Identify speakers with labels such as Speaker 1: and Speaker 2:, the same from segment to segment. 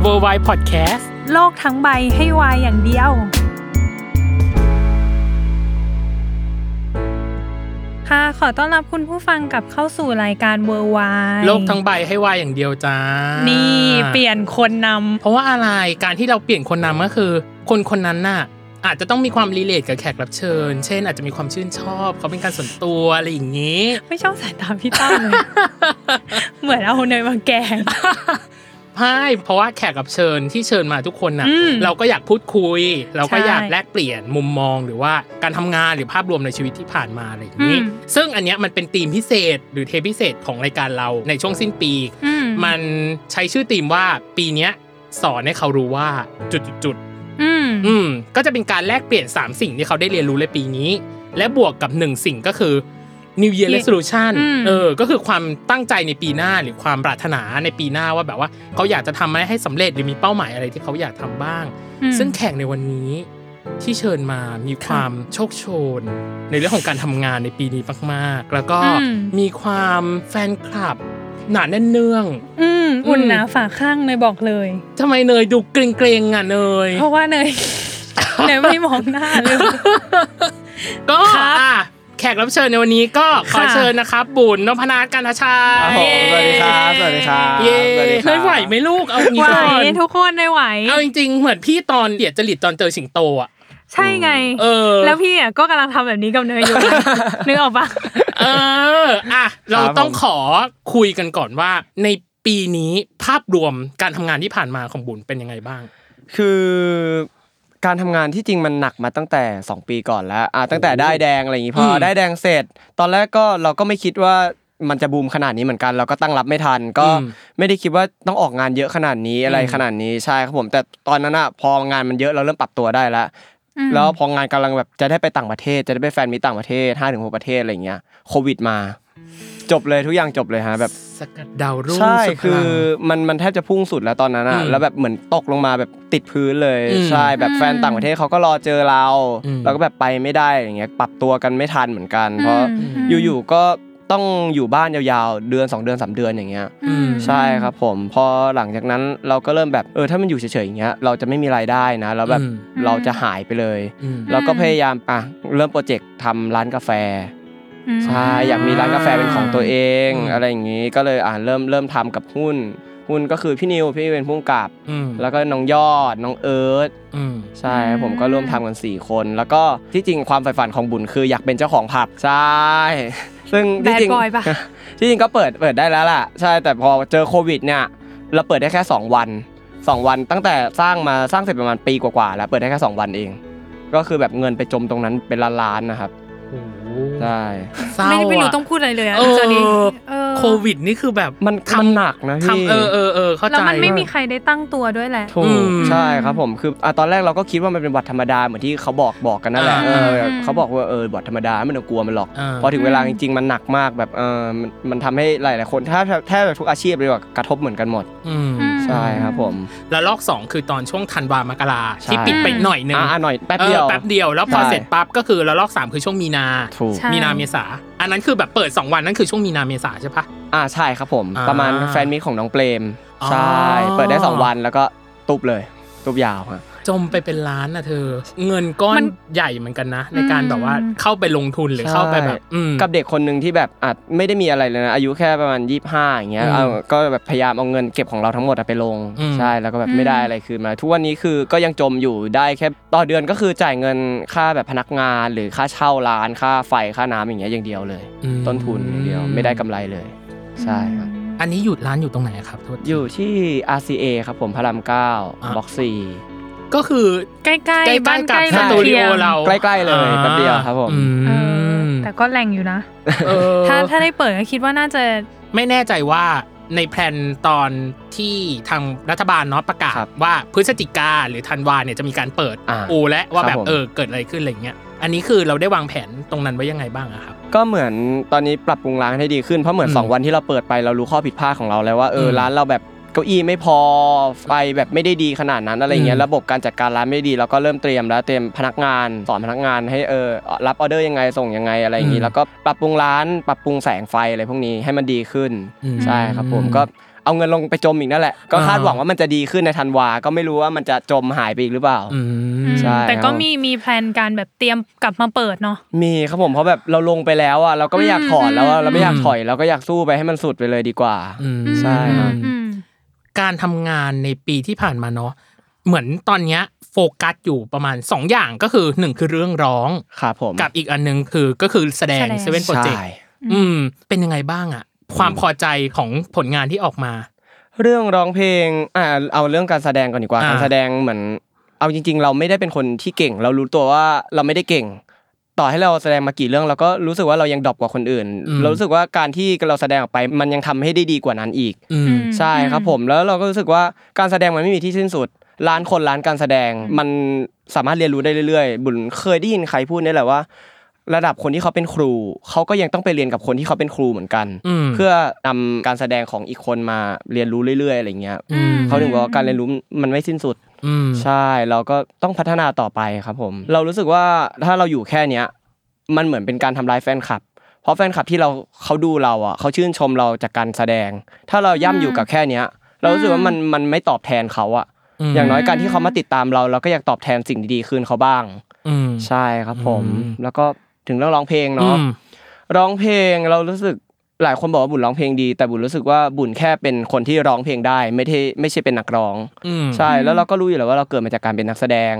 Speaker 1: เวอร์ไวพอดแคสต์
Speaker 2: โลกทั้งใบให้วายอย่างเดียว ค่ะ ขอต้อนรับคุณผู้ฟังกลับเข้าสู่รายการเวอร์วาย
Speaker 1: โลกทั้งใบให้วายอย่างเดียวจ้า
Speaker 2: นี่
Speaker 1: นี่
Speaker 2: เปลี่ยนคนน
Speaker 1: เพราะว่าอะไรการที่เราเปลี่ยนคนนำก็คือ คนคนนั้นน่ะ อาจจะต้องมีความรีเลทกับแขกรับเชิญ เช่น อาจจะมีความชื่นชอบเขาเป็นการส่วนตัวอะไรอย่างนี้
Speaker 2: ำ ไม่ชอบสายตาพี่ต้าเลย เหมือนเอาเนยมาแกง
Speaker 1: ใช่เพราะว่าแขกรับเชิญที่เชิญมาทุกคนน่ะ
Speaker 2: อืม
Speaker 1: เราก็อยากพูดคุย เราก็
Speaker 2: ใช่
Speaker 1: อยากแลกเปลี่ยนมุมมองหรือว่าการทำงานหรือภาพรวมในชีวิตที่ผ่านมาอะไรอย่างนี้
Speaker 2: อืม
Speaker 1: ซึ่งอันเนี้ยมันเป็นธีมพิเศษหรือเทปพิเศษของรายการเราในช่วงสิ้นปี
Speaker 2: อืม
Speaker 1: มันใช้ชื่อธีมว่าปีเนี้ยสอนให้เขารู้ว่าจุดจุดจุด
Speaker 2: อืม
Speaker 1: ๆอืมก็จะเป็นการแลกเปลี่ยน 3 สิ่งที่เขาได้เรียนรู้ในปีนี้ และบวกกับ 1 สิ่งก็คือ New Year Resolution เออก็คือความตั้งใจในปีหน้าหรือความปรารถนาในปีหน้าว่าแบบว่าเขาอยากจะทำอะไรให้สำเร็จหรือมีเป้าหมายอะไรที่เขาอยากทำบ้าง
Speaker 2: อืม
Speaker 1: ซึ่งแขกในวันนี้ที่เชิญมามีความโชคโชน ในเรื่องของการทำงานในปีนี้มากๆ แล้วก็มีความแฟนคลับหนาแน่นเนือง
Speaker 2: อืมอุ่น
Speaker 1: อืม
Speaker 2: หนาฝาข้างเนยบอกเลย
Speaker 1: ทำไมเนยดูเกรงๆอ่ะเนย
Speaker 2: เพราะว่าเนย เนยไม่มองหน้าเลย
Speaker 1: ก็
Speaker 2: ครับ
Speaker 1: อ่ะแขกรับเชิญในวันนี้ก็ขอ
Speaker 2: ค่ะ
Speaker 1: เชิญนะครับ บุญนพนาถกันทชัย
Speaker 3: สวัสดีครับ สวัสดีครับ
Speaker 1: เย้
Speaker 3: สวัสดีค
Speaker 1: เน
Speaker 3: รับ
Speaker 1: ยไหวไหมลูกเอางี้
Speaker 2: ไหว
Speaker 1: ก่อน
Speaker 2: ทุกคนเนยไหว
Speaker 1: เอาจริงๆ เหมือนพี่ตอนเดียดจริตตอนเจอสิงโตอ่ะ
Speaker 2: ใช่ไง
Speaker 1: เออ
Speaker 2: แล้วพี่อ่ะก็กำลังทำแบบนี้กับเนยอยู่ นึกออกปะ
Speaker 1: เอออ่ะเรา
Speaker 3: ครับ
Speaker 1: ต้อง
Speaker 3: ผม
Speaker 1: ขอคุยกันก่อนว่า ในปีนี้ภาพรวมการทำงานที่ผ่านมาของบุญเป็นยังไงบ้าง
Speaker 3: คือการทำงานที่จริงมันหนักมาตั้งแต่ 2 ปีก่อนแล้วอ่ะตั้งแต่ได้แดงอะไรอย่างงี้พออ
Speaker 1: ม
Speaker 3: ได้แดงเสร็จ ตอนแรกก็เราก็ไม่คิดว่ามันจะบูมขนาดนี้เหมือนกัน เราก็ตั้งรับไม่ทัน ก็
Speaker 1: อืม
Speaker 3: ไม่ได้คิดว่าต้องออกงานเยอะขนาดนี้อะไร
Speaker 1: อืม
Speaker 3: ขนาดนี้ใช่ครับผมแต่ตอนนั้นอะพองานมันเยอะเราเริ่มปรับตัวได้แล้ว แล้วพองานกำลังแบบจะได้ไปต่างประเทศ จะได้ไปแฟนมีต่างประเทศห้าถึงหกประเทศอะไรอย่างเงี้ยโควิดมา จบเลยทุกอย่างจบเลยฮะแบบ
Speaker 1: สกัดดาวรุ่ง
Speaker 3: ใช่
Speaker 1: สุดพ
Speaker 3: คื
Speaker 1: ลั
Speaker 3: อง มันมันแทบจะพุ่งสุดแล้วตอนนั้นอ่ะ
Speaker 1: อืม
Speaker 3: แล้วแบบเหมือนตกลงมาแบบติดพื้นเลย
Speaker 1: อืม
Speaker 3: ใช่แบบแฟนต่างประเทศเขาก็รอเจอเรา
Speaker 1: อืม
Speaker 3: เราก็แบบไปไม่ได้อย่างเงี้ยปรับตัวกันไม่ทันเหมือนกัน เพราะ
Speaker 2: ม
Speaker 3: อยู่ๆก็ต้องอยู่บ้านยาวๆเดือน 2 เดือน 3 เดือนอย่างเงี้ย
Speaker 2: อืม
Speaker 3: ใช่ครับผมพอหลังจากนั้นเราก็เริ่มแบบเออถ้ามันอยู่เฉยๆอย่างเงี้ยเราจะไม่มีรายได้นะแล้วแบบ
Speaker 1: อืม
Speaker 3: เราจะหายไปเลย
Speaker 1: อืม
Speaker 3: เราก็พยายามอ่ะเริ่มโปรเจกต์ทำร้านกาแฟ
Speaker 2: อืม
Speaker 3: ใช่อยากมีร้านกาแฟเป็นของตัวเอง
Speaker 1: อืม
Speaker 3: อะไรอย่างนี้ก็เลยอ่าเริ่มเริ่มทำกับหุ้น หุ้นก็คือพี่นิวพี่เป็นผู้กำกับ
Speaker 1: อืม
Speaker 3: แล้วก็น้องยอดน้องเอิร์ธ
Speaker 1: อืม
Speaker 3: ใช่ครับผม
Speaker 2: อืม
Speaker 3: ก็ร่วมทำกัน 4 คน แล้วก็ที่จริงความใฝ่ฝันของบุญคืออยากเป็นเจ้าของผับใช่ ซึ่งที่
Speaker 2: Bad
Speaker 3: จริง
Speaker 2: boy ปะ
Speaker 3: ที่จริงก็เปิดเปิดได้แล้วล่ะ ใช่แต่พอเจอโควิดเนี่ยเราเปิดได้แค่ 2 วัน 2 วันตั้งแต่สร้างมาสร้างเสร็จประมาณปีกว่าๆแล้วเปิดได้แค่สองวันเอง ก็คือแบบเงินไปจมตรงนั้นเป็นล้านๆนะครับใช่
Speaker 1: เศร้า
Speaker 2: ไม่
Speaker 1: อะ
Speaker 2: ไม่รู้ต้องพูดอะไรเลยอะ
Speaker 1: เออ
Speaker 2: ตอนนี้เออ
Speaker 1: โควิดนี่คือแบบ
Speaker 3: มัน
Speaker 1: ทำ
Speaker 3: มันหนักนะพี่
Speaker 1: ทำเออเออเออเข้าใจ
Speaker 2: แล้วมันไม่มีใครได้ตั้งตัวด้วยแหละ
Speaker 3: ถู
Speaker 1: อื
Speaker 3: ก
Speaker 1: ม
Speaker 3: ใช่ครับผมคืออ่ะตอนแรกเราก็คิดว่ามันเป็นหวัดธรรมดาเหมือนที่เขาบอกบอกกันนั่นแหละ
Speaker 1: อ่า
Speaker 3: เออ
Speaker 2: อืม
Speaker 3: เขาบอกว่าเออหวัดธรรมดาไม่ต้องกลัวมันหรอก
Speaker 1: อ่า
Speaker 3: พอถึงเวลาจริงๆมันหนักมากแบบเออมันมันทำให้หลายๆคนแทบแทบแบบทุกอาชีพเลยว่ากระทบเหมือนกันหมด
Speaker 1: อืม
Speaker 3: ใช่ครับผม
Speaker 1: แล้วลอก 2 คือตอนช่วงธันวามกรา
Speaker 3: ใช่
Speaker 1: ที่ปิดไปหน่อยนึง
Speaker 3: อ่าหน่อยแป๊บ
Speaker 1: เอ
Speaker 3: เดี
Speaker 1: อ
Speaker 3: ยว
Speaker 1: แป๊บเดียวแล้วพอ
Speaker 3: ใช่
Speaker 1: เสร็จปั๊บก็คือแล้วลอก 3 คือช่วงมีนา
Speaker 3: ถูก
Speaker 2: ใช่
Speaker 1: มีนาเมษา อันนั้นคือแบบเปิด 2 วันนั่นคือช่วงมีนาเมษาใช่ปะ
Speaker 3: อ่าใช่ครับผม
Speaker 1: อ่า
Speaker 3: ประมาณแฟนมิตของน้องเปรม
Speaker 1: อ๋อ
Speaker 3: ใช่เปิดได้สองวันแล้วก็ตุบเลย ตุบยาวฮะ
Speaker 1: จมไปเป็นล้านนะเธอ เงินก้อ
Speaker 2: มัน น
Speaker 1: ใหญ่เหมือนกันนะ ในการแบบว่า
Speaker 2: อืม
Speaker 1: เข้าไปลงทุนหรือเข้าไปแบบ
Speaker 3: ใช่
Speaker 1: อืม
Speaker 3: กับเด็กคนหนึ่งที่แบบอาจไม่ได้มีอะไรเลยนะอายุแค่ประมาณยี่ห้าอย่างเงี้ย
Speaker 1: อืม
Speaker 3: เอาก็แบบพยายามเอาเงินเก็บของเราทั้งหมดอะไปลง
Speaker 1: อืม
Speaker 3: ใช่แล้วก็แบบไม่ได้อะไรคืนมา ทุกวันนี้คือก็ยังจมอยู่ได้แค่ต่อเดือนก็คือจ่ายเงินค่าแบบพนักงาน หรือค่าเช่าร้านค่าไฟค่าน้ำอย่างเงี้ยอย่างเดียวเลย
Speaker 1: อืม
Speaker 3: ต้นทุนอย่างเดียวไม่ได้กำไรเลย ใช่ครับ
Speaker 1: อันนี้หยุดร้านอยู่ตรงไหนครับโทษที
Speaker 3: อยู่ที่ RCA ครับผมพระรามเก้า
Speaker 1: อ่ะ
Speaker 3: บล็อกสี่
Speaker 1: ก็คือ
Speaker 2: ใกล้
Speaker 1: ใกล้
Speaker 2: ๆบ้าน
Speaker 1: ๆกับ
Speaker 2: ใกล้
Speaker 1: ส
Speaker 2: บ้าน
Speaker 1: ตูดิ
Speaker 2: เคีย
Speaker 1: โอง เรา
Speaker 3: ใกล้ๆเลยแป๊บเดียวครับผม
Speaker 1: อื
Speaker 2: เออ
Speaker 1: ม
Speaker 2: แต่ก็แรงอยู่นะ
Speaker 1: เออ
Speaker 2: ถ้าถ้าได้เปิดก็คิดว่าน่าจะ
Speaker 1: ไม่แน่ใจว่าในแผนตอนที่ทางรัฐบาลเนาะประกาศ
Speaker 3: ครับ
Speaker 1: ว่าพฤศจิกาหรือธันวาเนี่ยจะมีการเปิด
Speaker 3: อ่า
Speaker 1: อูและว่าแบบ
Speaker 3: ครับผม
Speaker 1: เออเกิดอะไรขึ้นอะไรเงี้ยอันนี้คือเราได้วางแผนตรงนั้นไว้ยังไงบ้างอะครับ
Speaker 3: ก็เหมือนตอนนี้ปรับปรุงร้านให้ดีขึ้นเพราะเหมือน
Speaker 1: อืม
Speaker 3: 2 วันที่เราเปิดไปเรารู้ข้อผิดพลาดของเราแล้วว่าเอออ
Speaker 1: ม
Speaker 3: ร้านเราแบบเก้าอี้ไม่พอไฟแบบไม่ได้ดีขนาดนั้นอะไรเงี้
Speaker 1: อื
Speaker 3: ย
Speaker 1: ม
Speaker 3: ระบบการจัดการร้านไม่ดีเราก็เริ่มเตรียมแล้วเตรียมพนักงานสอนพนักงานให้เออรับออเดอร์ยังไงส่งยังไงอะไรอย่าง
Speaker 1: อื
Speaker 3: นี้
Speaker 1: ม
Speaker 3: แล้วก็ปรับปรุงร้าน ปรับปรุงแสงไฟอะไรพวกนี้ให้มันดีขึ้น
Speaker 1: อืม
Speaker 3: ใช่ครับผมก็เอาเงินลงไปจมอีกนั่นแหละก็
Speaker 1: อ่า
Speaker 3: คาดหวังว่ามันจะดีขึ้นในธันวาก็ไม่รู้ว่ามันจะจมหายไปอีกหรือเปล่า
Speaker 1: อืม
Speaker 3: ใช่
Speaker 2: แต่ก็มีมีแพลนการแบบเตรียมกลับมาเปิดเนาะ
Speaker 3: มีครับผมเพราะแบบเราลงไปแล้วอ่ะเราก็ไม่อยากถอนแล้วอะเราไม่อยาก
Speaker 1: อืม
Speaker 3: ถอยเราก็อยากสู้ไปให้มันสุดไปเลยดีกว่า
Speaker 1: อืม
Speaker 3: ใช่ครับ
Speaker 2: อืม
Speaker 1: การทำงานในปีที่ผ่านมาเนาะเหมือนตอนเนี้ยโฟกัสอยู่ประมาณ 2 อย่างก็คือ 1 คือเรื่องร้อง
Speaker 3: ครับผม
Speaker 1: กับอีกอันหนึงคือก็คือแสดง
Speaker 2: แสดง
Speaker 1: เซเว่นโปรเจก
Speaker 3: ใช่
Speaker 1: ต์อืมเป็นยังไงบ้างอะความพอใจของผลงานที่ออกมา
Speaker 3: เรื่องร้องเพลงอ่าเอาเรื่องการแสดงก่อนดีกว่า
Speaker 1: อ่า
Speaker 3: การแสดงเหมือน เอาจริง ๆ เราไม่ได้เป็นคนที่เก่ง เรารู้ตัวว่าเราไม่ได้เก่ง ต่อให้เราแสดงมากี่เรื่องเราก็รู้สึกว่าเรายังดรอปกว่าคนอื่น
Speaker 1: อืม
Speaker 3: เรารู้สึกว่าการที่เราแสดงออกไปมันยังทำให้ได้ดีกว่านั้นอีก
Speaker 1: อืม
Speaker 3: ใช่ครับผมแล้วเราก็รู้สึกว่าการแสดงมันไม่มีที่สิ้นสุดร้านคนร้านการแสดงมันสามารถเรียนรู้ได้เรื่อยๆ บุญเคยได้ยินใครพูดเนี่ยแหละว่า ระดับคนที่เขาเป็นครูเขาก็ยังต้องไปเรียนกับคนที่เขาเป็นครูเหมือนกัน
Speaker 1: อืม
Speaker 3: เพื่อนำการแสดงของอีกคนมาเรียนรู้เรื่อยๆอะไรเงี้ย
Speaker 1: อืม
Speaker 3: เขาถึงบอกว่าการเรียนรู้มันไม่สิ้นสุด
Speaker 1: อืม
Speaker 3: ใช่เราก็ต้องพัฒนาต่อไปครับผม เรารู้สึกว่าถ้าเราอยู่แค่เนี้ยมันเหมือนเป็นการทำร้ายแฟนคลับ เพราะแฟนคลับที่เราเขาดูเราอ่ะเขาชื่นชมเราจากการแสดง ถ้าเราย่ำอยู่กับแค่เนี้ย เรารู้สึกว่ามันมันไม่ตอบแทนเขาอ่ะ อย่างน้อยการที่เขามาติดตามเราเราก็อยากตอบแทนสิ่งดีๆคืนเขาบ้าง
Speaker 1: อืม
Speaker 3: ใช่ครับผม
Speaker 1: อืม
Speaker 3: แล้วก็ถึงเรื่องร้องเพลงเนาะ ร้องเพลงเรารู้สึกหลายคนบอกว่าบุญร้องเพลงดี แต่บุญรู้สึกว่าบุญแค่เป็นคนที่ร้องเพลงได้ ไม่ใช่ไม่ใช่เป็นนักร้อง
Speaker 1: อืม
Speaker 3: ใช่แล้วเราก็รู้อยู่แล้วว่าเราเกิดมาจากการเป็นนักแสดง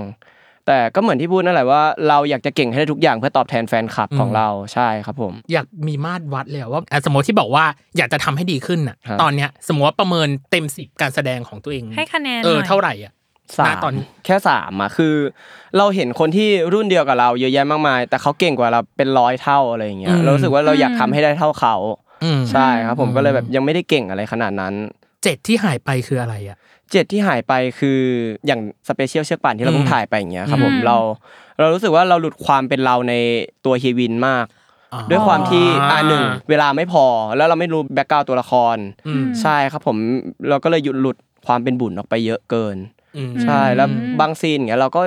Speaker 3: แต่ก็เหมือนที่พูดนั่นแหละว่าเราอยากจะเก่งให้ได้ทุกอย่างเพื่อตอบแทนแฟนคลับ
Speaker 1: อืม
Speaker 3: ของเราใช่ครับผม
Speaker 1: อยากมีมาตรวัดเลยอะว่าอ่ะสมมติที่บอกว่าอยากจะทำให้ดีขึ้นน่ะ
Speaker 3: ครับ
Speaker 1: ตอนเนี้ยสมมติว่าประเมินเต็มสิบการแสดงของตัวเอง
Speaker 2: ให้คะแนน
Speaker 1: เออ
Speaker 2: หน่อย
Speaker 1: เท่าไหร่อ่ะ
Speaker 3: สา
Speaker 1: ณตอน
Speaker 3: ม
Speaker 1: นี้
Speaker 3: แค่สามอะคือ เราเห็นคนที่รุ่นเดียวกับเราเยอะแยะมากมาย แต่เขาเก่งกว่าเราเป็นร้อยเท่าอะไรอย่างเงี้
Speaker 1: อื
Speaker 3: ย
Speaker 1: ม
Speaker 3: เรารู้สึกว่าเราอยากทำให้ได้เท่าเขา
Speaker 1: อืม
Speaker 3: ใช่ครับผมก็เลยแบบยังไม่ได้เก่งอะไรขนาดนั้น
Speaker 1: เจ็ดที่หายไปคืออะไรอ่ะ
Speaker 3: เจ็ดที่หายไปคืออย่างสเปเชียลเชือกป่านที่เราเพิ่
Speaker 1: อื
Speaker 3: ง
Speaker 1: ม
Speaker 3: ถ่ายไปอย่างเงี้ยครับผม
Speaker 2: อืม
Speaker 3: เราเรารู้สึกว่าเราหลุดความเป็นเราในตัวเฮยวินมาก ด้วยความที่อ่าหนึ่งเวลาไม่พอ แล้วเราไม่รู้แบ็กกราวตัวละคร
Speaker 1: อืม
Speaker 3: ใช่ครับผมเราก็เลยหยุดหลุดความเป็นบุญออกไปเยอะเกิน
Speaker 1: อืม
Speaker 3: ใช่แล้วบางซีนอย่างเงี้ยเราก็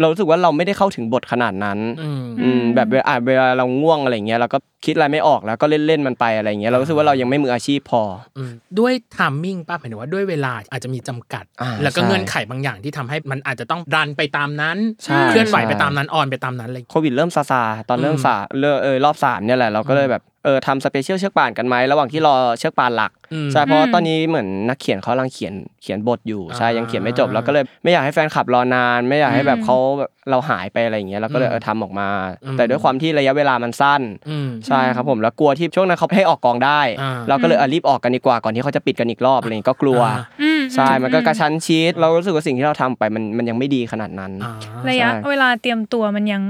Speaker 3: เรารู้สึกว่าเราไม่ได้เข้าถึงบทขนาดนั้น
Speaker 1: อืม
Speaker 3: อืมแบบเวลาอ่ะเวลาเราง่วงอะไรเงี้ยเราก็คิดอะไรไม่ออกแล้วก็เล่นเล่นๆมันไปอะไรเงี้ยเรารู้สึกว่าเรายังไม่มืออาชีพพอ
Speaker 1: อืมด้วยทามมิ่งป้าหมายถึงว่าด้วยเวลาอาจจะมีจำกัด
Speaker 3: อ่า
Speaker 1: แล้วก็
Speaker 3: ใช่
Speaker 1: เงื่อนไขบางอย่างที่ทำให้มันอาจจะต้องรันไปตามนั้น
Speaker 3: ใช่
Speaker 1: เคลื่อนไหวไป
Speaker 3: ใช่
Speaker 1: ตามนั้นออนไปตามนั้นอะไรอย่าง
Speaker 3: โค
Speaker 1: เงี้ย
Speaker 3: วิดเริ่มซาซาตอนเริ่มซาเริ่มเออรอบสามเนี่ยแหละเราก็เลยแบบเออทำสเปเชียลเชือกป่านกันไหมระหว่างที่รอเชือกป่านหลัก
Speaker 1: อืม
Speaker 3: ใช่เพราะว่า
Speaker 2: อืม
Speaker 3: ตอนนี้เหมือนนักเขียนเขากำลังเขียนเขียนบทอยู่ใช่
Speaker 1: อ่ายั
Speaker 3: ยังเขียนไม่จบเราก็เลยไม่อยากให้แฟนคลับรอนาน ไม่อยากให้แบบเขาแบบเราหายไปอะไรอย่างเงี้ยเราก็เลยเออทำออกมา
Speaker 1: อืม
Speaker 3: แต่ด้วยความที่ระยะเวลามันสั้น
Speaker 1: อืม
Speaker 3: ใช่ครับผมแล้วกลัวที่ช่วงนั้นเขาให้ออกกองได้
Speaker 1: อ่า
Speaker 3: เราก็เลยเออรีบออกกันดีกว่าก่อนที่เขาจะปิดกันอีกรอบอะไรอย่างเงี้ยก็กลัว
Speaker 1: อ่า
Speaker 2: อื
Speaker 3: ใช่มันก็กระชั้นชิดเรารู้สึกว่าสิ่งที่เราทำไปมันมันยังไม่ดีขนาดนั้น
Speaker 1: อ่า
Speaker 2: ระยะ
Speaker 3: ใช่
Speaker 2: เวลาเตรียมตัวมันยัง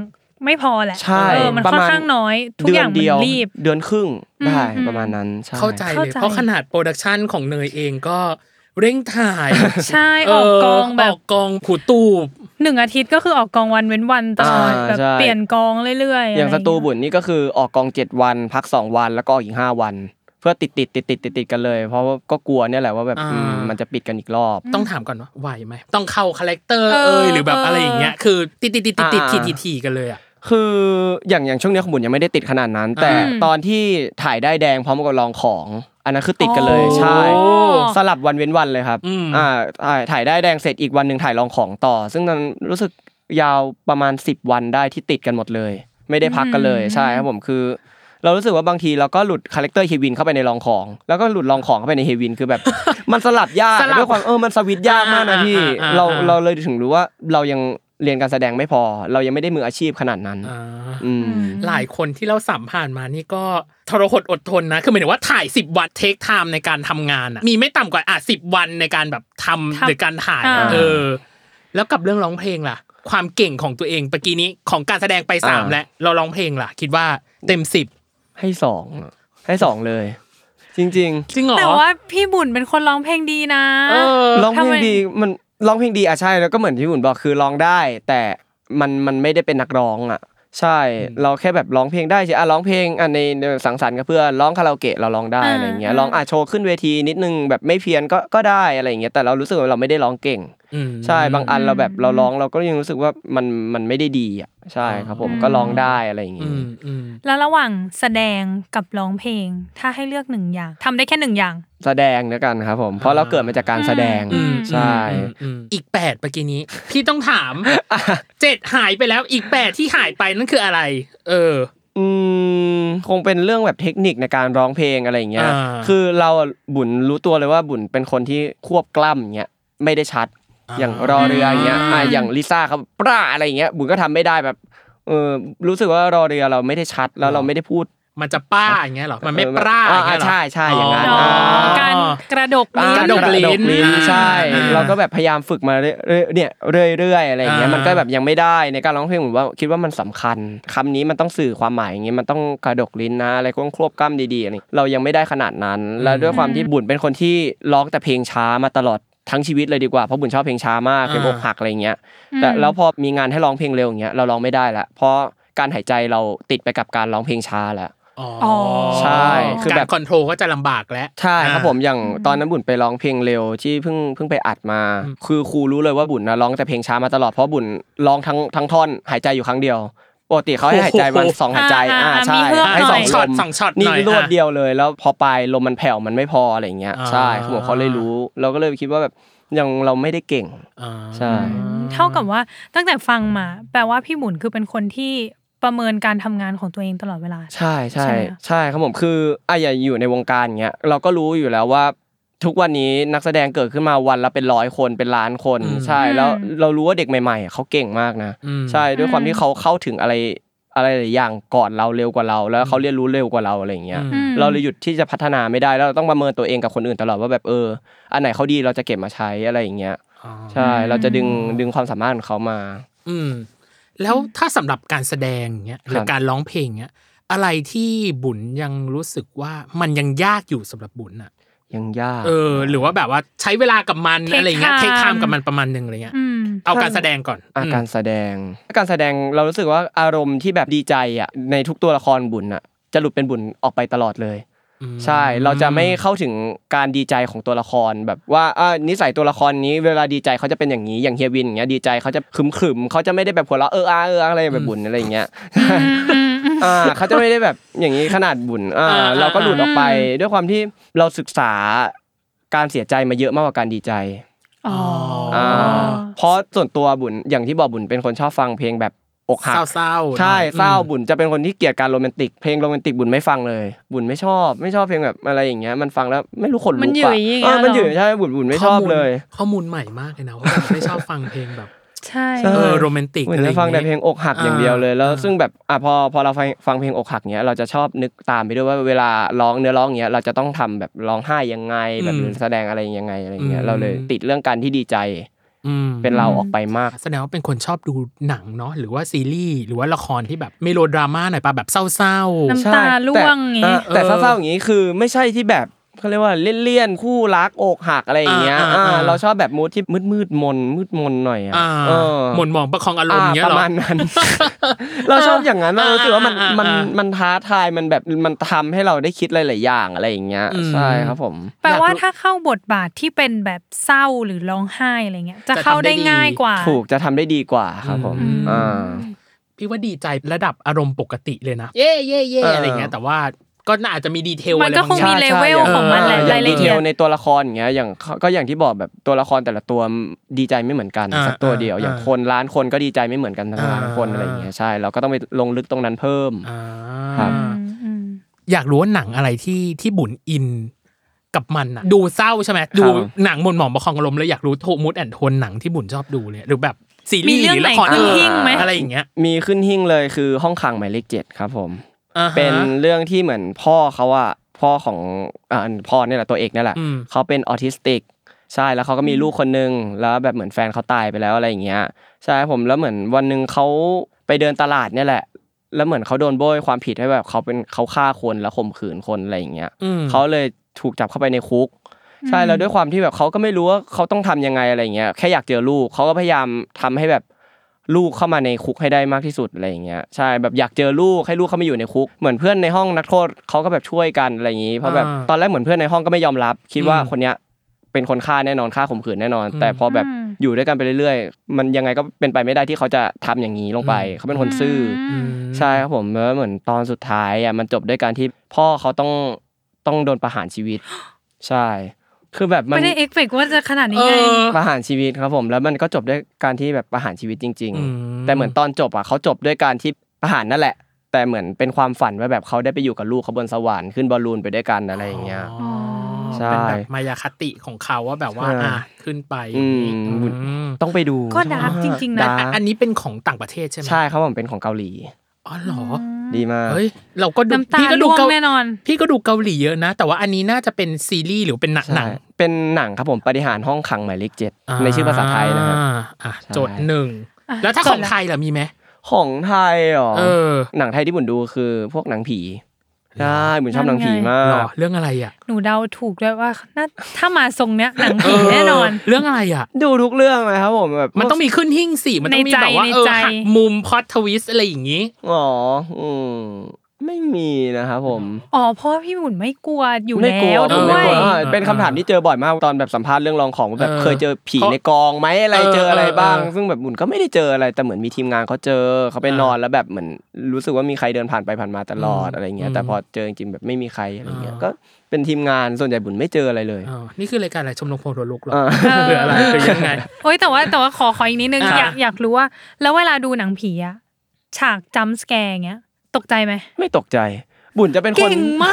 Speaker 2: ไม่พอแหละ
Speaker 3: ใช่
Speaker 2: เออมัน
Speaker 3: ประ
Speaker 2: ค่อน
Speaker 3: มาณ
Speaker 2: ข้างน้อย ทุกอย่างมัน
Speaker 3: เดืนเดีว
Speaker 2: รีบ
Speaker 3: เดือนครึ่งได้
Speaker 2: อืม
Speaker 3: ประมาณนั้นใช่
Speaker 1: เข้าใจเล
Speaker 2: เข้าย ใจ
Speaker 1: เพราะขนาดโปรดักชันของเนยเองก็เร่งถ่าย
Speaker 2: ใช่ออกกองแบ
Speaker 1: เออบ ออกกองขูดตูบ
Speaker 2: หนึ่งอาทิตย์ก็คือออกกองวันเว้นวันตลอด
Speaker 3: อ่า
Speaker 2: แบบ
Speaker 3: ใช่
Speaker 2: เปลี่ยนกองเรื่อย
Speaker 3: อย่าง
Speaker 2: ๆะ
Speaker 3: ส
Speaker 2: ไร
Speaker 3: ตู
Speaker 2: เ
Speaker 3: บุญนี่ก็คือออกกอง 7 วัน พัก 2 วันแล้วก็ออกอีก 5 วัน เพื่อติดติดติดติดติดติดกันเลย เพราะว่าก็กลัวเนี่ยแหละว่าแบบ
Speaker 1: อ่า
Speaker 3: อืมมันจะปิดกันอีกรอบ
Speaker 1: ต้องถามก่อนว่าไหวไหมต้องเข้าคาแรคเตอร์
Speaker 2: เออ
Speaker 1: เอยหรือแบบ
Speaker 2: เอออ
Speaker 1: อะไรอย่างเงี้ยคือติดติดติดติดติด
Speaker 3: อ่า
Speaker 1: ทีทีทีกันเลยอ่ะ
Speaker 3: คืออย่างอย่างช่วงเนี้ยของบุญยังไม่ได้ติดขนาดนั้น แต่
Speaker 2: อืม
Speaker 3: ตอนที่ถ่ายได้แดงพร้อมกับลองของ อันนั้นคือติดกันเลยใช่
Speaker 1: โอ้
Speaker 3: สลับวันเว้นวันเลยครับ
Speaker 1: อืม
Speaker 3: อ่าถ่ายถ่ายได้แดงเสร็จอีกวันหนึ่งถ่ายลองของต่อ ซึ่งมันรู้สึกยาวประมาณ 10 วันได้ที่ติดกันหมดเลย ไม่ได้พักกันเลย
Speaker 2: อืม
Speaker 3: ใช่ครับผมคือ เรารู้สึกว่าบางทีเราก็หลุดคาแรคเตอร์เฮวินเข้าไปในลองของ แล้วก็หลุดลองของเข้าไปในเฮวินคือแบบ มันสลับยาก
Speaker 1: สลับ
Speaker 3: ด้วยความเออมันสวิตช์ยากมากนะพี่
Speaker 1: อ่าอ่าอ่า
Speaker 3: เราเราเลยถึงรู้ว่าเรายังเรียนการแสดงไม่พอ เรายังไม่ได้มืออาชีพขนาดนั้น
Speaker 1: อ่า
Speaker 3: อืม
Speaker 1: หลายคนที่เราสัมผ่านมานี่ก็ทรหดอดทนนะ คือหมายถึงว่าถ่าย 10 วันเทคไทม์ในการทำงานอะมีไม่ต่ำกว่าอ่ะสิวันในการแบบทำ
Speaker 2: ทำ
Speaker 1: หรือการถ่ายอะ
Speaker 2: อ่า
Speaker 1: เออ แล้วกับเรื่องร้องเพลงล่ะ ความเก่งของตัวเองเมื่อกี้นี้ของการแสดงไปสาม
Speaker 3: อ่า
Speaker 1: แล้วเราร้องเพลงล่ะ คิดว่าเต็มสิบ
Speaker 3: ให้สองอะให้สองเลย จริง ๆ
Speaker 1: จริงเหรอ
Speaker 2: แต่ว่าพี่บุญเป็นคนร้องเพลงดีนะ
Speaker 1: เออ
Speaker 3: ร้องเพ
Speaker 2: ทำ
Speaker 3: ลง
Speaker 2: ไม
Speaker 3: ดีมันร้องเพลงดีอ่ะใช่แล้วก็เหมือนที่หุ่นบอกคือร้องได้ แต่มันมันไม่ได้เป็นนักร้องอ่ะ ใช่ เราแค่แบบร้องเพลงได้ใช่อ่ะร้องเพลงอ่ะในในสังสรรค์กับเพื่อนร้องคาราโอเกะเราร้องได้อะไรอย่างเงี้ย
Speaker 2: อ่า
Speaker 3: ร้องอ่ะโชว์ขึ้นเวทีนิดนึงแบบไม่เพี้ยนก็ก็ได้อะไรอย่างเงี้ยแต่เรารู้สึกว่าเราไม่ได้ร้องเก่ง
Speaker 1: อืม
Speaker 3: ใช่บางอันเราแบบเราร้องเราก็ยังรู้สึกว่ามันมันไม่ได้ดีอ่ะใช่ครับผมก็ร้องได้อะไรอย่าง
Speaker 1: อื
Speaker 3: เงี้ย
Speaker 1: มอืม
Speaker 2: แล้วระหว่างแสดงกับร้องเพลง ถ้าให้เลือกหนึ่งอย่างทำได้แค่หนึ่งอย่าง
Speaker 3: แสดงแล้วกันครับผมเพราะเราเกิดมาจากการแสดง
Speaker 1: อืม
Speaker 3: ใช่
Speaker 1: อืมอืมอีกแปดเมื่อกี้นี้ที่ต้องถามเจ็ดหายไปแล้วอีกแปดที่หายไปนั่นคืออะไร เออ
Speaker 3: อืมคงเป็นเรื่องแบบเทคนิคในการร้องเพลงอะไรอย่างเงี้ย
Speaker 1: อ่า
Speaker 3: คือเราอะบุญรู้ตัวเลยว่าบุญเป็นคนที่ควบกล้ำอย่างเงี้ยไม่ได้ชัด อย่างรอเรืออย่างเงี้ยอ่ะอย่างลิซ่าเขาปราอะไรอย่างเงี้ยบุญก็ทำไม่ได้แบบเออรู้สึกว่ารอเรือเราไม่ได้ชัดแล้วเราไม่ได้พูด
Speaker 1: มันจะป้าอย่างเงี้ยเหรอ มันไม่ปร้าอย่างเงี้ยเหรอ
Speaker 3: ใช่ใช่อย่างนั้น
Speaker 1: อ๋อ
Speaker 3: า
Speaker 2: การกระดก
Speaker 1: อ่า
Speaker 2: ลิ้น
Speaker 1: กระดกลิ้น อ่า
Speaker 3: ใช่
Speaker 1: อ่า
Speaker 3: เราก็แบบพยายามฝึกมาเรื่อยๆเนี่ยเรื่อยๆอะไรอย่างเงี้ย
Speaker 1: อ่ามั
Speaker 3: มันก็แบบยังไม่ได้ในการร้องเพลงผมว่าคิดว่ามันสำคัญคำนี้มันต้องสื่อความหมายอย่างเงี้ยมันต้องกระดกลิ้นนะอะไรก็ต้องควบกล้ามดีๆอะไรเรายังไม่ได้ขนาดนั้น แล้วด้วยความที่บุญเป็นคนที่ร้องแต่เพลงช้ามาตลอดทั้งชีวิตเลยดีกว่าเพราะบุญชอบเพลงช้ามากเพลง
Speaker 1: อ่า
Speaker 3: อกหักอะไรเงี้ยแต่แล้วพอมีงานให้ร้องเพลงเร็วอย่างเงี้ยเราร้องไม่ได้ละเพราะการหายใจเราติดไปกับการร้องเพลงช้าแล้ว
Speaker 1: อ๋อ
Speaker 3: ใช่คือแบ
Speaker 1: กา
Speaker 3: บ
Speaker 1: รคอนโทรลก็จะลำบากแล้ว
Speaker 3: ใช่ครับผมอย่างตอนนั้นบุญไปร้องเพลงเร็วที่เพิ่งเพิ่งไปอัดมา
Speaker 1: อืม
Speaker 3: คือครูรู้เลยว่าบุญนะร้องแต่เพลงช้ามาตลอดเพราะบุญร้องทั้งทั้งท่อนหายใจอยู่ครั้งเดียวปกติเขาให้หายใจวันสองหายใจอ่า
Speaker 2: อ่า
Speaker 3: ใช่
Speaker 2: มีเฮือก
Speaker 3: ให้สอ
Speaker 2: หน่อ
Speaker 3: ง
Speaker 2: ย
Speaker 3: ล
Speaker 1: ช็อต
Speaker 3: ม
Speaker 1: สองช็อต
Speaker 3: นี่
Speaker 1: หน่อย
Speaker 3: รวด
Speaker 1: อ่ะ
Speaker 3: เดียวเลยแล้วพอปลายลมมันแผ่วมันไม่พออะไรอย่างเงี้ย
Speaker 1: อ่า
Speaker 3: ใช่ครับผมเขาเลยรู้ เราก็เลยคิดว่าแบบยังเราไม่ได้เก่ง
Speaker 1: อ่า
Speaker 3: ใช่
Speaker 2: เท่ากับว่าตั้งแต่ฟังมา แปลว่าพี่บุญคือเป็นคนที่ประเมินการทำงานของตัวเองตลอดเวลา
Speaker 3: ใช่ใช่
Speaker 2: ใช่ไหมคะ
Speaker 3: ใช่ครับผมคืออ่ะอย่าอยู่ในวงการเงี้ยเราก็รู้อยู่แล้วว่าทุกวันนี้นักแสดงเกิดขึ้นมาวันละเป็นร้อยคนเป็นล้านคน ใช่
Speaker 2: อืม
Speaker 3: แล้วเรารู้ว่าเด็กใหม่ๆอ่ะเขาเก่งมากนะ
Speaker 1: อืม
Speaker 3: ใช่ด้วยความ
Speaker 2: อืม
Speaker 3: ที่เขาเข้าถึงอะไรอะไรหลายอย่างก่อนเราเร็วกว่าเรา แล้วเขาเรียนรู้เร็วกว่าเราอะไรอย่างเงี้ย
Speaker 1: อืม
Speaker 2: อืม
Speaker 3: เราเลยหยุดที่จะพัฒนาไม่ได้แล้วเราต้องประเมินตัวเองกับคนอื่นตลอดว่าแบบเออ อันไหนเขาดีเราจะเก็บมาใช้อะไรอย่างเงี้ย
Speaker 1: อ๋อ
Speaker 3: ใช่เราจะดึงดึงความสามารถของเขามา
Speaker 1: อืมแล้วถ้าสำหรับการแสดงเงี้ยหรือ
Speaker 3: ครับ
Speaker 1: การร้องเพลงเงี้ยอะไรที่บุญยังรู้สึกว่ามันยังยากอยู่สำหรับบุญอ่ะ
Speaker 3: ยังยาก
Speaker 1: เออ หรือว่าแบบว่าใช้เวลากับมัน
Speaker 2: Take
Speaker 1: อะไรเงี้ย
Speaker 2: time
Speaker 1: เทคไทม์กับมันประมาณหนึงอะไรเงี้ย
Speaker 2: อืม
Speaker 1: เอาการแสดงก่อน
Speaker 3: อา
Speaker 1: อืม
Speaker 3: การแสดงการแสดงเรารู้สึกว่าอารมณ์ที่แบบดีใจอ่ะในทุกตัวละครบุญอ่ะจะหลุดเป็นบุญออกไปตลอดเลย ใช่เราจะไม่เข้าถึงการดีใจของตัวละครแบบว่าอ่านิสัยตัวละครนี้เวลาดีใจเขาจะเป็นอย่างนี้อย่างเฮียวินอย่างเงี้ยดีใจเขาจะขรึมขรึมๆเขาจะไม่ได้แบบหัวเราะเอออาเอออาอะไรแบบบุญอะไรอย่างเงี้ยอ่าเขาจะไม่ได้แบบอย่างนี้ขนาดบุญอ่า
Speaker 1: อ่า
Speaker 3: เราก็หลุดออกไปด้วยความที่เราศึกษาการเสียใจมาเยอะมากกว่าการดีใจ
Speaker 2: อ๋ออ
Speaker 3: อ่าเพราะส่วนตัวบุญอย่างที่บอกบุญเป็นคนชอบฟังเพลงแบบอกหัก
Speaker 1: เศร้าๆ
Speaker 3: ใช่เศร้า
Speaker 1: อืม
Speaker 3: บุญจะเป็นคนที่เกลียดการโรแมนติกเพลงโรแมนติกบุญไม่ฟังเลย บุญไม่ชอบไม่ชอบเพลงแบบอะไรอย่างเงี้ยมันฟังแล้วไม่รู้ขนลุกอะ
Speaker 2: มันหยุ่ยอย่างเงี้ย
Speaker 3: เออมัน
Speaker 2: เหรอ
Speaker 3: หยุ่ยใช่บุญบุญไม่ชอบเลย
Speaker 1: ข้อมูลใหม่มากเลยนะว่าแบบไม่ชอบฟังเพลงแบบ
Speaker 2: ใช่
Speaker 3: ใช่
Speaker 1: เออโรแมนติก
Speaker 3: บุญ
Speaker 1: อะไรอ
Speaker 3: จะ
Speaker 1: ย่า
Speaker 3: ฟัง
Speaker 1: ง
Speaker 3: แต่เพล
Speaker 1: งี้
Speaker 3: งอกหักอย่างเดียวเลย แล้วซึ่งแบบอ่ะพอพอเราฟังฟังเพลงอกหักเนี้ยเราจะชอบนึกตามไปด้วยว่าเวลาร้องเนื้อร้องเนี้ยเราจะต้องทำแบบร้องไห้ยังไงแบบ
Speaker 1: อืม
Speaker 3: หรือแสดงอะไรยังไงอะไรอย่างเงี้
Speaker 1: อื
Speaker 3: ย
Speaker 1: ม
Speaker 3: เราเลยติดเรื่องการที่ดีใจ
Speaker 1: อืม
Speaker 3: เป็นเรา ออกไปมาก
Speaker 1: แสดงว่าเป็นคนชอบดูหนังเนาะหรือว่าซีรีส์หรือว่าละครที่แบบเมโลดราม่าหน่อยป่ะแบบเศร้า
Speaker 2: น้ำ ตาร่วงอย่างงี้
Speaker 3: ใช่แต่แต่
Speaker 1: เออ
Speaker 3: เศร้าๆอย่างนี้คือไม่ใช่ที่แบบเขาเรียกว่าเลี่ยนๆคู่รักอกหักอะไรอย่างเงี้ย
Speaker 1: อ่าอ่า
Speaker 3: อ่า
Speaker 1: อ่า
Speaker 3: เราชอบแบบมูดที่มืดมืดๆมนมืดมนหน่อยอ่ะ
Speaker 1: ๆอ่า
Speaker 3: เออ
Speaker 1: หม่นหมองประคองอารมณ์อย่างเงี้
Speaker 3: ป
Speaker 1: ยเหร
Speaker 3: ระ
Speaker 1: อ
Speaker 3: มาณนั้น เราชอบอย่างนั้นเรารู้สึกว่ามัน
Speaker 1: อ่าอ่าอ่า
Speaker 3: มันมันท้าทายมันแบบมันทำให้เราได้คิดหลายๆอย่างอะไรอย่างเงี้ย
Speaker 1: อืม
Speaker 3: ใช่ครับผม
Speaker 2: แปล
Speaker 1: อ
Speaker 2: ว่า
Speaker 1: ยากรู้
Speaker 2: ถ้าเข้าบทบาทที่เป็นแบบเศร้าหรือร้องไห้อะไรเงี้ย จะเข้าได้ง่ายกว่า
Speaker 3: ถูกจะทำได้ดีกว่าครับผม
Speaker 1: อืม
Speaker 3: อ่า
Speaker 1: พี่ว่าดีใจระดับอารมณ์ปกติเลยนะ เย่เย่เย่อะไรเงี้ยแต่ว่าก็น่าจะมีดีเทล
Speaker 2: มั
Speaker 1: อะ
Speaker 2: น
Speaker 1: ไร
Speaker 2: ก็
Speaker 1: บาง
Speaker 2: คง
Speaker 1: อย่า
Speaker 2: มี
Speaker 1: ง
Speaker 2: เลเวล
Speaker 1: ใช่
Speaker 2: ของมันแหละ
Speaker 1: เออ
Speaker 2: รายละ
Speaker 3: ดี
Speaker 2: เอียด
Speaker 3: เทลในตัวละครอย่างเงี้ยอย่างเขาก็อย่างที่บอกแบบตัวละครแต่ละตัวดีใจไม่เหมือนกัน
Speaker 1: อ่า
Speaker 3: สักตัวเดียว
Speaker 1: อ่า
Speaker 3: อย่างคนล้านคนก็ดีใจไม่เหมือนกันทั้งล้านคน
Speaker 1: อ่า
Speaker 3: อะไรอย่างเงี้ยใช่เราก็ต้องไปลงลึกตรงนั้นเพิ่ม
Speaker 1: อ่า
Speaker 3: ครับ
Speaker 2: อืมอืม
Speaker 1: อยากรู้ว่าหนังอะไรที่ที่บุญอินกับมันอะดูเศร้าใช่ไหมดูหนังหมนหมองประคองอารมณ์เลยอยากรู้โทมูดแอนโทนหนังที่บุญชอบดูเลยหรือแบบซีรีส์
Speaker 2: มีเรื่อง
Speaker 1: หรือละคร
Speaker 2: ไหนขึ้นหิ้งไหม
Speaker 1: อะไรอย่างเงี้ย
Speaker 3: มีขึ้นหิ้งเลยคือห้องขังหมายเลขเจ็ดครับผม
Speaker 1: อ่าฮะ
Speaker 3: เป็นเรื่องที่เหมือนพ่อเขาอะพ่อของอ่าพ่อเนี่ยแหละตัวเอกเนี่ยแหละ
Speaker 1: อืม
Speaker 3: เขาเป็นออทิสติกใช่แล้วเขาก็มีลูกคนนึงแล้วแบบเหมือนแฟนเขาตายไปแล้วอะไรอย่างเงี้ยใช่ผมแล้วเหมือนวันหนึ่งเขาไปเดินตลาดเนี่ยแหละ แล้วเหมือนเขาโดนโบยความผิดให้แบบเขาเป็นเขาฆ่าคนแล้วข่มขืนคนอะไรอย่างเงี้ย
Speaker 1: อืม
Speaker 3: เขาเลยถูกจับเข้าไปในคุก ใช่แล้วด้วยความที่แบบเขาก็ไม่รู้ว่าเขาต้องทำยังไงอะไรอย่างเงี้ยแค่อยากเจอลูกเขาก็พยายามทำให้แบบลูกเข้ามาในคุกให้ได้มากที่สุดอะไรอย่างเงี้ยใช่แบบอยากเจอลูกให้ลูกเข้ามาอยู่ในคุก เหมือนเพื่อนในห้องนักโทษเขาก็แบบช่วยกันอะไรอย่างงี้เพราะแบบ
Speaker 1: อ่า
Speaker 3: ตอนแรกเหมือนเพื่อนในห้องก็ไม่ยอมรับ คิดว่า
Speaker 1: อืม
Speaker 3: คนเนี้ยเป็นคนฆ่าแน่นอนฆ่าข่มขืนแน่นอน
Speaker 1: อืม
Speaker 3: แต่พอแบบ
Speaker 2: อืม
Speaker 3: อยู่ด้วยกันไปเรื่อยๆ มันยังไงก็เป็นไปไม่ได้ที่เขาจะทำอย่างนี้ลงไป
Speaker 1: อืม
Speaker 3: เขาเป็นคนซื่ออ
Speaker 1: อืม
Speaker 3: ใช่ครับผมแล้วเหมือนตอนสุดท้ายอ่ะมันจบด้วยการที่พ่อเขาต้องต้องโดนประหารชีวิต ใช่ คือแบบมัน
Speaker 2: ไม่ได้เอ็กเฟกว่าจะขนาดนี้ไง
Speaker 3: ประหารชีวิตครับผม แล้วมันก็จบด้วยการที่แบบประหารชีวิตจริง
Speaker 1: อืม
Speaker 3: ๆ แต่เหมือนตอนจบอ่ะเขาจบด้วยการที่ประหารนั่นแหละ แต่เหมือนเป็นความฝันว่าแบบเขาได้ไปอยู่กับลูกเขาบนสวรรค์ขึ้นบอลลูนไปด้วยกันอะไรอย่างเงี้ย
Speaker 1: อ๋อ
Speaker 3: ใช่
Speaker 1: เป็นแบบมายาคติของเขาว่าแบบว่า
Speaker 3: ใช่
Speaker 1: อ่ะขึ้นไป
Speaker 3: อืม
Speaker 1: อืม
Speaker 3: ต้องไปดู
Speaker 2: ก็ดาร์กจริงๆนะ
Speaker 3: ดา
Speaker 1: อ่ะ
Speaker 3: ร์ก
Speaker 1: อันนี้เป็นของต่างประเทศใช่ไหม
Speaker 3: ใช่ครับผมเป็นของเกาหลี
Speaker 1: อ๋อเหรอ
Speaker 3: ดีมาก
Speaker 1: เฮ้ยเราก็ดู
Speaker 2: น้ำตา
Speaker 1: พี่ก็ดู
Speaker 2: ร่วง
Speaker 1: เกา
Speaker 2: แน่นอน
Speaker 1: พี่ก็ดูเกาหลีเยอะนะ แต่ว่าอันนี้น่าจะเป็นซีรีส์หรือเป็นหนัง
Speaker 3: ใช่
Speaker 1: หนัง
Speaker 3: เป็นหนังครับผมปฏิหารย์ห้องขังหมายเลขเจ็ดในชื่อภาษาไทยนะครับ
Speaker 1: อ่าอ่ะ
Speaker 3: ใช่
Speaker 1: โจทย์หนึ่งแล้วถ้า
Speaker 2: จ
Speaker 1: ข
Speaker 2: ด
Speaker 1: อง
Speaker 2: ละ
Speaker 1: ไทยล่ะมีไหม
Speaker 3: ของไทยเหรอ
Speaker 1: เออ
Speaker 3: หนังไทยที่บุญดูคือพวกหนังผีใช่บุญชอบหนังผีมา
Speaker 1: เหรอก เรื่องอะไรอ่ะ
Speaker 2: หนูเดาถูกด้วยว่าน่าถ้ามาทรงเนี้ยหนังผีแน่นอน
Speaker 1: เเรื่องอะไรอ่ะ
Speaker 3: ดูทุกเรื่องเลยครับผมแบบ
Speaker 1: มันต้องมีขึ้นหิ้งสิมันต้องมีแบบว่า
Speaker 2: ใน
Speaker 1: เออ
Speaker 2: ใจในใจ
Speaker 1: หักมุมพอดทวิสอะไรอย่างงี้
Speaker 3: อ๋ออืมไม่มีนะครับผม
Speaker 2: อ๋อเพราะว่าพี่หมุนไม่กลัวอยู่
Speaker 3: ไม่
Speaker 2: แล้
Speaker 3: กลัว
Speaker 2: ว
Speaker 3: ผ
Speaker 1: เออ
Speaker 3: ม
Speaker 2: ด้
Speaker 3: ไม่
Speaker 2: วย
Speaker 3: กลัว
Speaker 1: เออ
Speaker 3: เป็นคำถามที่เจอบ่อยมากตอนแบบสัมภาษณ์เรื่องรองของว่าแบบ
Speaker 1: เออ
Speaker 3: เคยเจอผี
Speaker 1: เขา
Speaker 3: ในกองไหมอะไร
Speaker 1: เออ
Speaker 3: เจออะไร
Speaker 1: เออ
Speaker 3: บ้าง
Speaker 1: เออ
Speaker 3: ซึ่งแบบบุญก็ไม่ได้เจออะไรแต่เหมือนมีทีมงานเขาเจอเขาไปนอนแล้วแบบเหมือนรู้สึกว่ามีใครเดินผ่านไปผ่านมาตลอด
Speaker 1: อืม
Speaker 3: อะไรเงี้ย
Speaker 1: อืม
Speaker 3: แต่พอเจอจริงๆแบบไม่มีใครอะไรเงี้ย
Speaker 1: อ่า
Speaker 3: ก็เป็นทีมงานส่วนใหญ่บุญไม่เจออะไรเลย
Speaker 1: อ๋อนี่คือรายการอะไรชมรมโพลลุกเหรอ
Speaker 3: เออ
Speaker 1: หรืออะไรหรือยังไง
Speaker 2: โอ้ยแต่ว่าแต่ว่าขอขออีกนิดนึง
Speaker 1: อ่ะ
Speaker 2: อยากอยากรู้ว่า แล้วเวลาดูหนังผีอะฉากจัมป์สแกร์เงี้ย ตกใจไหม
Speaker 3: ไม่ตกใจ บุญจะเป็นคน
Speaker 2: เก่งมา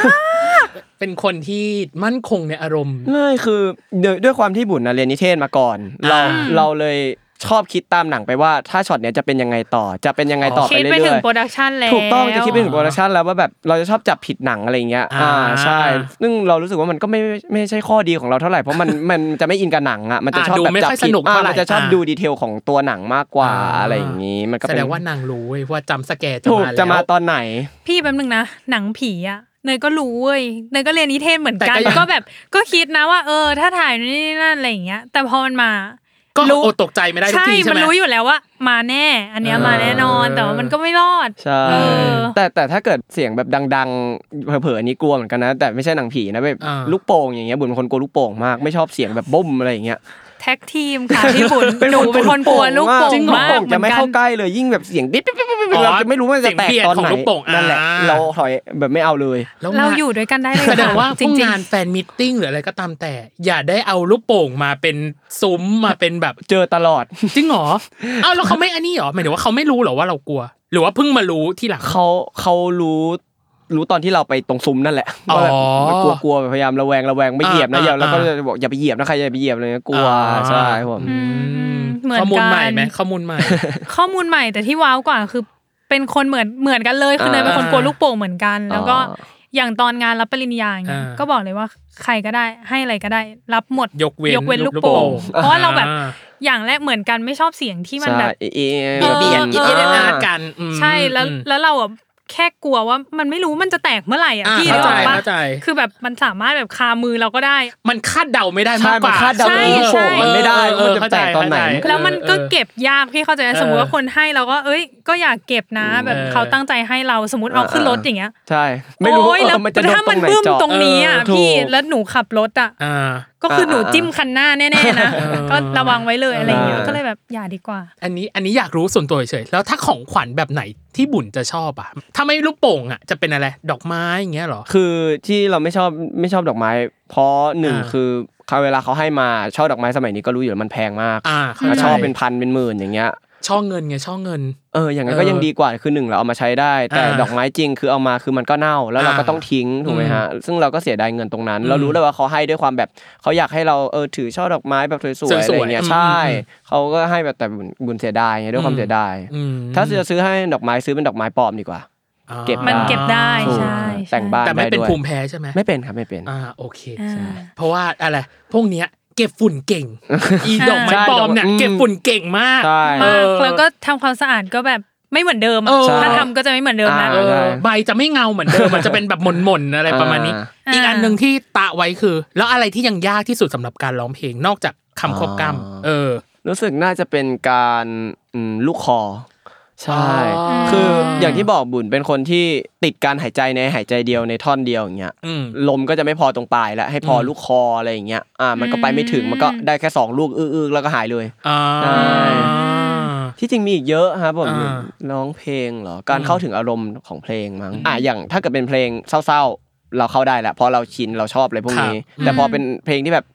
Speaker 2: ก
Speaker 1: เป็นคนที่มั่นคงในอารมณ์
Speaker 3: ไม่คือด้วยด้วยความที่บุญนะเรียนนิเทศมาก่อน เรา
Speaker 1: อ่า
Speaker 3: เราเลยชอบคิดตามหนังไปว่าถ้าช็อตเนี้ยจะเป็นยังไงต่อจะเป็นยังไงต่อไป
Speaker 2: คิด
Speaker 3: เรื่
Speaker 2: ไปถึง
Speaker 3: อย
Speaker 2: โปรดักชันแล้ว
Speaker 3: ๆถูกต้องจะคิดไปถึงโปรดักชันแล้วว่าแบบเราจะชอบจับผิดหนังอะไรอย่างเงี้ยอ่า
Speaker 1: อ่า
Speaker 3: ใช่ ซึ่งเรารู้สึกว่ามันก็ไม่ไม่ใช่ข้อดีของเราเท่าไหร่เพราะมันมันมันจะไม่อินกับหนังอ่ะมันจะชอบ
Speaker 1: อ่าดู
Speaker 3: แบบ
Speaker 1: ไม่
Speaker 3: จับ
Speaker 1: ค่อยส
Speaker 3: ผิด
Speaker 1: นุก
Speaker 3: อ่า
Speaker 1: เท่าไหร่
Speaker 3: มันจะชอบ
Speaker 1: อ่า
Speaker 3: ดูดีเทลของตัวหนังมากกว่า
Speaker 1: อ่า
Speaker 3: อะไรอย่างงี้มันก็
Speaker 1: แส
Speaker 3: เป็น
Speaker 1: ดงว่านางรู้เว้ยว่าจำสแกร์จะ
Speaker 3: ถูก
Speaker 1: มา
Speaker 3: จะมา
Speaker 1: แล้ว
Speaker 3: ตอนไหน
Speaker 2: พี่แป๊บนึงนะหนังผีอะเนยก็รู้เว้ยเนยก็เรียนนิเทศเหมือนกั
Speaker 1: แต่
Speaker 2: น
Speaker 1: ก็ยัง
Speaker 2: ก็แบบก็คิดนะว่า เออ ถ้าถ่ายนี่นั่นอะไรอย่างเงี้ย แต่พอมันมา
Speaker 1: ก็
Speaker 2: รู้
Speaker 1: โอดตกใจไม่ได้ทุก
Speaker 2: ใช่
Speaker 1: ทีใช่
Speaker 2: มัน
Speaker 1: ไหม
Speaker 2: รู้อยู่แล้วว่า มาแน่ อันเนี้ย
Speaker 1: เออ
Speaker 2: มาแน่นอน แต่ว่ามันก็ไม่รอด
Speaker 3: ใช่
Speaker 2: เออ
Speaker 3: แต่แต่ถ้าเกิดเสียงแบบดังๆเผลอๆอันนี้กลัวเหมือนกันนะ แต่ไม่ใช่หนังผีนะแบบ
Speaker 1: อ่า
Speaker 3: ลูกโป่งอย่างเงี้ยบุญเป็นคนกลัวลูกโป่งมากไม่ชอบเสียงแบบบุ้มอะไรอย่างเงี้ย
Speaker 2: แท็กทีมค่ะพี่บุญหนูเป็นคนกลัวลูกโป่
Speaker 3: จริ
Speaker 2: ง
Speaker 3: เหรอ
Speaker 2: มา
Speaker 3: โป่
Speaker 2: ก
Speaker 3: ง
Speaker 2: เหมื
Speaker 3: จะ
Speaker 2: อน
Speaker 3: ไม่
Speaker 2: กัน
Speaker 3: เข้าใกล้เลยยิ่งแบบเสียงปิ๊บปิ๊บปิ๊บปิ๊บ
Speaker 1: อ๋อ
Speaker 3: เราจะไม่รู้ว่ามันจะแตก
Speaker 1: เสียงเบียดข
Speaker 3: ตอน
Speaker 1: อง
Speaker 3: ไหน
Speaker 1: ลูกโป่งอ่า
Speaker 3: นั่นแหละเราถอยแบบไม่เอาเลย
Speaker 1: แล้ว
Speaker 2: เรา
Speaker 1: งน
Speaker 2: อยู่ด้วยกันได้เลย
Speaker 1: แสดงว่า
Speaker 2: ค่ะ
Speaker 1: พวกงานแฟนมิทติ้งหรืออะไรก็ตามแต่ อย่าได้เอาลูกโป่งมาเป็นซุ้มมาเป็นแบบ
Speaker 3: เจอตลอด
Speaker 1: จริงเหรอเอ้าแล้วเขาไม่อันนี้เหรอหมายถึงว่าเขาไม่รู้เหรอว่าเรากลัว หรือว่าเพิ่งมารู้ที่หลัง
Speaker 3: เขาเขารู้รู้ตอนที่เราไปตรงซุ้มนั่นแหละ
Speaker 1: อ๋อ
Speaker 3: ว่าแบบกลัวกลัวแบบพยายามระแวงระแวงไม่เหยียบนะ
Speaker 1: อ่า
Speaker 3: อย่าแล้วก็
Speaker 1: อ่า
Speaker 3: จะบอกอย่าไปเหยียบนะใครอย่าไปเหยียบเลยนะกลัว
Speaker 1: อ่า
Speaker 3: ใช่ครับผม
Speaker 2: อืมเหมือน
Speaker 1: ข้อมูล
Speaker 2: กั
Speaker 1: ใหม่
Speaker 2: น
Speaker 1: ไหมข้อมูลใหม่
Speaker 2: ข้อมูลใหม่แต่ที่ว้าวกว่าคือเป็นคนเหมือนเหมือนกันเลยคือเนยเป็นคนกลัวลูกโป่งเหมือนกัน แล้วก็
Speaker 3: อ๋อ
Speaker 2: อย่างตอนงานรับปริญญาอย่างเงี้ย
Speaker 1: อ่า
Speaker 2: ก็บอกเลยว่าใครก็ได้ให้อะไรก็ได้ รับหมด
Speaker 1: ยกเว้น
Speaker 2: ลูกโป่ง
Speaker 1: อ่
Speaker 2: เพราะว่าเราแบบอย่างแรกเหมือนกันไม่ชอบเสียงที่มันแบบ
Speaker 3: ใช่เอเอ
Speaker 1: เบียดเบียน
Speaker 2: เออ
Speaker 1: เอเดนาดกันอืม
Speaker 2: ใช่แล้ว
Speaker 1: อืม
Speaker 2: แล้วเราอ่ะแค่กลัวว่ามันไม่รู้มันจะแตกเมื่อไหร่อ่ะ
Speaker 1: อ่า
Speaker 2: พี่
Speaker 1: เข้า
Speaker 2: รู้
Speaker 1: ใจ
Speaker 2: ปะ
Speaker 1: เข้าใจ
Speaker 2: คือแบบมันสามารถแบบคามือเราก็ได้
Speaker 1: มันคาดเดาไม่ได้
Speaker 3: ใช่
Speaker 1: มากก
Speaker 3: มัน
Speaker 1: ว่า
Speaker 3: คาดเดา
Speaker 2: ใช่
Speaker 3: เรื่อง
Speaker 2: ใช่
Speaker 3: ของมันไม่ได้ว่ามันจะแตกตอนไหน
Speaker 1: เข้าใจเข้าใจ
Speaker 2: แล้วมันก็เก็บยากพี่เข้าใจไหม
Speaker 1: เออ
Speaker 2: สมมติว่าคนให้เราก็เอ้ย ก็อยากเก็บนะ แบบ
Speaker 1: เออ
Speaker 2: เขาตั้งใจให้เราสมมติเอาขึ้นรถอย่างเงี้ย
Speaker 3: ใช่ ไม่รู้
Speaker 2: โอ้ยแล้ว
Speaker 3: เออมันจะโดน
Speaker 2: ถ้า
Speaker 3: ตร
Speaker 2: มัน
Speaker 3: งไหน
Speaker 2: บึ้ม
Speaker 3: เจาะ
Speaker 2: ตรงนี้อ่ะ
Speaker 3: เออถูก
Speaker 2: พี่แล้วหนูขับรถอ่ะ
Speaker 1: อ่า
Speaker 2: ก็คือหนู
Speaker 3: อ่าๆ
Speaker 2: จิ้มคันหน้าแน่ๆนะ
Speaker 1: เออ
Speaker 2: ก็ระวังไว้เลยอะไรอย่างเงี้ยก็เลยแบบอย่าดีกว่า
Speaker 1: อันนี้อันนี้อยากรู้ส่วนตัวเฉยๆแล้วถ้าของขวัญแบบไหนที่บุญจะชอบอ่ะถ้าไม่ลูกโป่งอ่ะจะเป็นอะไรดอกไม้อย่างเงี้ยเหรอ
Speaker 3: คือที่เราไม่ชอบไม่ชอบดอกไม้ เพราะหนึ่ง
Speaker 1: อ่า
Speaker 3: คือเขาเวลาเขาให้มาช่อดอกไม้สมัยนี้ก็รู้อยู่แล้วมันแพงมาก
Speaker 1: อ่า
Speaker 2: อืม
Speaker 1: เข้าใจ
Speaker 3: ช่อเป็นพันเป็นหมื่นอย่างเงี้ย
Speaker 1: ช่อเงินไงช่อเงิน
Speaker 3: เอออย่างนั้นก็
Speaker 1: เออ
Speaker 3: ยังดีกว่าคือหนึ่งเราเอามาใช้ได้ แต่
Speaker 1: อ่า
Speaker 3: ดอกไม้จริงคือเอามาคือมันก็เน่าแล้วเราก็
Speaker 1: อ่า
Speaker 3: ต้องทิ้งถูกไหมฮะซึ่งเราก็เสียดายเงินตรงนั้น
Speaker 1: อืม
Speaker 3: เรารู้เลยว่าเขาให้ด้วยความแบบเขาอยากให้เราเออถือช่อดอกไม้แบบสวยๆ
Speaker 1: ส
Speaker 3: อะไร
Speaker 1: วยๆ
Speaker 3: อย่างเงี้ย
Speaker 1: อืม
Speaker 3: ใช่
Speaker 1: อืม
Speaker 3: เขาก็ให้แบบแต่บุญบุญเสียดายไงด้วยความเสียดาย
Speaker 1: อืม
Speaker 3: ถ้าจะซื้อให้ดอกไม้ซื้อเป็นดอกไม้ปลอมดีกว่า
Speaker 1: อ่า
Speaker 3: เก็บ
Speaker 2: มันเก็บได้
Speaker 3: ถูก
Speaker 2: ใช่ใช่
Speaker 3: แต่งบ้าน
Speaker 1: แต่ไม่เป็น
Speaker 3: ได้ด้วย
Speaker 1: ภูมิแพ้ใช่ไหม
Speaker 3: ไม่เป็นครับไม่เป็น
Speaker 1: อ่าโอเค
Speaker 2: อ่า
Speaker 1: เพราะว่าอะไรพวกเนี้ยเก็บฝุ่นเก่ง อีดอกไม้
Speaker 3: ใช่
Speaker 1: ปลอมเนี่ย
Speaker 3: ดอกไม้อืม
Speaker 1: เก็บฝุ่นเก่งมาก
Speaker 3: ใช่
Speaker 1: เอ
Speaker 2: มา
Speaker 1: อ
Speaker 2: กแล้วก็ทำความสะอาดก็แบบไม่เหมือนเดิมอะ
Speaker 1: เออ
Speaker 2: ถ้าทำก็จะไม่เหมือนเดิมแล้ว
Speaker 1: เออ
Speaker 3: ใช่
Speaker 1: ใบจะไม่เงาเหมือนเดิมมันจะเป็นแบบหม่นๆอะไรประมาณนี้
Speaker 3: อ่
Speaker 2: า
Speaker 1: อีกอันหนึ่งที่ตะไว้คือ แล้วอะไรที่ยังยากที่สุดสำหรับการร้องเพลงนอกจากคำควบกล้ำเออ
Speaker 3: รู้สึกน่าจะเป็นการอืมลูกคอ ใช่
Speaker 1: อ๋อ
Speaker 3: คืออย่างที่บอกบุญเป็นคนที่ติดการหายใจในหายใจเดียวในท่อนเดียวอย่างเงี้ย
Speaker 1: อืม
Speaker 3: ลมก็จะไม่พอตรงปลายแล้วให้พอลูกคออะไรอย่างเงี้ยอ่ามันก็ไปไม่ถึงมันก็ได้แค่สองลูกอื้อๆแล้วก็หายเลย
Speaker 1: อ่า
Speaker 3: ใช่ ที่จริงมีอีกเยอะครับผม
Speaker 1: อ่า
Speaker 3: ร้องเพลงเหรอการเข้าถึงอารมณ์ของเพลงมั้งอ่ะอย่างถ้าเกิดเป็นเพลงเศร้าๆ เราเข้าได้แหละเพราะเราชินเราชอบอะไรพวกนี้
Speaker 1: ครับ
Speaker 3: แต่พอเป็นเพลงที่แบบ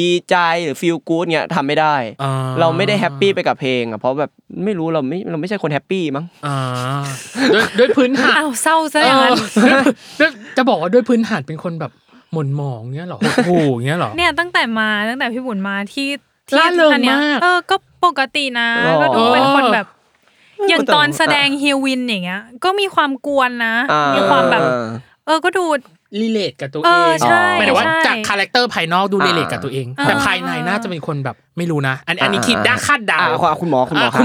Speaker 3: ดีใจหรือฟีลกู๊ดเงี้ยทำไม่ได้
Speaker 1: อ่
Speaker 3: เราไม่ได้แฮปปี้ไปกับเพลงอ่ะเพราะแบบไม่รู้เราไม่เราไม่ใช่คนแฮปปี้มั้ง
Speaker 1: อ่าด้วยด้วยพื้นฐาน
Speaker 2: อ้าวเศร้าซะอย่างนั้น
Speaker 1: เออด้วยจะบอกว่าด้วยพื้นฐานเป็นคนแบบหม่นหมองเนี้ยเหรอโอ้โหเนี้ยเหรอ
Speaker 2: เนี่ยตั้งแต่มาตั้งแต่พี่บุญมาที่ที่
Speaker 1: ร่าเริง
Speaker 2: อันเนี้ย
Speaker 1: มาก
Speaker 2: เออก็ปกตินะ
Speaker 3: หรอ
Speaker 2: ก็ดูเป็นคนแบบ อย่าง
Speaker 3: แต่
Speaker 2: ตอนแสดงเฮยวินอย่างเงี้ย ก็มีความกวนนะ
Speaker 3: อ่
Speaker 2: มีความแบบ
Speaker 3: อ่า
Speaker 2: เออก็ดู
Speaker 1: ีเลทกับตัวเอ
Speaker 2: เอง อใช่
Speaker 1: หมายถึงว่า
Speaker 2: ใช่
Speaker 1: จากคาแรคเตอร์ภายนอกดูรีเลทกับตัวเอง
Speaker 2: อ่า
Speaker 1: แต่ภายในน่าจะเป็นคนแบบไม่รู้นะ อันอันนี้
Speaker 3: อ่า
Speaker 1: คิดด้าคาดเดา
Speaker 3: อ่าคุณหมอคุณหมอครับ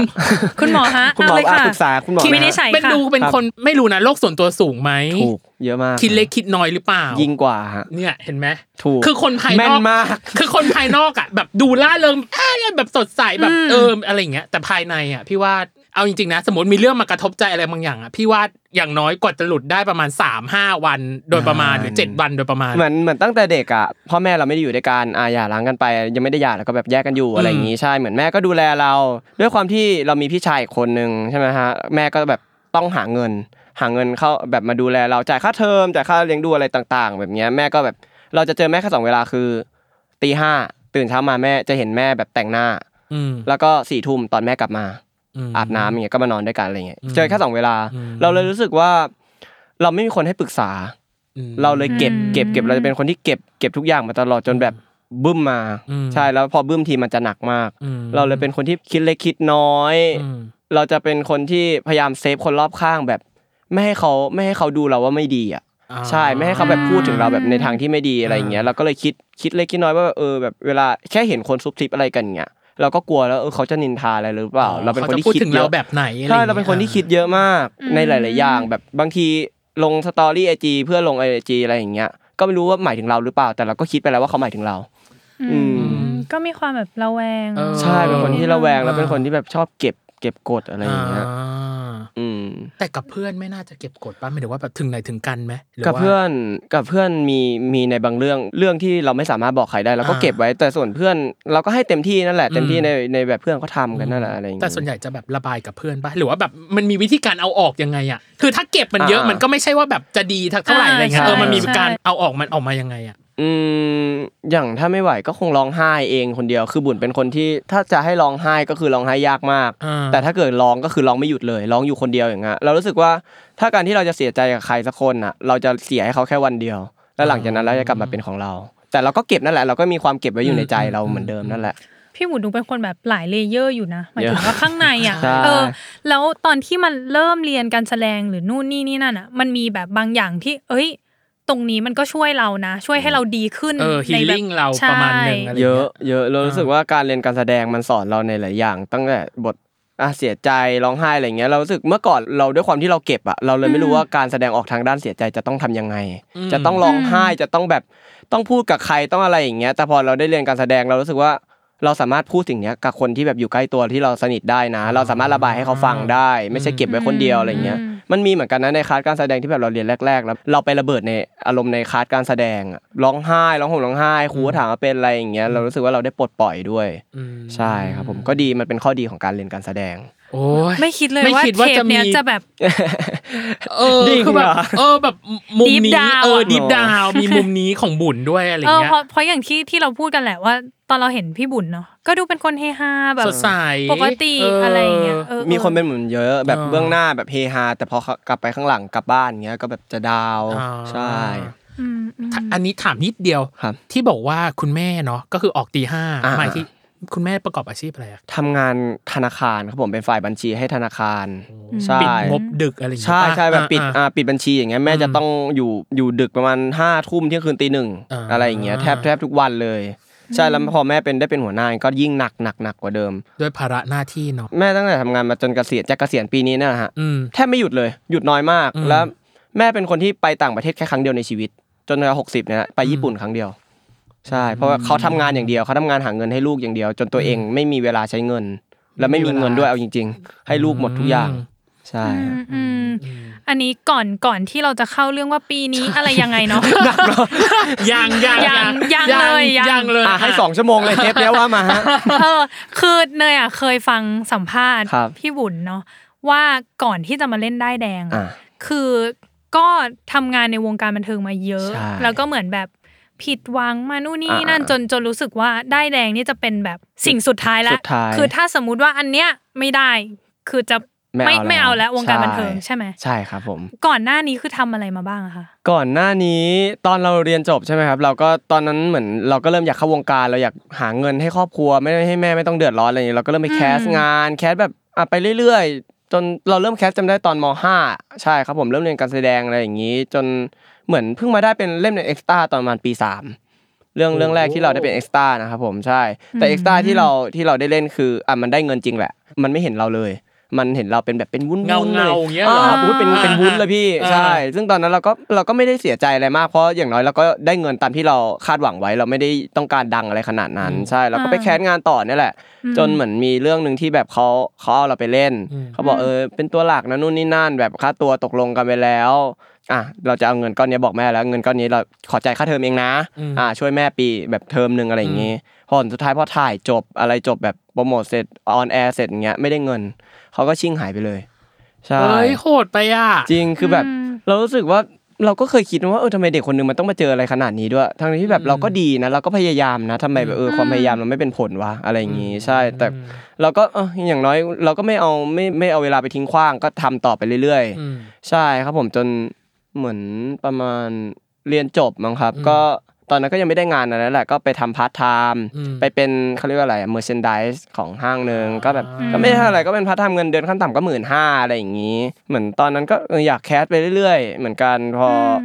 Speaker 2: คุณหมอฮะ
Speaker 3: คุณหมอ
Speaker 2: เาเลย
Speaker 3: อ่ะ
Speaker 2: ค่ะ
Speaker 3: ปรึกษาคุณหมอ
Speaker 2: วินิจ
Speaker 3: นะ
Speaker 2: ฉัย
Speaker 1: เป็น
Speaker 2: ค่ะ
Speaker 1: ดูเป็นคนไม่รู้นะโลกส่วนตัวสูงไหม
Speaker 3: ถูกเยอะมาก
Speaker 1: คิดเล็กคิดน้อยหรือเปล่า
Speaker 3: ยิ่งกว่าฮะ
Speaker 1: เนี่ยเห็นไหม
Speaker 3: ถูก
Speaker 1: คือคนภายนอก
Speaker 3: แม่นมาก
Speaker 1: คือคนภายนอกอ่ะแบบดูล่าเริงเอ้ยแบบสดใสแบบเอออะไรอย่างเงี้ยแต่ภายในอ่ะพี่ว่าเอาจริงๆนะ สมมติมีเรื่องมากระทบใจอะไรบางอย่างอ่ะพี่ว่าอย่างน้อยกว่าจะหลุดได้ประมาณ3ามห้าวันโดยประมาณหรือ 7 วันโดยประมาณ
Speaker 3: เหมือนเหมือนตั้งแต่เด็กอ่ะพ่อแม่เราไม่ได้อยู่ด้วยกันอาหย่าร้างกันไป ยังไม่ได้หย่าแล้วก็แบบแยกกันอยู่อะไรอย่างงี้ใช่เหมือนแม่ก็ดูแลเรา ด้วยความที่เรามีพี่ชายอีกคนนึงใช่ไหมฮะแม่ก็แบบต้องหาเงิน หาเงินเข้าแบบมาดูแลเราจ่ายค่าเทอมจ่ายค่าเลี้ยงดูอะไรต่าง ๆ แบบเนี้ยแม่ก็แบบเราจะเจอแม่แค่สองเวลาคือตีห้าตื่นเช้ามาแม่จะเห็นแม่แบบแต่งหน้า
Speaker 1: อืม
Speaker 3: แล้วก็สี่ทุ่มตอนแม่กลับมา
Speaker 1: ม
Speaker 3: อาบน้ำอย่างเงี้ยก็มานอนด้วยกันอะไรเงี้ย
Speaker 1: อืม
Speaker 3: เจอแค่สองเวลา
Speaker 1: อืม
Speaker 3: เราเลยรู้สึกว่า เราไม่มีคนให้ปรึกษา
Speaker 1: อืม
Speaker 3: เราเลยเก็บเก็บเก็บเราจะเป็นคนที่เก็บเก็บทุกอย่างมาตลอดจนแบบบึ้มมา
Speaker 1: อืม
Speaker 3: ใช่แล้วพอบึ้มทีมันจะหนักมาก
Speaker 1: อืม
Speaker 3: เราเลยเป็นคนที่คิดเล็กคิดน้อย
Speaker 1: อืม
Speaker 3: เราจะเป็นคนที่พยายามเซฟคนรอบข้างแบบ ไม่ให้เขาไม่ให้เขาดูเราว่าไม่ดีอ่ะ
Speaker 1: อ่า
Speaker 3: ใช่ไม่ให้เขาแบบพูดถึงเราแบบในทางที่ไม่ดีอะไรอย่างเงี้ยเราก็เลยคิดคิดเล็กคิดน้อยว่าเออแบบเวลาแค่เห็นคนซุบซิบอะไรกันเงี้ยเราก็กลัวแล้วเออเขาจะนินทาอะไรหรือเปล่า เราเป็นคนที่
Speaker 1: ขาจะพูด
Speaker 3: คิด
Speaker 1: ถึง
Speaker 3: เย
Speaker 1: เรา
Speaker 3: อะ
Speaker 1: แบบไหนอะไรอย่ง
Speaker 3: ใช่
Speaker 1: งี้ย
Speaker 3: เราเป็นคนที่คิดเยอะมากในหลาย ๆ อย่างแบบบางทีลงสตอรี่ไอจีเพื่อลงไอจีอะไรอย่างเงี้ยก็ไม่รู้ว่าหมายถึงเราหรือเปล่า แต่เราก็คิดไปแล้วว่าเขาหมายถึงเรา อืม
Speaker 2: อืมก็มีความแบบระแวง
Speaker 1: เออ
Speaker 3: ใช่เป็นคนที่ระแวงแล้วเป็นคนที่แบบชอบเก็บเก็บกดอะไรอย่างเงี้ย
Speaker 1: า
Speaker 3: อืม
Speaker 1: แต่กับเพื่อนไม่น่าจะเก็บกดป่ะหมายถึงว่าแบบถึงไหนถึงกันไหมหรื
Speaker 3: กับ
Speaker 1: ว่า
Speaker 3: เพื่อนกับเพื่อนมีมีในบางเรื่องเรื่องที่เราไม่สามารถบอกใครได้เราก็
Speaker 1: อ่า
Speaker 3: เก็บไว้แต่ส่วนเพื่อนเราก็ให้เต็มที่นั่นแหละเต็มที่
Speaker 1: อืม
Speaker 3: ในในแบบเพื่อนเขาทำกันนั่นแหละอะไรอย่าง
Speaker 1: แต่
Speaker 3: เงี้ย
Speaker 1: ส่วนใหญ่จะแบบระบายกับเพื่อนป่ะหรือว่าแบบมันมีวิธีการเอาออกยังไงอ่ะคือถ้าเก็บมันเยอะ
Speaker 3: อ่ามั
Speaker 1: มันก็ไม่ใช่ว่าแบบจะดีทักเท่าไหร่อะไรเงี้ย
Speaker 3: อ่า
Speaker 1: เออมันมี
Speaker 3: ใช่
Speaker 1: การเอาออกมันออกมายังไงอ่ะ
Speaker 3: อืมอย่างถ้าไม่ไหวก็คงร้องไห้เองคนเดียวคือบุญเป็นคนที่ถ้าจะให้ร้องไห้ก็คือร้องไห้ยากมาก
Speaker 1: อ่า
Speaker 3: แต่ถ้าเกิดร้องก็คือร้องไม่หยุดเลยร้องอยู่คนเดียวอย่างเงี้ยเรารู้สึกว่าถ้าการที่เราจะเสียใจกับใครสักคนอ่ะ เราจะเสียให้เขาแค่วันเดียว แล้วหลังจากนั้นเราจะกลับมาเป็นของเรา แต่เราก็เก็บนั่นแหละเราก็มีความเก็บไว้อยู่ในใจเราเหมือนเดิมนั่นแหละ
Speaker 2: พี่หมูดูเป็นคนแบบหลายเลเยอร์อยู่นะหมายถึ
Speaker 3: เย
Speaker 2: ง
Speaker 3: อะ
Speaker 2: ว่าข้างในอ่ะ
Speaker 3: ใช่
Speaker 2: เออ แล้วตอนที่มันเริ่มเรียนการแสดงหรือนู่นนี่นี่นั่นอ่ะ มันมีแบบบางอย่างที่ เอ้ย ตรงนี้มันก็ช่วยเรานะ ช่วยให้เราดีขึ้น
Speaker 1: เออ
Speaker 2: ในแบบ
Speaker 1: healing เราประมาณหนึ่งอะไร
Speaker 2: ใช่
Speaker 3: เยอะเยอะเรารู้สึกว่าการเรียนการแสดงมันสอนเราในหลายอย่าง ตั้งแต่บทอ่ะเสียใจร้องไห้อะไรเงี้ยเรารู้สึกเมื่อก่อนเราด้วยความที่เราเก็บอ่ะเราเลยไม่รู้ว่าการแสดงออกทางด้านเสียใจจะต้องทำยังไง จะต้องร้องไห้จะต้องแบบต้องพูดกับใครต้องอะไรอย่างเงี้ยแต่พอเราได้เรียนการแสดงเรารู้สึกว่าเราสามารถพูดสิ่งเนี้ยกับคนที่แบบอยู่ใกล้ตัวที่เราสนิทได้นะ เราสามารถระบายให้เขาฟังได้ ไม่ใช่เก็บไว้คนเดียวอะไรเงี้ย มันมีเหมือนกันนะในคลาสการแสดงที่แบบเราเรียนแรก ๆ แล้ว เราไประเบิดในอารมณ์ในคลาสการแสดงอะร้องไห้ร้องห่มร้องไห้ครูก็ถามว่าเป็นอะไรอย่างเงี้ยเรารู้สึกว่าเราได้ปลดปล่อยด้วย
Speaker 1: อืม
Speaker 3: ใช่ครับผมก็ดีมันเป็นข้อดีของการเรียนการแสดง
Speaker 1: โอ้ย
Speaker 2: ไม่คิดเลย
Speaker 1: ไม่
Speaker 2: ว่า
Speaker 1: คิด
Speaker 2: เท
Speaker 1: ว่า
Speaker 2: ป
Speaker 1: จะมี
Speaker 2: เนี้ยจะแบบ
Speaker 1: เออ
Speaker 3: ดิ่ง
Speaker 1: คือแบบ
Speaker 3: เหรอ
Speaker 1: เออแบบมุม
Speaker 2: Deep
Speaker 1: นี้
Speaker 2: down
Speaker 1: เออ
Speaker 2: อะ
Speaker 1: ดิฟดาวมีมุมนี้ของบุญด้วยอะไร
Speaker 2: เออ
Speaker 1: เงี้ย
Speaker 2: เพราะเพราะอย่างที่ที่เราพูดกันแหละว่า ตอนเราเห็นพี่บุญเนาะก็ดูเป็นคนเฮฮาแบบ
Speaker 1: สดใส
Speaker 2: ปกติ
Speaker 1: เ
Speaker 2: อะไรอย่างเงี้ยเออ
Speaker 3: มีคนเป็นเหมือนเยอะแบบ
Speaker 1: เออ
Speaker 3: เบื้องหน้าแบบเฮฮาแต่พอกลับไปข้างหลังกลับบ้านเงี้ยก็แบบจะดาว
Speaker 1: อ่า
Speaker 3: ใช่
Speaker 2: อืมอืม
Speaker 1: อันนี้ถามนิดเดียว
Speaker 3: ครับ
Speaker 1: ที่บอกว่าคุณแม่เนาะก็คือออกตีห้า
Speaker 3: อ่า
Speaker 1: หมายที่คุณแม่ประกอบอาชีพอะไรอะ
Speaker 3: ทำงานธนาคารครับผมเป็นฝ่ายบัญชีให้ธนาคาร
Speaker 2: อืม
Speaker 3: ใช่
Speaker 1: ปิดงบดึกอะไรอย่างเงี้
Speaker 3: ใช่
Speaker 1: ย
Speaker 3: ใช่แบบ
Speaker 1: อ่า
Speaker 3: ปิด
Speaker 1: อ่า
Speaker 3: อ่าปิดบัญชีอย่างเงี้ยแม่จะ
Speaker 1: อืม
Speaker 3: ต้องอยู่อยู่ดึกประมาณห้าทุ่มเที่ยงคืนตีหนึ่ง
Speaker 1: อ่า
Speaker 3: อะไรอย่างเงี้ยแทบแทบทุกวันเลย ใช่แล้วพอแม่เป็นได้เป็นหัวหน้าก็ยิ่งหนักหนักหนักกว่าเดิม
Speaker 1: ด้วยภาระหน้าที่เนาะ
Speaker 3: แม่ตั้งแต่ทำงานมาจนเกษียณจะเกษียณปีนี้เนยนะฮะ
Speaker 1: อืม
Speaker 3: แทบไม่หยุดเลยหยุดน้อยมาก
Speaker 1: อืม
Speaker 3: แล้วแม่เป็นคนที่ไปต่างประเทศแค่ครั้งเดียวในชีวิต จนอายุหกสิบเนี่ยไปญี่ปุ่นครั้งเดียว ใช่ เพราะว่าเขาทำงานอย่างเดียวเขาทำงานหาเงินให้ลูกอย่างเดียว จนตัวเองไม่มีเวลาใช้เงิน และไม่มีเงินด้วยเอาจริง ๆ ให้ลูกหมดทุกอย่าง ใช่
Speaker 2: อื
Speaker 3: ครั
Speaker 2: ม
Speaker 3: บ
Speaker 2: อืมอันนี้ก่อนก่อนที่เราจะเข้าเรื่องว่าปีนี้อะไรยังไงเนาะ
Speaker 1: ยังยัง
Speaker 2: ยังยังเลยยัง
Speaker 1: ยังเลย
Speaker 3: อ่ะให้สองชั่วโมงเลยเทปเนี้ยว่ามาฮะ
Speaker 2: เออคือเนยอ่ะเคยฟังสัมภาษณ์
Speaker 3: ครับ
Speaker 2: พี่บุญเนาะว่าก่อนที่จะมาเล่นได้ายแดงอะ
Speaker 3: อ่ะ
Speaker 2: คือก็ทำงานในวงการบันเทิงมาเยอะ
Speaker 3: ใช่
Speaker 2: แล้วก็เหมือนแบบผิดหวังมานู่นนี่
Speaker 3: อ่า
Speaker 2: นั่นจนจนรู้สึกว่าได้ายแดงนี่จะเป็นแบบสิ่งสุดท้ายแล้
Speaker 3: สุ
Speaker 2: ว
Speaker 3: ดท้าย
Speaker 2: คือถ้าสมมุติว่าอันเนี้ยไม่ได้ คือจะ
Speaker 3: ไม่
Speaker 2: ไม่
Speaker 3: เอา
Speaker 2: ไม่เอาแล้
Speaker 3: แล้ว
Speaker 2: ววงการบันเทิง
Speaker 3: ใช่
Speaker 2: ใช่ไหม
Speaker 3: ใช่ครับผม
Speaker 2: ก่อนหน้านี้คือทำอะไรมาบ้างอะคะ
Speaker 3: ก่อนหน้านี้ตอนเราเรียนจบใช่ไหมครับ เราก็ตอนนั้นเหมือนเราก็เริ่มอยากเข้าวงการเราอยากหาเงินให้ครอบครัวไม่ได้ให้แม่ไม่ต้องเดือดร้อนอะไรอย่างเงี้ยเราก็เริ่มไปแคสต์งานแคสต์แบบอ่ะไปเรื่อยๆ จนเราเริ่มแคสต์จำได้ตอนม .5 ใช่ครับผมเริ่มเรียนการแสดงอะไรอย่างนี้ จนเหมือนเพิ่งมาได้เป็นเล่มในเอ็กซ์ตาตอนประมาณปีสามเรื่องเรื่องแรกที่เราได้เป็นเอ็กซ์ตานะครับผมใช่ แต่เอ็กซ์ตาที่เราที่เราได้เล่นคืออ่ะมันได้เงินจริงแหละ มันไม่เห็นเราเลย มันเห็นเราเป็นแบบเป็นวุ้นๆ
Speaker 1: เงา
Speaker 3: ล
Speaker 1: เงาย อย่างเงี้ยเหรอ
Speaker 3: อ่าอุ้ยเป็นเป็นวุ้นเลยพี่
Speaker 1: อ่า
Speaker 3: ใช่ ซึ่งตอนนั้นเราก็เราก็ไม่ได้เสียใจอะไรมากเพราะอย่างน้อยเราก็ได้เงินตามที่เราคาดหวังไว้เราไม่ได้ต้องการดังอะไรขนาดนั้นใช่เราก็ไปแคสงานต่อเนี่ยแหละ จนเหมือนมีเรื่องหนึ่งที่แบบเขาเขาเอาเราไปเล่นเขาบอกเออเป็นตัวหลักนะนู่นนี่นั่น แบบค่าตัวตกลงกันไปแล้วอ่ะเราจะเอาเงินก้อนเนี้ยบอกแม่แล้วเงินก้อนนี้เราขอจ่ายค่าเทอมเองนะ
Speaker 1: อืม
Speaker 3: อ่าช่วยแม่ปีแบบเทอมหนึ่งอะไรอย่างงี้พอผลสุดท้ายพอถ่ายจบอะไรจบแบบโปรโมทเสร็จออนแอร์เสร็จอย่างเงี้ยไม่ได้เงินเขาก็ชิ่งหายไปเลยใช่
Speaker 1: เฮ้ยโหดไปอ่ะ
Speaker 3: จริงคือแบบเรารู้สึกว่าเราก็เคยคิดนะว่าเออทำไมเด็กคนหนึงมันต้องมาเจออะไรขนาดนี้ด้วย ทั้งที่แบบเราก็ดีนะ เราก็พยายามนะทำไมแบบเออความพยายามเราไม่เป็นผลวะอะไรอย่างงี้ใช่ แต่เราก็เอออย่างน้อยเราก็ไม่เอาไม่ไม่เอาเวลาไปทิ้งขว้างก็ทำต่อไปเรื่อย
Speaker 1: อืม
Speaker 3: ๆ ใช่ครับผมจนเหมือนประมาณเรียนจบมั้งครับ ก็ตอนนั้นก็ยังไม่ได้งานอะไรแหละก็ไปทำพาร์ทไทม์
Speaker 1: อืม
Speaker 3: ไปเป็นเขาเรียกว่าอะไรเมอร์เชนดิสของห้างหนึ่งก็แบบ ก็ไม่ได้เท่าไหร่ก็เป็นพาร์ทไทม์เงินเดือนขั้นต่ำก็หมื่นห้าอะไรอย่างนี้ เหมือนตอนนั้นก็เอออยากแคสไปเรื่อยๆ เหมือนกันพออ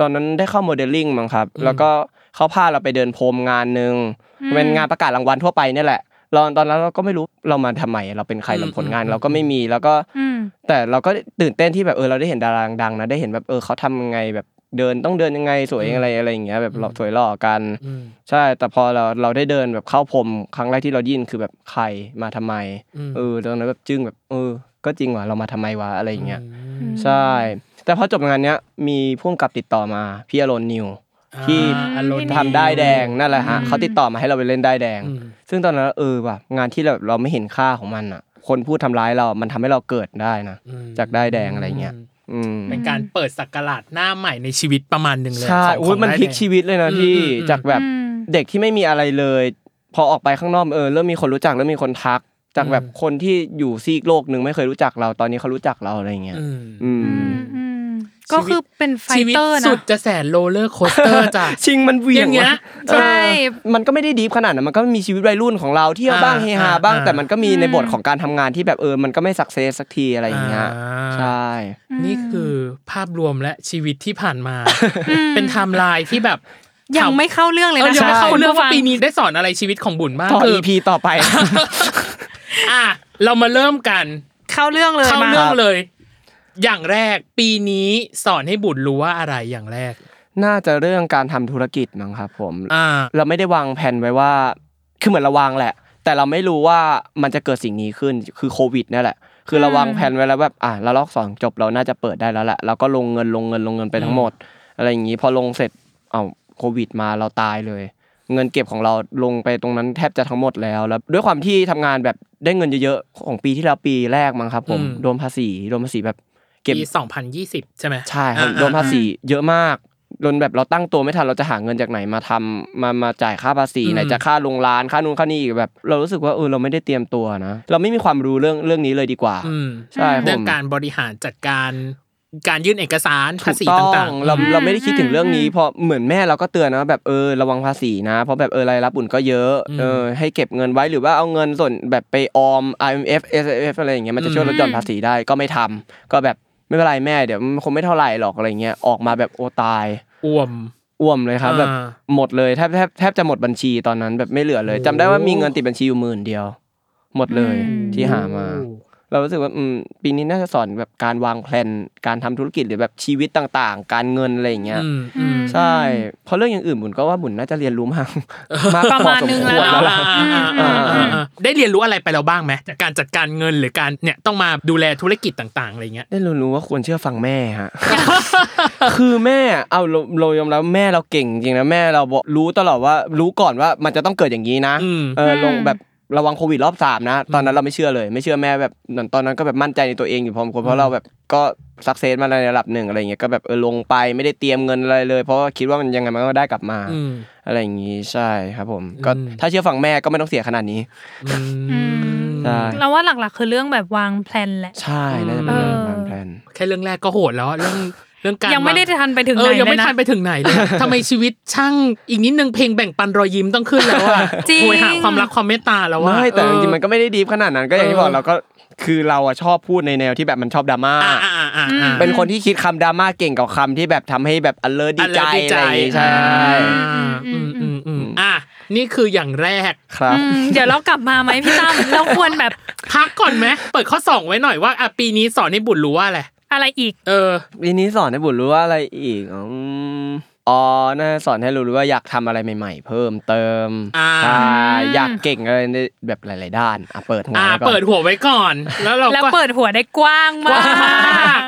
Speaker 3: ตอนนั้นได้เข้าโมเดลลิ่งมั้งครับ แล้วก็เขาพาเราไปเดินพรมงานหนึ่งเป็นงานประกาศรางวัลทั่วไปเนี่ยแหละเราตอนนั้นเราก็ไม่รู้เรามาทำไมเราเป็นใครเราผลงานเราก็ไม่มีแล้วก็
Speaker 2: อืม
Speaker 3: แต่เราก็ตื่นเต้นที่แบบเออเราได้เห็นดาราดังๆนะได้เห็นแบบเออเขาทำยังไงแบบเดินต้องเดินยังไงสวยยังไงอะไรอย่างเงี้ยแบบเราสวยหล่อกัน
Speaker 1: อืม
Speaker 3: ใช่ แต่พอเราเราได้เดินแบบเข้าพรมครั้งแรกที่เราได้ยินคือแบบใครมาทำไม
Speaker 1: อืม
Speaker 3: เออตอนนั้นแบบจึ้งแบบเออ ก็จริงว่ะเรามาทำไมวะอะไรอย่างเงี้ย
Speaker 2: อืม
Speaker 3: ใช่ แต่พอจบงานเนี้ยมีพ่วงกับติดต่อมาพี่อารอนนิว ที่
Speaker 1: อ่าอารมณ์
Speaker 3: ทำได้ายแดงนั่นแหละฮะเขาติดต่อมาให้เราไปเล่นได้ายแดง
Speaker 1: อืม
Speaker 3: ซึ่งตอนนั้นเออแบบงานที่เราเราไม่เห็นค่าของมันอ่ะ คนพูดทำร้ายเรา มันทำให้เราเกิดได้นะ
Speaker 1: อืม
Speaker 3: จากได้ายแดงอะไรเงี้ยอืม
Speaker 1: เป็นการเปิดสักราชหน้าใหม่ในชีวิตประมาณหนึ่งเลย
Speaker 3: ใช่
Speaker 1: ของ
Speaker 3: โอ้ย
Speaker 1: ของ
Speaker 3: มัน
Speaker 1: ได้
Speaker 3: พลิก
Speaker 1: แดง
Speaker 3: ชีวิตเลยนะพี่
Speaker 1: อืม
Speaker 3: จากแบบ
Speaker 2: อืม
Speaker 3: เด็กที่ไม่มีอะไรเลย พอออกไปข้างนอกเออเริ่มมีคนรู้จักเริ่มมีคนทัก จากแบบคนที่อยู่ซีกโลกหนึ่งไม่เคยรู้จักเราตอนนี้เขารู้จักเราอะไรเงี้ย
Speaker 1: อืม
Speaker 3: อืม
Speaker 2: อืมอืมก็คือเป็นไฟ
Speaker 1: ชีวิต
Speaker 2: เตอร์นะ
Speaker 1: สุดจะแสนโรลเลอร์โคสเตอ ร์จ้ะ
Speaker 3: ชิงมันเหวียง
Speaker 1: อย่างเงี้ย
Speaker 3: เออ
Speaker 2: ใช่
Speaker 3: มันก็ไม่ได้ดีฟขนาดนั้นมันก็มีชีวิตวัยรุ่นของเราเที่ยวบ้าง
Speaker 1: อ่า
Speaker 3: เฮฮาบ้าง
Speaker 1: อ่า
Speaker 3: แต่มันก็มีในบทของการทำงานที่แบบเออมันก็ไม่สักเซสสักทีอะไรอย่างเงี้ยใช่
Speaker 1: นี่คือภาพรวมและชีวิตที่ผ่านมา เป็นไทม์ไลน์ที่แบบ
Speaker 2: ยังไม่เข้าเรื่องเลย
Speaker 1: เออ
Speaker 2: นะ
Speaker 1: ยังไม่เข้า
Speaker 2: คุณ
Speaker 1: เรื่อง
Speaker 2: ผู้ฟั
Speaker 1: ว่าปีนี้ได้สอนอะไรชีวิตของบุญบ้าง
Speaker 3: ต่อ
Speaker 1: คือ
Speaker 3: EP ต่อไป
Speaker 1: อ่ะเรามาเริ่มกัน
Speaker 2: เข้าเรื่องเลย
Speaker 1: เข้า
Speaker 2: มา
Speaker 1: เรื่องเลย อย่างแรกปีนี้สอนให้บุญรู้ว่าอะไรอย่างแรก
Speaker 3: น่าจะเรื่องการทำธุรกิจมั้งครับผม
Speaker 1: อ่า
Speaker 3: เราไม่ได้วางแผนไว้ว่า คือเหมือนเราวางแหละ แต่เราไม่รู้ว่ามันจะเกิดสิ่งนี้ขึ้น คือโควิดเนี่ยแหละ คือ
Speaker 2: ม
Speaker 3: เราวางแผนไว้แล้วแบบอ่ะระลอกสองจบเราน่าจะเปิดได้แล้วแหละเราก็ลงเงินลงเงินลงเงินไปทั้งหมด อะไรอย่างนี้พอลงเสร็จเอ้าโควิดมาเราตายเลย เงินเก็บของเราลงไปตรงนั้นแทบจะทั้งหมดแล้วแล้ว ด้วยความที่ทำงานแบบได้เงินเยอะๆของปีที่แล้วปีแรกมั้งครับ ผม
Speaker 1: อืม
Speaker 3: โดนภาษีโดนภาษีแบบเก็บ
Speaker 1: ปี2020 ใช่ไหม
Speaker 3: ใช่ครับ
Speaker 1: อ่า
Speaker 3: โดนภาษีเยอะมากจนแบบเราตั้งตัวไม่ทันเราจะหาเงินจากไหนมาทำมามาจ่ายค่าภาษีไหนจะค่าโรงร้านค่านู่นค่านี่อีกแบบ เรารู้สึกว่าเออเราไม่ได้เตรียมตัวนะ เราไม่มีความรู้เรื่องเรื่องนี้เลยดีกว่า
Speaker 1: อืม
Speaker 3: ใช่ผ
Speaker 1: เรื่อง
Speaker 3: ม
Speaker 1: การบริหารจัดการการยื่นเอกสารภา
Speaker 3: ถูก
Speaker 1: ษี
Speaker 3: ต้อง
Speaker 1: ต่างๆ
Speaker 3: เรา
Speaker 1: อืม
Speaker 3: เราไม่ได้คิดถึงเรื่องนี้
Speaker 2: อืม
Speaker 3: เพราะเหมือนแม่เราก็เตือนนะว่าแบบเออระวังภาษีนะ เพราะแบบเออรายรับอุ่นก็เยอะ
Speaker 1: อืม
Speaker 3: เออให้เก็บเงินไว้หรือว่าเอาเงินส่วนแบบไปออม IMF SFF อะไรอย่างเงี้ยมันจะช่วยลดหย่อนภาษีได้ก็ไม่ทำก็แบบไม่เป็นไรแม่เดี๋ยวมันคงไม่เท่าไหร่หรอกอะไรเงี้ยออกมาแบบโอตาย
Speaker 1: อ้วม
Speaker 3: อ้วมเลยครับแบบ
Speaker 1: อ่า
Speaker 3: หมดเลยแทบแทบแทบจะหมดบัญชีตอนนั้นแบบไม่เหลือเลยจำได้ว่ามีเงินติดบัญชีอยู่หมื่นเดียว หมดเลย
Speaker 2: อืม
Speaker 3: ที่หามา เรารู้สึกว่าอืมปีนี้น่าจะสอนแบบการวางแผนการทำธุรกิจหรือแบบชีวิตต่างๆ การเงินอะไรอย่างเงี้ย
Speaker 1: อืมอืม
Speaker 3: ใช่เพราะเรื่องอย่างอื่นบุญก็ว่าบุญน่าจะเรียนรู้มากมาก
Speaker 2: ประ
Speaker 3: พอ
Speaker 2: มาณ
Speaker 3: สม
Speaker 2: นึง
Speaker 3: ควร
Speaker 2: แล้วเน
Speaker 3: แล้วล่ะ
Speaker 2: อะ
Speaker 1: อ่าอ่าอ่า
Speaker 3: อืม
Speaker 1: อ่าได้เรียนรู้อะไรไปแล้วบ้างไหมจากการจัดการเงินหรือการเนี่ยต้องมาดูแลธุรกิจต่างๆอะไรเงี้ย
Speaker 3: ได้รู้ว่าควรเชื่อฟังแม่ ฮะ คือแม่เอาเราเรายอมรับแม่เราเก่งจริงนะแม่เราบอกรู้ตลอดว่ารู้ก่อนว่ามันจะต้องเกิดอย่างนี้นะ
Speaker 1: อืม
Speaker 3: เอออ
Speaker 2: ม
Speaker 3: ลงแบบระวังโควิดรอบสามนะ ตอนนั้นเราไม่เชื่อเลย ไม่เชื่อแม่แบบเหมือนตอนนั้นก็แบบมั่นใจในตัวเองอยู่พอสมควรเพราะเราแบบก็สักเซสมาในระดับหนึ่งอะไรเงี้ยก็แบบเออลงไปไม่ได้เตรียมเงินอะไรเลย เพราะว่าคิดว่ามันยังไงมันก็ได้กลับมา
Speaker 1: อืม
Speaker 3: อะไรอย่างงี้ใช่ครับผม ก็
Speaker 1: อืม
Speaker 3: ถ้าเชื่อฟังแม่ก็ไม่ต้องเสียขนาดนี้
Speaker 1: อื
Speaker 2: อื
Speaker 1: ม
Speaker 2: ม
Speaker 3: ใช่
Speaker 2: เราว่าหลักๆ คือเรื่องแบบวางแพลนแหละ
Speaker 3: ใช่น่าจะเป็นเรื่องวางแผน
Speaker 1: แค่เรื่องแรกก็โหดแล้วเรื่อง เรื่องการ
Speaker 2: ยังไม่ได้ทันไปถึง
Speaker 1: เอ
Speaker 2: ไหน
Speaker 1: อยัง
Speaker 2: เล
Speaker 1: ไม่
Speaker 2: ยนะ
Speaker 1: ทันไปถึงไหน เลยอะทำไมชีวิตช่างอีกนิดนึงเพลงแบ่งปันรอยยิ้มต้องขึ้นแล้วอะ
Speaker 2: จริง
Speaker 1: โหยหาความรักความเมตตาแล้วว่า
Speaker 3: ไม่แต่จริงๆมันก็ไม่ได้ดีฟขนาดนั้นก็อย่างที่บอ
Speaker 1: เอก อ
Speaker 3: เราก็คือเราอะชอบพูดในแนวที่แบบมันชอบดราม่า
Speaker 1: อ่าอ่าอ่าอ่าอ่า
Speaker 3: เป็นคนที่คิดคำดราม่าเก่งกับคำที่แบบทำให้แบบอเลอร์ดีใจ
Speaker 1: alert ดีใจ
Speaker 3: อะไรอย่างงี้ใช่
Speaker 1: อ่าอืมอืมอืมอ่ะนี่คืออย่างแรก
Speaker 3: ครับ
Speaker 2: อืมเดี๋ยวเรากลับมาไหมพี่ตั้มเราควรแบบ
Speaker 1: พักก่อนไหมเปิดข้อสองไว้หน่อยว่าอ่ะปีนี้สอนให้บุตรรู้ว่าอะไร
Speaker 2: อะไรอีก
Speaker 1: เออ
Speaker 3: ปีนี้สอนให้บุตรรู้ว่าอะไรอีกอืมอ๋อน่าสอนให้รู้รู้ว่าอยากทำอะไรใหม่ๆ เพิ่มเติม
Speaker 1: อ่า
Speaker 3: ใช่อยากเก่งอะไรในแบบหลาย ๆ ด้านอ่ะเปิดหัว
Speaker 1: อ่า
Speaker 3: ไว้ก่อน
Speaker 1: เปิดหัวไว้ก่อน แล้วเรา
Speaker 2: แล้ว
Speaker 1: ก็
Speaker 2: เปิดหัวได้กว้าง
Speaker 1: ก
Speaker 2: มา
Speaker 1: ว้างมา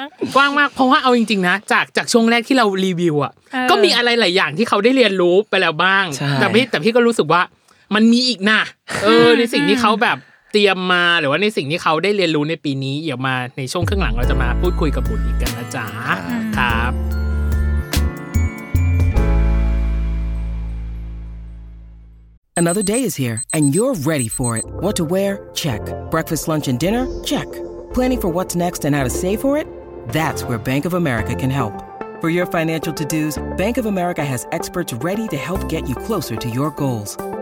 Speaker 1: ก กกว้างมากเพราะว่าเอาจริงๆนะ จากจากช่วงแรกที่เรารีวิวอ่ะ
Speaker 2: เออ
Speaker 1: ก็มีอะไรหลายอย่างที่เขาได้เรียนรู้ไปแล้วบ้าง
Speaker 3: ใช่
Speaker 1: แต่พี่แต่พี่ก็รู้สึกว่ามันมีอีกนะเอ อในสิ่งที่เขาแบบเตรียมมาหรือว่าในสิ่งที่เขาได้เรียนรู้ในปีนี้เดี๋ยวมาในช่วงครึ่งหลังเราจะมาพูดคุยกับบุตรอีกกันนะจ๊ะครับ
Speaker 4: Another day is here, and you're ready for it. What to wear? Check. Breakfast, lunch, and dinner? Check. Planning for what's next and how to save for it? That's where Bank of America can help. For your financial to dos, Bank of America has experts ready to help get you closer to your goals.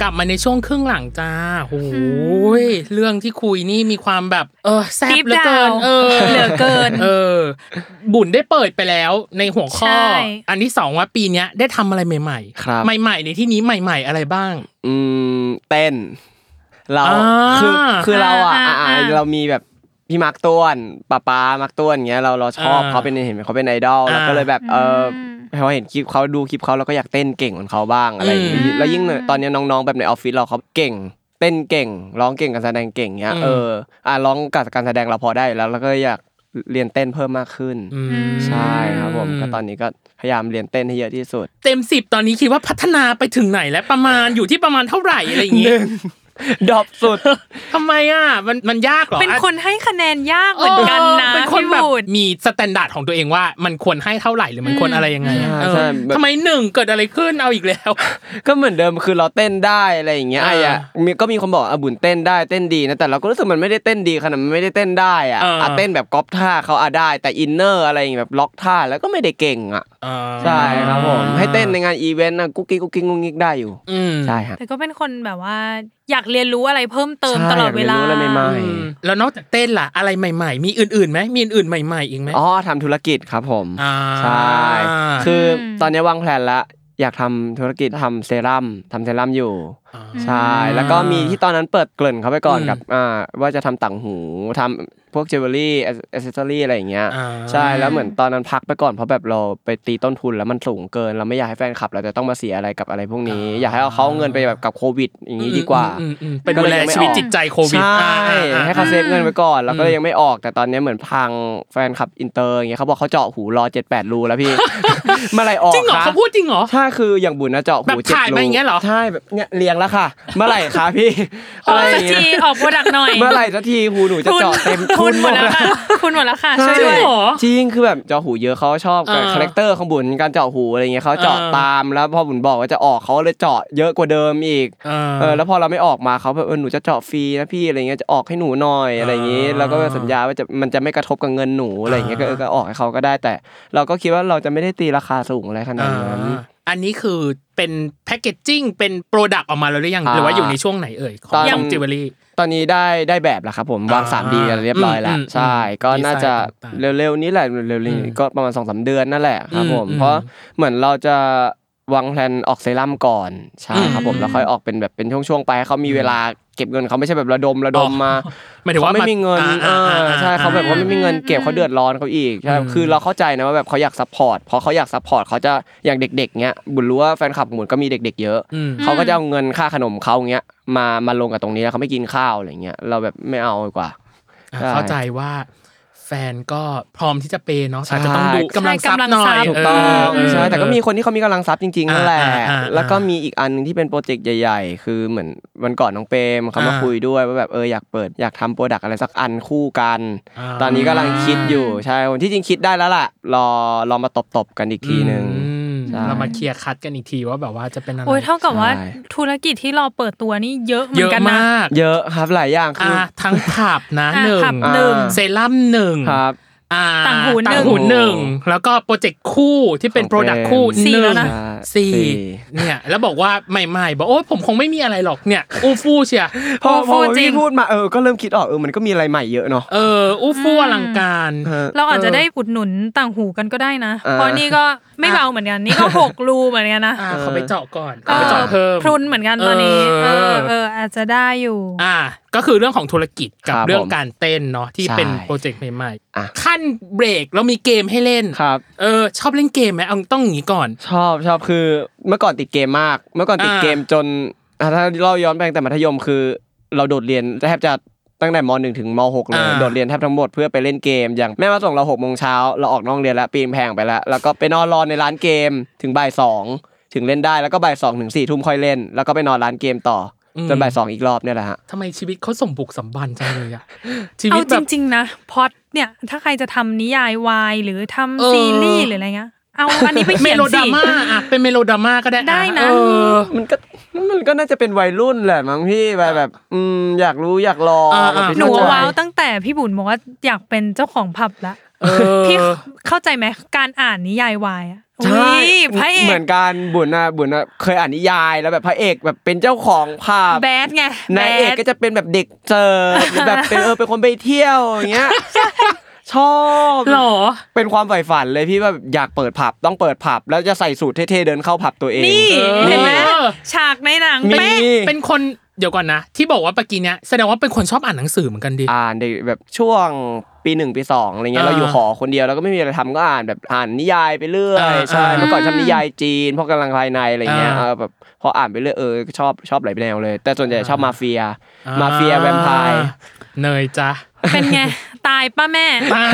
Speaker 1: กลับมาในช่วงครึ่งหลังจ้าโอ้ยเรื่องที่คุยนี่มีความแบบ เออแซ่บ
Speaker 2: Deep
Speaker 1: เหลือเกิน
Speaker 2: down
Speaker 1: เออ
Speaker 2: เหลือเกิน
Speaker 1: เออ บุญได้เปิดไปแล้วในหัวข้อ
Speaker 2: ใช่
Speaker 1: อันที่สองว่าปีเนี้ยได้ทำอะไรใหม่
Speaker 3: ครับ
Speaker 1: ๆ ใหม่ๆ ในที่นี้ใหม่ ๆ อะไรบ้าง
Speaker 3: อืมเต้น เรา
Speaker 1: อ่า
Speaker 3: คือคือเราอ่ะ
Speaker 2: อ่า
Speaker 3: อ่า
Speaker 2: อ่า
Speaker 3: เรามีแบบพี่มาร์กต้วนป้าป้ามาร์กต้วนอย่างเงี้ยเราเราชอบ
Speaker 1: อ่า
Speaker 3: เขาเป็นเห็นเขาเป็นไอดอล
Speaker 1: อ่า
Speaker 3: เราก็เลยแบบเอออ
Speaker 2: ม
Speaker 3: พอเห็นคลิปเขาดูคลิปเขาเราก็อยากเต้นเก่งเหมือนเขาบ้างอะไรอย่าง
Speaker 1: อื
Speaker 3: งี้
Speaker 1: ม
Speaker 3: แล้วยิ่งเนี่ยตอนเนี้ยน้องๆแบบในออฟฟิศเราเขาเก่ง เต้นเก่ง ร้องเก่งการแสดงเก่งเงี้ย
Speaker 1: อืม
Speaker 3: เอออ่ะร้องกับการแสดงเราพอได้อยู่แล้วเราก็อยากเรียนเต้นเพิ่มมากขึ้น
Speaker 1: อืม
Speaker 3: ใช่ครับผมก็ตอนนี้ก็พยายามเรียนเต้นให้เยอะที่สุด
Speaker 1: เต็มสิบตอนนี้คิดว่าพัฒนาไปถึงไหนแล้วประมาณอยู่ที่ประมาณเท่าไหร่อะไรอย่างงี้
Speaker 3: ดรอปสุด
Speaker 1: ทำไมอ่ะมันมันยากเหรอ
Speaker 2: เป็น
Speaker 1: อ่ะ
Speaker 2: คนให้คะแนนยากเหมือนกันนะ
Speaker 1: เป็นคน
Speaker 2: พี่
Speaker 1: แบบ
Speaker 2: บูด
Speaker 1: มีสแตนดาร์ดของตัวเองว่ามันควรให้เท่าไหร่หรือมันควรอะไรยังไงอะ
Speaker 3: อืม
Speaker 1: เออ
Speaker 3: ใช่แบบ
Speaker 1: ทำไมหนึ่งเกิดอะไรขึ้นเอาอีกแล้ว
Speaker 3: ก็เหมือนเดิมคือเราเต้นได้อะไรอย่างเงี้ย
Speaker 1: อ่า
Speaker 3: ไอ้อะมีก็มีคนบอกอ่ะบุญเต้นได้เต้นดีนะแต่เราก็รู้สึกมันไม่ได้เต้นดีขนาดมันไม่ได้เต้นได้อ่ะ
Speaker 1: อ่า
Speaker 3: อ่ะเต้นแบบก๊อปท่าเขาอ่ะได้ แต่อินเนอร์อะไรอย่างเงี้ยแบบล็อกท่าแล้วก็ไม่ได้เก่งอ่ะใช่ครับผมให้เต้นในงานอีเวนต์นะกุ๊กกิ๊กกุ๊กกิ๊กงุ๊กงิ๊กได้อยู่
Speaker 1: อืม
Speaker 3: ใช่ฮะ
Speaker 2: แต่ก็เป็นคนแบบว่า อยากเรียนรู้อะไรเพิ่มเติมตลอดเวลา
Speaker 3: ใช่อยกรียนรู้อะไรใหม่
Speaker 1: อืมแล้วนอกจากเต้นล่ะอะไรใหม่ ๆ มีอื่นๆไหมมีอื่นๆใหม่ ๆ อีกไหม
Speaker 3: ๆอ๋อทำธุรกิจครับผม
Speaker 1: อ่า
Speaker 3: ใช่ คืออ
Speaker 2: ม
Speaker 3: ตอนนี้วางแผนแล้วอยากทำธุรกิจทำเซรั่มทำเซรั่มอยู่
Speaker 1: อ่า
Speaker 3: ใช่ แล้วก็มีที่ตอนนั้นเปิดเกริ่นเขาไปก่อน
Speaker 1: อืม
Speaker 3: กับอ่าว่าจะทำต่างหูทำพวกเจวเวลรี่อ c เซอรี่อะไรอย่างเงี้ย
Speaker 1: อ่า
Speaker 3: ใช่ แล้วเหมือนตอนนั้นพักไปก่อนเพราะแบบเราไปตีต้นทุนแล้วมันสูงเกิน เราไม่อยากให้แฟนคลับ เราจะต้องมาเสียอะไรกับอะไรพวกนี้
Speaker 1: อ่า
Speaker 3: อยากให้เอาเขาเอาเงินไปแบบกับโควิด อย่างนี้ดีกว่า
Speaker 1: อืมอืมอืมไปดูแลชีวิตจิตใจโควิด
Speaker 3: ใช่
Speaker 1: อ่าอ่อ่
Speaker 3: ให้เขาเซฟเงินไว้ก่อนแล้วก็ยังไม่ออกแต่ตอนนี้เหมือนพังแฟนคลับอินเตอร์อย่างเงี้ยเขาบอกเขาเจาะหูรอเจ็ดแปดรูแล้ว พี่ เมื่อไหรออก
Speaker 1: จริงเหรอ
Speaker 3: คะ
Speaker 1: เขาพูดจริงเหรอ
Speaker 3: ใช่คืออย่างบุญนะเจาะหู
Speaker 1: แบบ
Speaker 3: เจ็ด
Speaker 1: ถ่าย
Speaker 3: รู
Speaker 1: มาอย่างเงี้ยเหรอ
Speaker 3: ใช่แบบเนี่ยเรียงแล้วค่ะ เมื่อไหร่คะพี่
Speaker 2: ออ
Speaker 3: อะไร
Speaker 2: ก
Speaker 3: อ
Speaker 2: สัก
Speaker 3: ย่า
Speaker 2: ที
Speaker 3: งเงี้ย
Speaker 2: ออกโปรดักต์หน่อย
Speaker 3: เมื่อไหร่สักทีหูหนูจะ
Speaker 2: คุณ
Speaker 3: เจาะเต็ม
Speaker 2: คุ
Speaker 3: ทุ
Speaker 2: ณ
Speaker 3: น
Speaker 2: ห
Speaker 3: ห
Speaker 2: ม
Speaker 3: ม
Speaker 2: ด
Speaker 3: ด
Speaker 2: แล้ว
Speaker 3: แล้ว
Speaker 2: ค่ะคุณหมดแล้วค่ะช่วยด้
Speaker 1: ใช่
Speaker 2: วย
Speaker 1: เหรอ
Speaker 3: จริงคือแบบเจาะหูเยอะเขาชอบ
Speaker 1: เอ
Speaker 3: กับ
Speaker 1: อ
Speaker 3: คาแรคเตอร์ของบุญการเจาะหูอะไรเงี้ยเขาเจาะ
Speaker 1: เออ
Speaker 3: ตามแล้วพอบุญบอกว่าจะออกเขาเลยเจาะเยอะกว่าเดิมอีก เออแล้วพอเราไม่ออกมาเขาแบบเออหนูจะเจาะฟรีนะพี่อะไรเงี้ยจะออกให้หนูหน่อยอะไรอย่างงี้
Speaker 1: อ่า
Speaker 3: เราก็สัญญาว่าจะมันจะไม่กระทบกับเงินหนูอะไรอย่างเงี้ยก็
Speaker 1: อ่า
Speaker 3: เออก็ออกให้เขาก็ได้แต่ เราก็คิดว่าเราจะไม่ได้ตีราคาสูงอะไรขนาดนั้น
Speaker 1: อันนี้คือเป็นแพคเกจจิ้งเป็นโปรดักต์ออกมาแล้วหรือยัง
Speaker 3: อ่า
Speaker 1: หรือว่าอยู่ในช่วงไหนเอ่ยข
Speaker 3: ต
Speaker 1: อ
Speaker 3: อง น
Speaker 1: ของจิวเวลรี่
Speaker 3: ตอนนี้ได้ได้แบบแล้วครับผมวาง
Speaker 1: อ่า
Speaker 3: 3D กันเรียบร้อยแล้ว
Speaker 1: อืมอืม
Speaker 3: ใช่
Speaker 1: อืม
Speaker 3: ก็น่าจะ
Speaker 1: ดีไซน์ต่างๆ
Speaker 3: เร็วๆนี้แหละเร็วๆนี้
Speaker 1: อืม
Speaker 3: ก็ประมาณ2อสเดือนนั่นแหละครับผม
Speaker 1: อืม
Speaker 3: เพราะเหมือนเราจะวางแผนออกเซรั่มก่อนใช่ครับผม
Speaker 2: อืม
Speaker 3: แล้วค่อยออกเป็นแบบเป็นช่วงๆไปให้เขามีเวลาเก็บเงินเขาไม่ใช่แบบระดมระดม
Speaker 1: อ๋อ
Speaker 3: มา
Speaker 1: หมายถึงว่า
Speaker 3: เขาไม่มีเงิน
Speaker 1: อ่า
Speaker 3: เอออ
Speaker 1: อ่
Speaker 3: ใช่เขาแบบว่าไม่มีเงินเก็บเขาเดือดร้อนเขาอีกใช่คือเราเข้าใจนะว่าแบบเขาอยากซัพพอร์ตเพราะเขาอยากซัพพอร์ตเขาจะอย่างเด็กๆเนี้ยบุญรู้ว่าแฟนคลับของบุญก็มีเด็ก ๆ เยอะ
Speaker 1: อืม
Speaker 3: เขาก็จะเอาเงินค่าขนมเขาเงี้ยมามาลงกับตรงนี้แล้วเขาไม่กินข้าวอะไรเงี้ยเราแบบไม่เอาดีกว่า
Speaker 1: อ่ะ
Speaker 3: ใช่
Speaker 1: เข้าใจว่าแฟนก็พร้อมที่จะเปย์เนาะ
Speaker 3: ใช่
Speaker 1: อาจจะต้องดูกำลังทรัพย์หน่อย
Speaker 2: ใช่
Speaker 3: ถูกต้อง
Speaker 1: เเ
Speaker 3: ใช่แต่ก็มี
Speaker 1: เอ
Speaker 3: คนที่เขามีกำลังทรัพย์จริงๆนั่นแหละ
Speaker 1: อ่าอ่าอ่า
Speaker 3: แล้วก็มีอีกอันหนึงที่เป็นโปรเจกต์ใหญ่ๆ คือเหมือนวันก่อนน้องเปรมเขามา
Speaker 1: อ่า
Speaker 3: คุยด้วยว่าแบบเอออยากเปิดอยากทำโปรดักต์อะไรสักอันคู่กัน
Speaker 1: อ่า
Speaker 3: ตอนนี้กำลังคิดอยู่ใช่ที่จริงคิดได้แล้วล่ะรอรอมาตบๆกันอีก
Speaker 1: อ
Speaker 3: ทีหนึ่ง
Speaker 1: อืม
Speaker 3: ใช่
Speaker 1: เรามาเคลียร์คัดกันอีกทีว่าแบบว่าจะเป็นอะไร
Speaker 2: โอ้ยเท่ากับว่า
Speaker 3: ใช่
Speaker 2: ธุรกิจที่รอเปิดตัวนี่เยอะเหมื
Speaker 1: เย
Speaker 2: อน
Speaker 1: อะ
Speaker 2: กันนะ
Speaker 1: มาก
Speaker 3: เยอะครับหลายอย่างคือ
Speaker 1: อ่ะทั้งผับนะ
Speaker 2: อ่ะ
Speaker 1: หนึ่ง
Speaker 2: ผับหนึ่ง
Speaker 1: เซรั่มหนึ่ง
Speaker 3: ครับ
Speaker 1: อ่า
Speaker 2: ต่างหูหนึ่ง
Speaker 1: ต่างหูหนึ่งแล้วก็โปรเจกต์คู่ที่เป็น
Speaker 3: ของ
Speaker 1: โปรดักต์คู่
Speaker 2: สี่
Speaker 1: หนึ่
Speaker 2: แล้ว
Speaker 1: ง
Speaker 2: นะ
Speaker 1: สี่
Speaker 3: สี่
Speaker 1: เนี่ยแล้วบอกว่าใหม่ๆบอกโอ้ยผมคงไม่มีอะไรหรอกเนี่ยอู้ฟู่เชีย
Speaker 3: พอ
Speaker 2: โอ้
Speaker 3: พ
Speaker 2: โห
Speaker 3: อ
Speaker 2: จริ
Speaker 3: พี่
Speaker 2: ง
Speaker 3: พูดมาเออก็เริ่มคิดออกเออมันก็มีอะไรใหม่เยอะเนาะ
Speaker 1: เอออู้ฟู่อลังการ
Speaker 3: ฮะ
Speaker 2: เราอาจจะได้อุดหนุนต่างหูกันก็ได้นะ
Speaker 3: เออ
Speaker 2: เพราะนี่ก็ไม่เบาเหมือนกันนี่ก็หกรูเหมือนกันนะ
Speaker 1: อ่าเขาไปเจาะก่อนเขาไปเจาะ
Speaker 2: เอ
Speaker 1: เพิ่
Speaker 2: อ
Speaker 1: ม
Speaker 2: พรุนเหมือนกันตอนนี้
Speaker 1: เอ
Speaker 2: เอ
Speaker 1: อ
Speaker 2: อเอออาจจะได้อยู่
Speaker 1: อ่าก็คือเรื่องของธุรกิจกับ
Speaker 3: ครับ
Speaker 1: เรื่อง
Speaker 3: ผม
Speaker 1: การเต้นเนาะที่เป็น
Speaker 3: ใช่
Speaker 1: โปรเจกต์ใหม่
Speaker 3: อ่ะ
Speaker 1: ๆขั้นเบรกเรามีเกมให้เล่น
Speaker 3: ครับ
Speaker 1: เออชอบเล่นเกมไหมเอาต้องอย่างนี้ก่อน
Speaker 3: ชอบชอบคือเมื่อก่อนติดเกมมาก เมื่อก่อนติด
Speaker 1: อ่า
Speaker 3: เกมจนอ่ะถ้าเราย้อนไปตั้งแต่มัธยมคือ เราโดดเรียนแทบจะตั้งแต่มหนึ่งถึงมหกเลย
Speaker 1: อ่า
Speaker 3: โดดเรียนแทบทั้งหมดเพื่อไปเล่นเกม อย่างแม่มาส่งเราหกโมงเช้าเราออกนอกโรงเรียนแล้วปีนแพงไปแล้ว แล้วก็ไปนอนรอในร้านเกมถึงบ่ายสองถึงเล่นได้แล้วก็บ่ายสองถึงสี่ทุ่มค่อยเล่น แล้วก็ไปนอนร้านเกมต่ออ
Speaker 1: ม
Speaker 3: จนบ่ายสองอีกรอบเนี่ยแหละฮะ
Speaker 1: ทำไมชีวิตเขาสมบุกสมบันจังเลย อะชีวิ
Speaker 2: เอา
Speaker 1: ต
Speaker 2: จ
Speaker 1: แบบ
Speaker 2: ริงๆนะพอดเนี่ยถ้าใครจะทำนิยายวายหรือทำ
Speaker 1: เออ
Speaker 2: ซีรีส์หรืออะไรเงี้ยเอาอันนี้ไป
Speaker 1: เม
Speaker 2: เขียน
Speaker 1: โลด
Speaker 2: สิ
Speaker 1: ราม่าอ่ะเป็นเมโลดราม่าก็ได้
Speaker 2: ได้นะ
Speaker 1: เออ
Speaker 3: มันก็มันก็น่าจะเป็นวัยรุ่นแหละมั้งพี่แบบแบบอืมอยากรู้อยากลอง
Speaker 1: อ่าอ่า
Speaker 3: ไม่
Speaker 2: หนู
Speaker 3: เข้าใจ
Speaker 2: ว้าวตั้งแต่พี่บุญบอกว่าอยากเป็นเจ้าของผับละ
Speaker 1: เออ
Speaker 2: พี่เข้าใจไหมการอ่านนิยายวายอ่ะ
Speaker 3: ใช่
Speaker 2: อุ๊ยพระเอ
Speaker 3: เหมื
Speaker 2: ก
Speaker 3: อนกันบุญนะบุญนะเคยอ่านนิยายแล้วแบบพระเอกแบบเป็นเจ้าของภาพ
Speaker 2: แบดไงแบ
Speaker 3: นายเอ
Speaker 2: ด
Speaker 3: กก็จะเป็นแบบเด็กเจอห รือแบบเป็นเออเป็นคนไปเที่ยวอย่างเงี้ย ชอบ
Speaker 1: หรอ
Speaker 3: เป็นความใฝ่ฝันเลยพี่ว่าแบบอยากเปิดผับต้องเปิดผับ แล้วจะใส่สูทเท่ๆเดินเข้าผับตัวเอง
Speaker 2: นี่
Speaker 1: เออ
Speaker 2: เห็นไหมฉากในหนัง
Speaker 3: มี
Speaker 2: เป๊ะ
Speaker 1: เป็นคนเดี๋ยวก่อนนะ ที่บอกว่าปกี้เนี้ยแสดงว่าเป็นคนชอบอ่านหนังสือเหมือนกันดิ
Speaker 3: อ่านเด็กแบบช่วงปีหนึ่งปีสองอะไรเงี้ย
Speaker 1: อ่า
Speaker 3: เราอยู่หอคนเดียวเราก็ไม่มีอะไรทำก็อ่านแบบอ่านนิยายไปเรื่อ
Speaker 1: อ่าย
Speaker 3: ใช่
Speaker 1: อ่า
Speaker 3: เมื่อก่อนชอบนิยายจีนพวกกำลังภายในอะไรเงี้ย
Speaker 1: อ่า
Speaker 3: เออแบบพออ่านไปเรื่อยเออชอบชอบหลายแนวเลย แต่ส่วนใหญ่ชอบมาเฟีย
Speaker 1: อ่าม
Speaker 3: มาเฟียแวมไพร์
Speaker 1: เนย จ้ะ
Speaker 2: เป็นไง ตายป้าแม่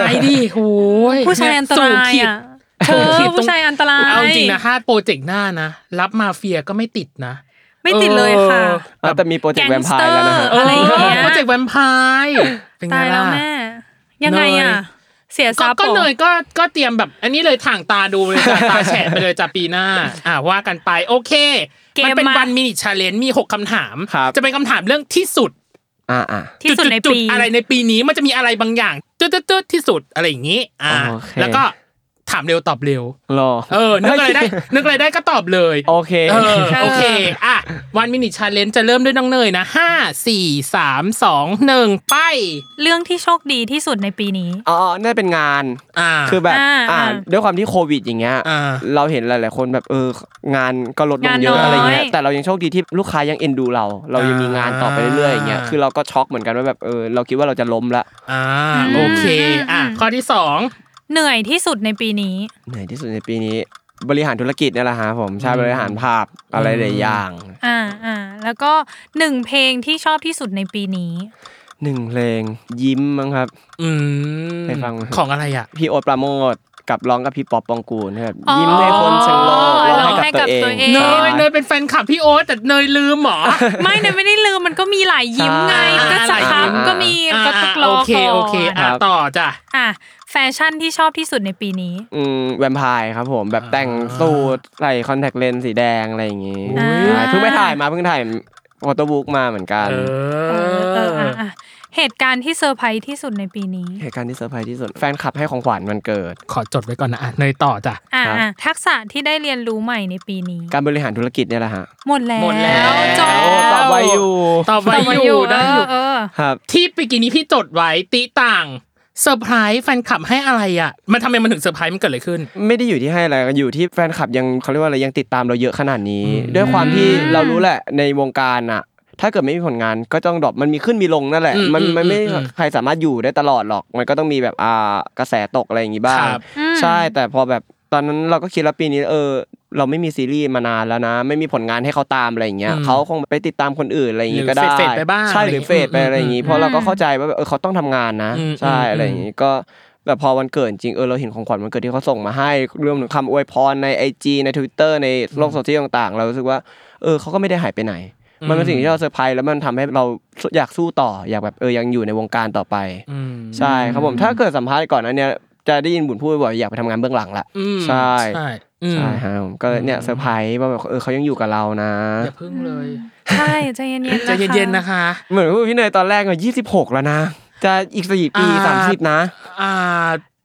Speaker 1: ตายดิโอ้ย
Speaker 2: ผู้ชายอันตรายอ่ะเธ
Speaker 1: สู
Speaker 2: อง
Speaker 1: ขีดสูงขีดตร
Speaker 2: ผู้
Speaker 1: ง
Speaker 2: ชายอันตราย
Speaker 1: เอาจริงนะถ้าโปรเจกต์หน้านะ รับมาเฟียก็ไม่ติดนะ
Speaker 2: ไม่ติดเลยค่ะ
Speaker 3: อ่ะแต่มีโปรเจกต์แวมไพร์แล้วนะฮะ
Speaker 1: เออ
Speaker 2: อะไรอย่างเงี้ย
Speaker 1: โปรเจกต์แวมไพร์เป็นไง
Speaker 2: ตายแล้ว
Speaker 1: ล่ะ
Speaker 2: แม่ ยังไง
Speaker 1: เน
Speaker 2: อ่ะ
Speaker 1: ย
Speaker 2: เสียท
Speaker 1: ก็
Speaker 2: รัพย์
Speaker 1: ก็
Speaker 2: หรอ
Speaker 1: เนยก็ก็เตรียมแบบ อันนี้เลยถ่างตาดูเลยจ้ะตาแฉะไปเลยจ้ะปีหน้า อ่าว่ากันไปโอเคมันเป็นวันมินิชาเลนมีหกคำถาม
Speaker 3: ครับ
Speaker 1: จะเป็นคำถามเรื่องที่สุด
Speaker 3: อ่าอ่า
Speaker 2: ที่สุดใน
Speaker 1: จุ
Speaker 2: ปี
Speaker 1: ๆๆอะไรในปีนี้มันจะมีอะไรบางอย่างตืดๆๆที่สุดอะไรอย่างนี้ อ่า
Speaker 3: โอเค
Speaker 1: แล้วก็ ถามเร็วตอบเร็ว
Speaker 3: รอ
Speaker 1: เออ นึก อะไรได้ นึกอะไรได้ก็ตอบเลย
Speaker 3: โอเค
Speaker 1: เออโอเค อ่ะ วันมินิชาเลนจะเริ่มด้วยน้องเนยนะห้าสี่สามสองหนึ่งไป
Speaker 2: เรื่องที่โชคดีที่สุดในปีนี้
Speaker 3: อ๋อน่าเป็นงาน
Speaker 1: อ่า
Speaker 3: คือแบบ
Speaker 2: อ่า
Speaker 3: อ่า
Speaker 2: อ่า
Speaker 3: ด้วยความที่โควิดอย่างเงี้ย
Speaker 1: อ่า
Speaker 3: เราเห็นหลาย ๆ คนแบบเอองานก็ลดลงเยอะ
Speaker 2: งานน้อย
Speaker 3: อะไรเงี้ยแต่เรายังโชคดีที่ลูกค้ายังเอ็นดูเรา เรายังมีงานต่อไปเรื่อยๆอย่างเงี้ยคือเราก็ช็อกเหมือนกันว่าแบบเออเราคิดว่าเราจะล้มละ
Speaker 1: อ่า โอเค อ่ะ ข้อที่สอง
Speaker 2: เหนื่อยที่สุดในปีนี้
Speaker 3: เหนื่อยที่สุดในปีนี้ บริหารธุรกิจเนี่ยแหละฮะผมใช่บริหารภาพอะไรหลายอย่าง
Speaker 2: อ่าอ่าแล้วก็หนึ่งเพลงที่ชอบที่สุดในปีนี้
Speaker 3: หนึ่งเพลงยิ้มมั้งครับ
Speaker 1: อืม
Speaker 3: ไปฟังมั้ย
Speaker 1: ของอะไรอ่ะ
Speaker 3: พี่โอ๊ตปราโมทกับร้องกับพี่ป๊อปปองกูลนะครับ
Speaker 2: อ๋อ
Speaker 3: ยิ้มให้คนทั้งโลกร้องให้กับ
Speaker 2: ร้องให้กับตั
Speaker 3: ตัว
Speaker 2: ว
Speaker 3: เอ
Speaker 2: เอง ง
Speaker 1: เน
Speaker 3: ใช่
Speaker 1: ย เนยเป็นแฟนคลับพี่โอ๊ตแต่เนยลืมเหรอ
Speaker 2: ไม่เนี่ยไม่ได้ลืมมันก็มีหลายยิ้มไง
Speaker 1: อ่า
Speaker 2: ก็สครั
Speaker 1: หลาย
Speaker 2: บ
Speaker 1: ยิ้ม
Speaker 2: ก็มี
Speaker 1: อ่า
Speaker 2: ก็ตกลอ
Speaker 1: โอเค
Speaker 2: ก่
Speaker 1: โอเค
Speaker 2: อน
Speaker 1: อ่ะ
Speaker 3: ครับ
Speaker 1: ต่อจ้ะ
Speaker 2: อ่ะแฟชั่นที่ชอบที่สุดในปีนี้
Speaker 3: อืมแวมไพร์ครับผมแบบแต่งสูทใส่คอนแทคเลนส์สีแดงอะไรอย่างงี้
Speaker 1: อุ๊ย
Speaker 3: ใช่เพิ่งไปถ่ายมาเพิ่งถ่ายวอเตอร์บุ๊กมาเหมือนกัน
Speaker 1: เอ
Speaker 2: เออเออ
Speaker 1: อ
Speaker 2: อ่ะอ่ะเหตุการณ์ที่เซอร์ไพรส์ที่สุดในปีนี้
Speaker 3: เหตุการณ์ที่เซอร์ไพรส์ที่สุดแฟนคลับให้ของขวัญวันเกิด
Speaker 1: ขอจดไว้ก่อนนะอ่ะเนยต่อจ้ะ
Speaker 2: อ่ะ
Speaker 3: ครับ
Speaker 2: อ่ะทักษะที่ได้เรียนรู้ใหม่ในปีนี้
Speaker 3: การบริหารธุรกิจเนี่ยแหละฮะ
Speaker 2: หมดแล้ว
Speaker 1: หมดแล้ว
Speaker 2: จบ
Speaker 3: โอ้ตอบไวอยู่
Speaker 1: ต่อไป
Speaker 2: ต่อมา
Speaker 1: อ
Speaker 2: อยู่ ยู่
Speaker 1: ได้อยู่
Speaker 2: เออ
Speaker 3: ครับ
Speaker 1: ที่ปีกินี้พี่จดไว้ติต่างเซอร์ไพรส์แฟนคลับให้อะไรอ่ะ มันทำไมมันถึงเซอร์ไพรส์มันเกิดอะไรขึ้น
Speaker 3: ไม่ได้อยู่ที่ให้อะไรอยู่ที่แฟนคลับยังเขาเรียกว่าอะไรยังติดตามเราเยอะขนาดนี้ ด้วยความที่เรารู้แหละในวงการอะถ้าเกิดไม่มีผลงานก็ต้องดรอปมันมีขึ้นมีลงนั่นแหละ
Speaker 1: อืม
Speaker 3: มันมันไม่
Speaker 1: อืมอืม
Speaker 3: ใครสามารถอยู่ได้ตลอดหรอก มันก็ต้องมีแบบอ่ากระแสตกอะไรอย่างงี้บ้าง
Speaker 1: ครับ
Speaker 2: อืม
Speaker 3: ใช่แต่พอแบบตอนนั้นเราก็คิดแล้วปีนี้เออ เราไม่มีซีรีส์มานานแล้วนะ ไม่มีผลงานให้เขาตามอะไรอย่างเงี้ย
Speaker 1: อืม
Speaker 3: เขาคงไปติดตามคนอื่นอะไรอย่างงี้ก็ได้
Speaker 1: หรือเฟดๆไปบ้าง
Speaker 3: ใช่หรือเฟดไปอะไรอย่างงี้
Speaker 1: อืม
Speaker 3: เพราะเราก็เข้าใจว่าแบบเออเขาต้องทำงานนะ
Speaker 1: อืม
Speaker 3: ใช่
Speaker 1: อืม
Speaker 3: อะไรอย่างงี้ก็แต่พอวันเกิดจริงเออเราเห็นของขวัญวันเกิดที่เขาส่งมาให้รวมถึงคำอวยพรใน IG ใน Twitter ในโลกโซเชียลต่างๆ เรารู้สึกว่าเออเขาก็ไม่ได้หายไปไหน มันเป็นสิ่งที่เราเซอร์ไพรส์แล้วมันทำให้เราอยากสู้ต่ออยากแบบเออยังอยู่ในวงการต่อไป ใช่ครับผมถ้าเกิดสัมภาษณ์ก่อนนั้นเนี่ยจะได้ยินบุญพูดบ่อยอยากไปทำงานเบื้องหลังละ
Speaker 1: อืม
Speaker 3: ใช่
Speaker 1: ใช่อืม
Speaker 3: ใช่ครับผมก็เนี่ยเซอร์ไพรส์ว่าแบบเออเขายังอยู่กับเรานะ
Speaker 1: อย่าพึ่งเลย
Speaker 2: ใช่ใจเย็นๆ
Speaker 1: ใจเย็นๆนะคะ
Speaker 3: เหมือนว่าพี่เนยตอนแรกอ่ะยี่สิบหกแล้วนะ จะอีกสี่ปี
Speaker 1: อ่า
Speaker 3: สามสิบนะ
Speaker 1: อ่า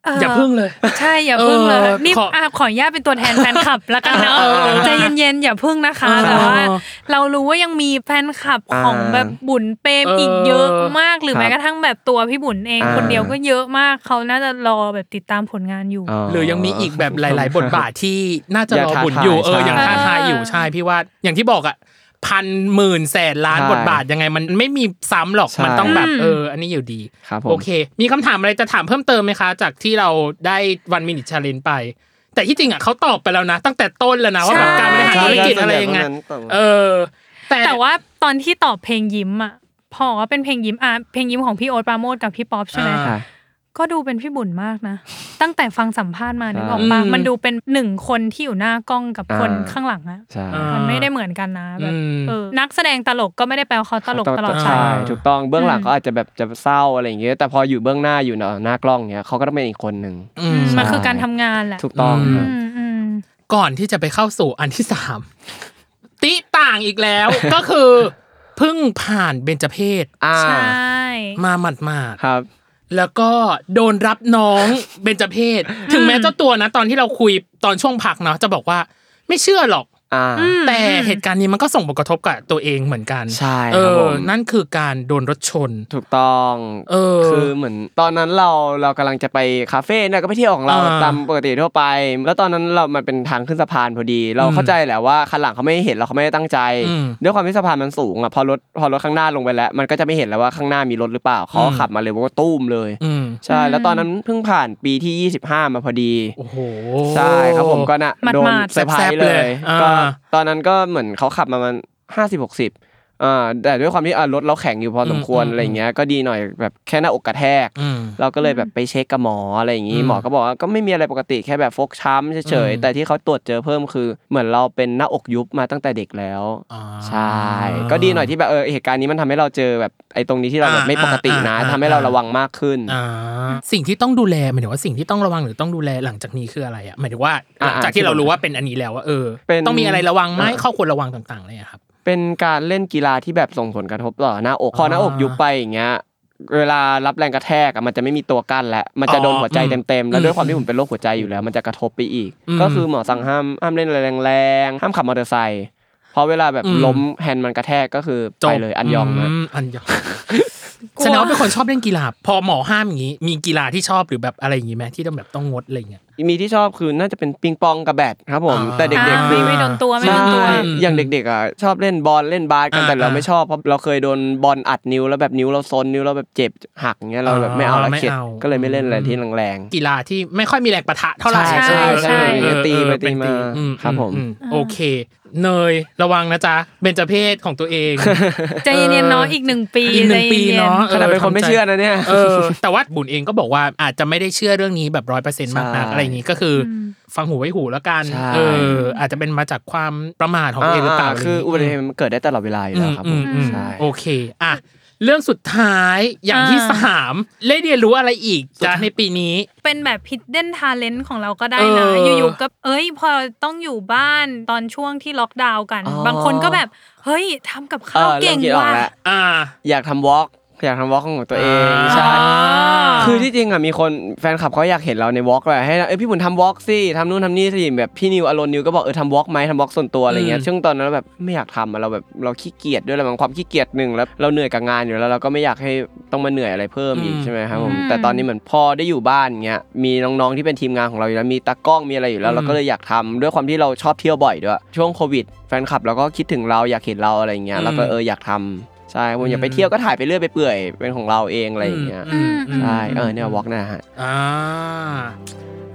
Speaker 2: เ
Speaker 1: อย่าพึ่งเลย
Speaker 2: ใช่อย่าพึ่งเลย
Speaker 1: เออ
Speaker 2: นี่
Speaker 1: ขอ
Speaker 2: อ่ะขออนุญาตเป็นตัวแทนแฟนคลับละกันเนาะ
Speaker 1: เออเออ
Speaker 2: ใจเย็นๆอย่าพึ่งนะคะ
Speaker 1: เออ
Speaker 2: แต่ว่า เรารู้ว่ายังมีแฟนคลับของ
Speaker 3: อ่า
Speaker 2: แบบบุญเปรม
Speaker 1: เอออี
Speaker 2: อีกเยอะมากหรือ
Speaker 3: ครับ
Speaker 2: แม้กระทั่งแบบตัวพี่บุญเอง
Speaker 3: อ่า
Speaker 2: คนเดียวก็เยอะมากเขาน่าจะรอแบบติดตามผลงานอยู่
Speaker 1: หรือยังมีอีกแบบหลาย ๆ บทบาทที่น่าจะ
Speaker 3: อย่าร
Speaker 1: อ
Speaker 3: ท้า
Speaker 1: บุญอยู่
Speaker 3: ทาย
Speaker 1: เอออย่าง
Speaker 3: ใช่
Speaker 1: ท้าทายอยู่
Speaker 2: เออ
Speaker 1: ใช่พี่ว่าอย่างที่บอกอ่ะพันหมื่นแสนล้าน
Speaker 3: ใช่
Speaker 1: บทบาทยังไงมันไม่มีซ้ำหรอก
Speaker 3: ใช่
Speaker 1: มันต้องแบบเออ อันนี้อยู่ดี
Speaker 3: ครับผม
Speaker 1: โอเค มีคำถามอะไรจะถามเพิ่มเติมไหมคะ จากที่เราได้วันมินิชาเลนไป แต่ที่จริงอ่ะเขาตอบไปแล้วนะ ตั้งแต่ต้นแล้วนะว่าแบบการบริหารธุรกิจอะไรยังไง เออ แต่
Speaker 2: แต่ว่าตอนที่ตอบเพลงยิ้มอ่ะพอว่าเป็นเพลงยิ้มอ่ะเพลงยิ้มของพี่โอ๊ตปราโมทกับพี่ป๊อปใช่ไหม
Speaker 1: อ่า
Speaker 2: ก็ดูเป็นพี่บุญมากนะ ตั้งแต่ฟังสัมภาษณ์มานึกออกปะ
Speaker 1: อืม
Speaker 2: มันดูเป็นหนึ่งคนที่อยู่หน้ากล้องกับคน
Speaker 3: อ่า
Speaker 2: ข้างหลังอะ
Speaker 3: ใช่
Speaker 1: อ่า
Speaker 2: มันไม่ได้เหมือนกันนะแบบ
Speaker 1: อืม
Speaker 2: เออนักแสดงตลกก็ไม่ได้แปลว่าเขาตลกตลอดไป
Speaker 3: ใช่
Speaker 1: ไป
Speaker 3: ถูกต้องเบื้องหลัง
Speaker 2: อืม
Speaker 3: เขาอาจจะแบบจะเศร้าอะไรอย่างเงี้ยแต่พออยู่เบื้องหน้าอยู่เนาะหน้ากล้องเนี้ยเขาก็ต้องเป็นอีกคนหนึ่ง
Speaker 1: อื
Speaker 2: อื
Speaker 1: ม
Speaker 2: มมันคือ
Speaker 3: ใช่
Speaker 2: การทำงานแหละ
Speaker 3: ถูกต้องครับ
Speaker 2: อืมอืม
Speaker 1: ก่อนที่จะไปเข้าสู่อันที่สาม ติต่างอีกแล้ว ก็คือเพิ่งผ่านเบญจเพศ
Speaker 3: อ่า
Speaker 2: ใช่
Speaker 1: มาหมาด
Speaker 3: ครับ
Speaker 1: ๆแล้วก็โดนรับน้ องเบญจเพศถึงแม้เจ้าตัวนะ ตอนที่เราคุยตอนช่วงพักเนาะจะบอกว่าไม่เชื่อหรอก
Speaker 3: อ่า
Speaker 1: แต่เหตุการณ์นี้มันก็ส่งผลกระทบกับตัวเองเหมือนกัน
Speaker 3: ใช่
Speaker 1: เอ
Speaker 3: ครับ
Speaker 1: อ
Speaker 3: ผม
Speaker 1: นั่นคือการโดนรถชน
Speaker 3: ถูกต้อง
Speaker 1: เออ
Speaker 3: คือเหมือนตอนนั้นเราเรากำลังจะไปคาเฟ่เนี่ยก็ไปเที่ยวของเรา
Speaker 1: อ่า
Speaker 3: ตามปกติทั่วไป แล้วตอนนั้นเรามันเป็นทางขึ้นสะพานพอดี เรา
Speaker 1: อืม
Speaker 3: เข้าใจแหละว่าคันหลังเขาไม่เห็นเราเขาไม่ได้ตั้งใจ
Speaker 1: อืม
Speaker 3: ด้วยความที่สะพานมันสูงอ่ะพอรถพอรถข้างหน้าลงไปแล้ว มันก็จะไม่เห็นแล้วว่าข้างหน้ามีรถหรือเปล่าเขาก็
Speaker 1: อืม
Speaker 3: ขับมาเลยว่าตู้มเลย
Speaker 1: อืม
Speaker 3: ใช่แล้วตอนนั้นเพิ่งผ่านปีที่ 25 มาพอดี
Speaker 1: โอ้โห
Speaker 3: ใช่ครับผมก็น่ะโดน
Speaker 2: หมาดๆ
Speaker 3: เซอร์ไพร
Speaker 1: แซ่บ
Speaker 3: ส์
Speaker 1: ๆ
Speaker 3: เล
Speaker 1: เลย
Speaker 3: ย
Speaker 1: อ่า
Speaker 3: ก็ตอนนั้นก็เหมือนเขาขับมามันห้าสิบหกสิบอ่าแต่ด้วยความที่อ่ารถเราแข็งอยู่พอสมควร
Speaker 1: อืม
Speaker 3: อะไรเงี้ยก็ดีหน่อยแบบแค่หน้าอกกระแทก
Speaker 1: อืม
Speaker 3: เราก็เลยแบบไปเช็คกับหมออะไรอย่างงี้
Speaker 1: อืม
Speaker 3: หมอก็บอกว่าก็ไม่มีอะไรปกติแค่แบบฟกช้ำเฉย
Speaker 1: อืม
Speaker 3: ๆแต่ที่เขาตรวจเจอเพิ่มคือเหมือนเราเป็นหน้าอกยุบมาตั้งแต่เด็กแล้ว
Speaker 1: อ่า
Speaker 3: ใช่ ก็ดีหน่อยที่แบบเออเหตุการณ์นี้มันทำให้เราเจอแบบไอ้ตรงนี้ที่เราแบบไม่ปกตินะ
Speaker 1: อ่าอ่า
Speaker 3: ทำให้เราระวังมากขึ้น
Speaker 1: อ่าสิ่งที่ต้องดูแลหมายถึงว่าสิ่งที่ต้องระวังหรือต้องดูแลหลังจากนี้คืออะไรอ่ะหมายถึงว่าห
Speaker 3: อ่า
Speaker 1: ลังจากที่เรารู้ว่าเป็นอันนี้แล้วว่าเออ
Speaker 3: เป็น
Speaker 1: ต้องมีอะไรระวังไหม
Speaker 3: อ่า
Speaker 1: ข้อควรระวังต่างๆเลยอะครับ
Speaker 3: เป็นการเล่นกีฬาที่แบบส่งผลกระทบต่อหน้าอกพอหน้าอกยุบไปอย่างเงี้ย เวลารับแรงกระแทกอะมันจะไม่มีตัวกั้นแล้วมันจะโดน
Speaker 1: อ๋อ
Speaker 3: หัวใจ
Speaker 1: อืม
Speaker 3: เต็มๆแล้วด้วยความ
Speaker 1: อืม
Speaker 3: ที่ผมเป็นโรคหัวใจอยู่แล้ว มันจะกระทบไปอีก
Speaker 1: อืม
Speaker 3: ก็คือหมอสั่งห้ามห้ามเล่นอะไรแรงๆห้ามขับมอเตอร์ไซค์เพราะเวลาแบบ
Speaker 1: อืม
Speaker 3: ล้มแฮนด์มันกระแทกก็คือ
Speaker 1: จ
Speaker 3: ไป
Speaker 1: บ
Speaker 3: เลยอันยองนะ
Speaker 1: มอัน ยองแสดงว่าเป็นคนชอบเล่นกีฬา พอหมอห้ามอย่างนี้ มีกีฬาที่ชอบหรือแบบอะไรอย่างนี้ไหมที่ต้องแบบต้องงดอะไรอย่างเงี้ย
Speaker 3: มีที่ชอบคือน่าจะเป็นปิงปองกับแบดครับผม
Speaker 1: อ่า
Speaker 3: แต่
Speaker 2: อ่า
Speaker 3: เด็กๆ
Speaker 1: คื
Speaker 3: คือ อ
Speaker 2: ไม่โดนตัวไม่
Speaker 3: ใช่
Speaker 2: โดนตัว
Speaker 3: อย่างเด็กๆอ่ะชอบเล่นบอลเล่นบาสกัน
Speaker 1: อ่า
Speaker 3: แต่เรา
Speaker 1: อ่า
Speaker 3: ไม่ชอบเพราะเราเคยโดนบอลอัดนิ้วแล้วแบบนิ้วเราซนนิ้วเราแบบเจ็บหักเงี้ยเราแบบไม่เอาละเข็ดก็เลยไม่เล่นอะไรที่แรงๆ
Speaker 1: กีฬาที่ไม่ค่อยมีแรงปะทะเท่าไหร่
Speaker 3: ใช่ใช่
Speaker 2: ใช่
Speaker 1: เออ
Speaker 3: ตีไป
Speaker 1: เออเป็น
Speaker 3: ตีมา
Speaker 1: อื
Speaker 3: ครับผม
Speaker 1: อืโอเค เนยระวังนะจ๊ะเบญจเพศของตัวเอง
Speaker 2: ใจเย็นๆเนาะอีกหนึ่งปี
Speaker 1: อีกหนึ่งปี
Speaker 2: ใจย็ๆ
Speaker 1: เนาะ
Speaker 3: ขนาดเป็นคนไม่เชื่อนะเนี่ย
Speaker 1: เออ แต่ว่าบุญเองก็บอกว่าอาจจะไม่ได้เชื่อเรื่องนี้แบบร้อยเปอร์เซ็นต์มากนัก
Speaker 3: ใช่
Speaker 1: อะไรอย่างนี้ก็คือ
Speaker 2: ม
Speaker 1: ฟังหูไว้หูแล้วกัน
Speaker 3: ใช่
Speaker 1: เอออาจจะเป็นมาจากความประมาทของตัวเองหรือเปล่าะไร
Speaker 3: คื
Speaker 1: ย่างี้
Speaker 3: องอุบัติเหตุมันเกิดได้ตลอดเวลาอยู่แล้วครับผ
Speaker 1: อื
Speaker 3: ม
Speaker 1: มอืม
Speaker 3: ใช่
Speaker 1: โอเคอ่ะเรื่องสุดท้ายอย่างที่
Speaker 2: อ่า
Speaker 1: สามได้เรียนรู้อะไรอีกจ้ะในปีนี้
Speaker 2: เป็นแบบ hidden talent ของเราก็ได้นะ
Speaker 1: เออ
Speaker 2: อยู่ๆก็เอ้ย พอต้องอยู่บ้านตอนช่วงที่ล็อกดาวน์กัน
Speaker 3: อ๋อบ
Speaker 2: างคนก็แบบ เฮ้ยทำกับข้าว
Speaker 3: เออเริ่
Speaker 2: เก่
Speaker 3: ม
Speaker 2: ง
Speaker 3: คิดออก
Speaker 2: ว่ะ
Speaker 3: แล้ว
Speaker 1: ่า
Speaker 3: อยากทำวอล์กอยากทำวอล์กของตัวเอง
Speaker 1: อ่า
Speaker 3: ใช่
Speaker 2: อ่า
Speaker 3: คือที่จริงอ่ะมีคนแฟนคลับเขาอยากเห็นเราในวอล์กเลยให้เอ้ยพี่บุญทำวอล์กสิทำนู่นทำนี่สิแบบพี่นิวอารอนนิวก็บอกเออทำวอล์กไหมทำวอล์กส่วนตัวอะไรเงี้
Speaker 1: อื
Speaker 3: ย
Speaker 1: ม
Speaker 3: ซึ่งตอนนั้นแบบไม่อยากทำอะเราแบบเราขี้เกียจด้วยแหละบางความขี้เกียจหนึ่งแล้วเราเหนื่อยกับงานอยู่แล้วเราก็ไม่อยากให้ต้องมาเหนื่อยอะไรเพิ่มอีกใช่ไหมครับผม
Speaker 2: อืม
Speaker 3: แต่ตอนนี้เหมือนพอได้อยู่บ้านเงี้ยมีน้องๆที่เป็นทีมงานของเราอยู่แล้วมีตากล้องมีอะไรอยู่แล้วเราก็เลยอยากทำด้วยความที่เราชอบเที่ยวบ่อยด้วยช่วงโควิดแฟนคลับเราก็คิดถึงเราอยากเห็นเราอะไรเงี้ยเราก็เอออยากทำใช่ครับผมอยากไปเที่ยวก็ถ่ายไปเรื่อยไปเปื่อยเป็นของเราเองอะไรอย่างเงี้ย
Speaker 1: อืม
Speaker 3: ใช่ เออ เนี่ย วอล์กนะฮะ
Speaker 1: อ่า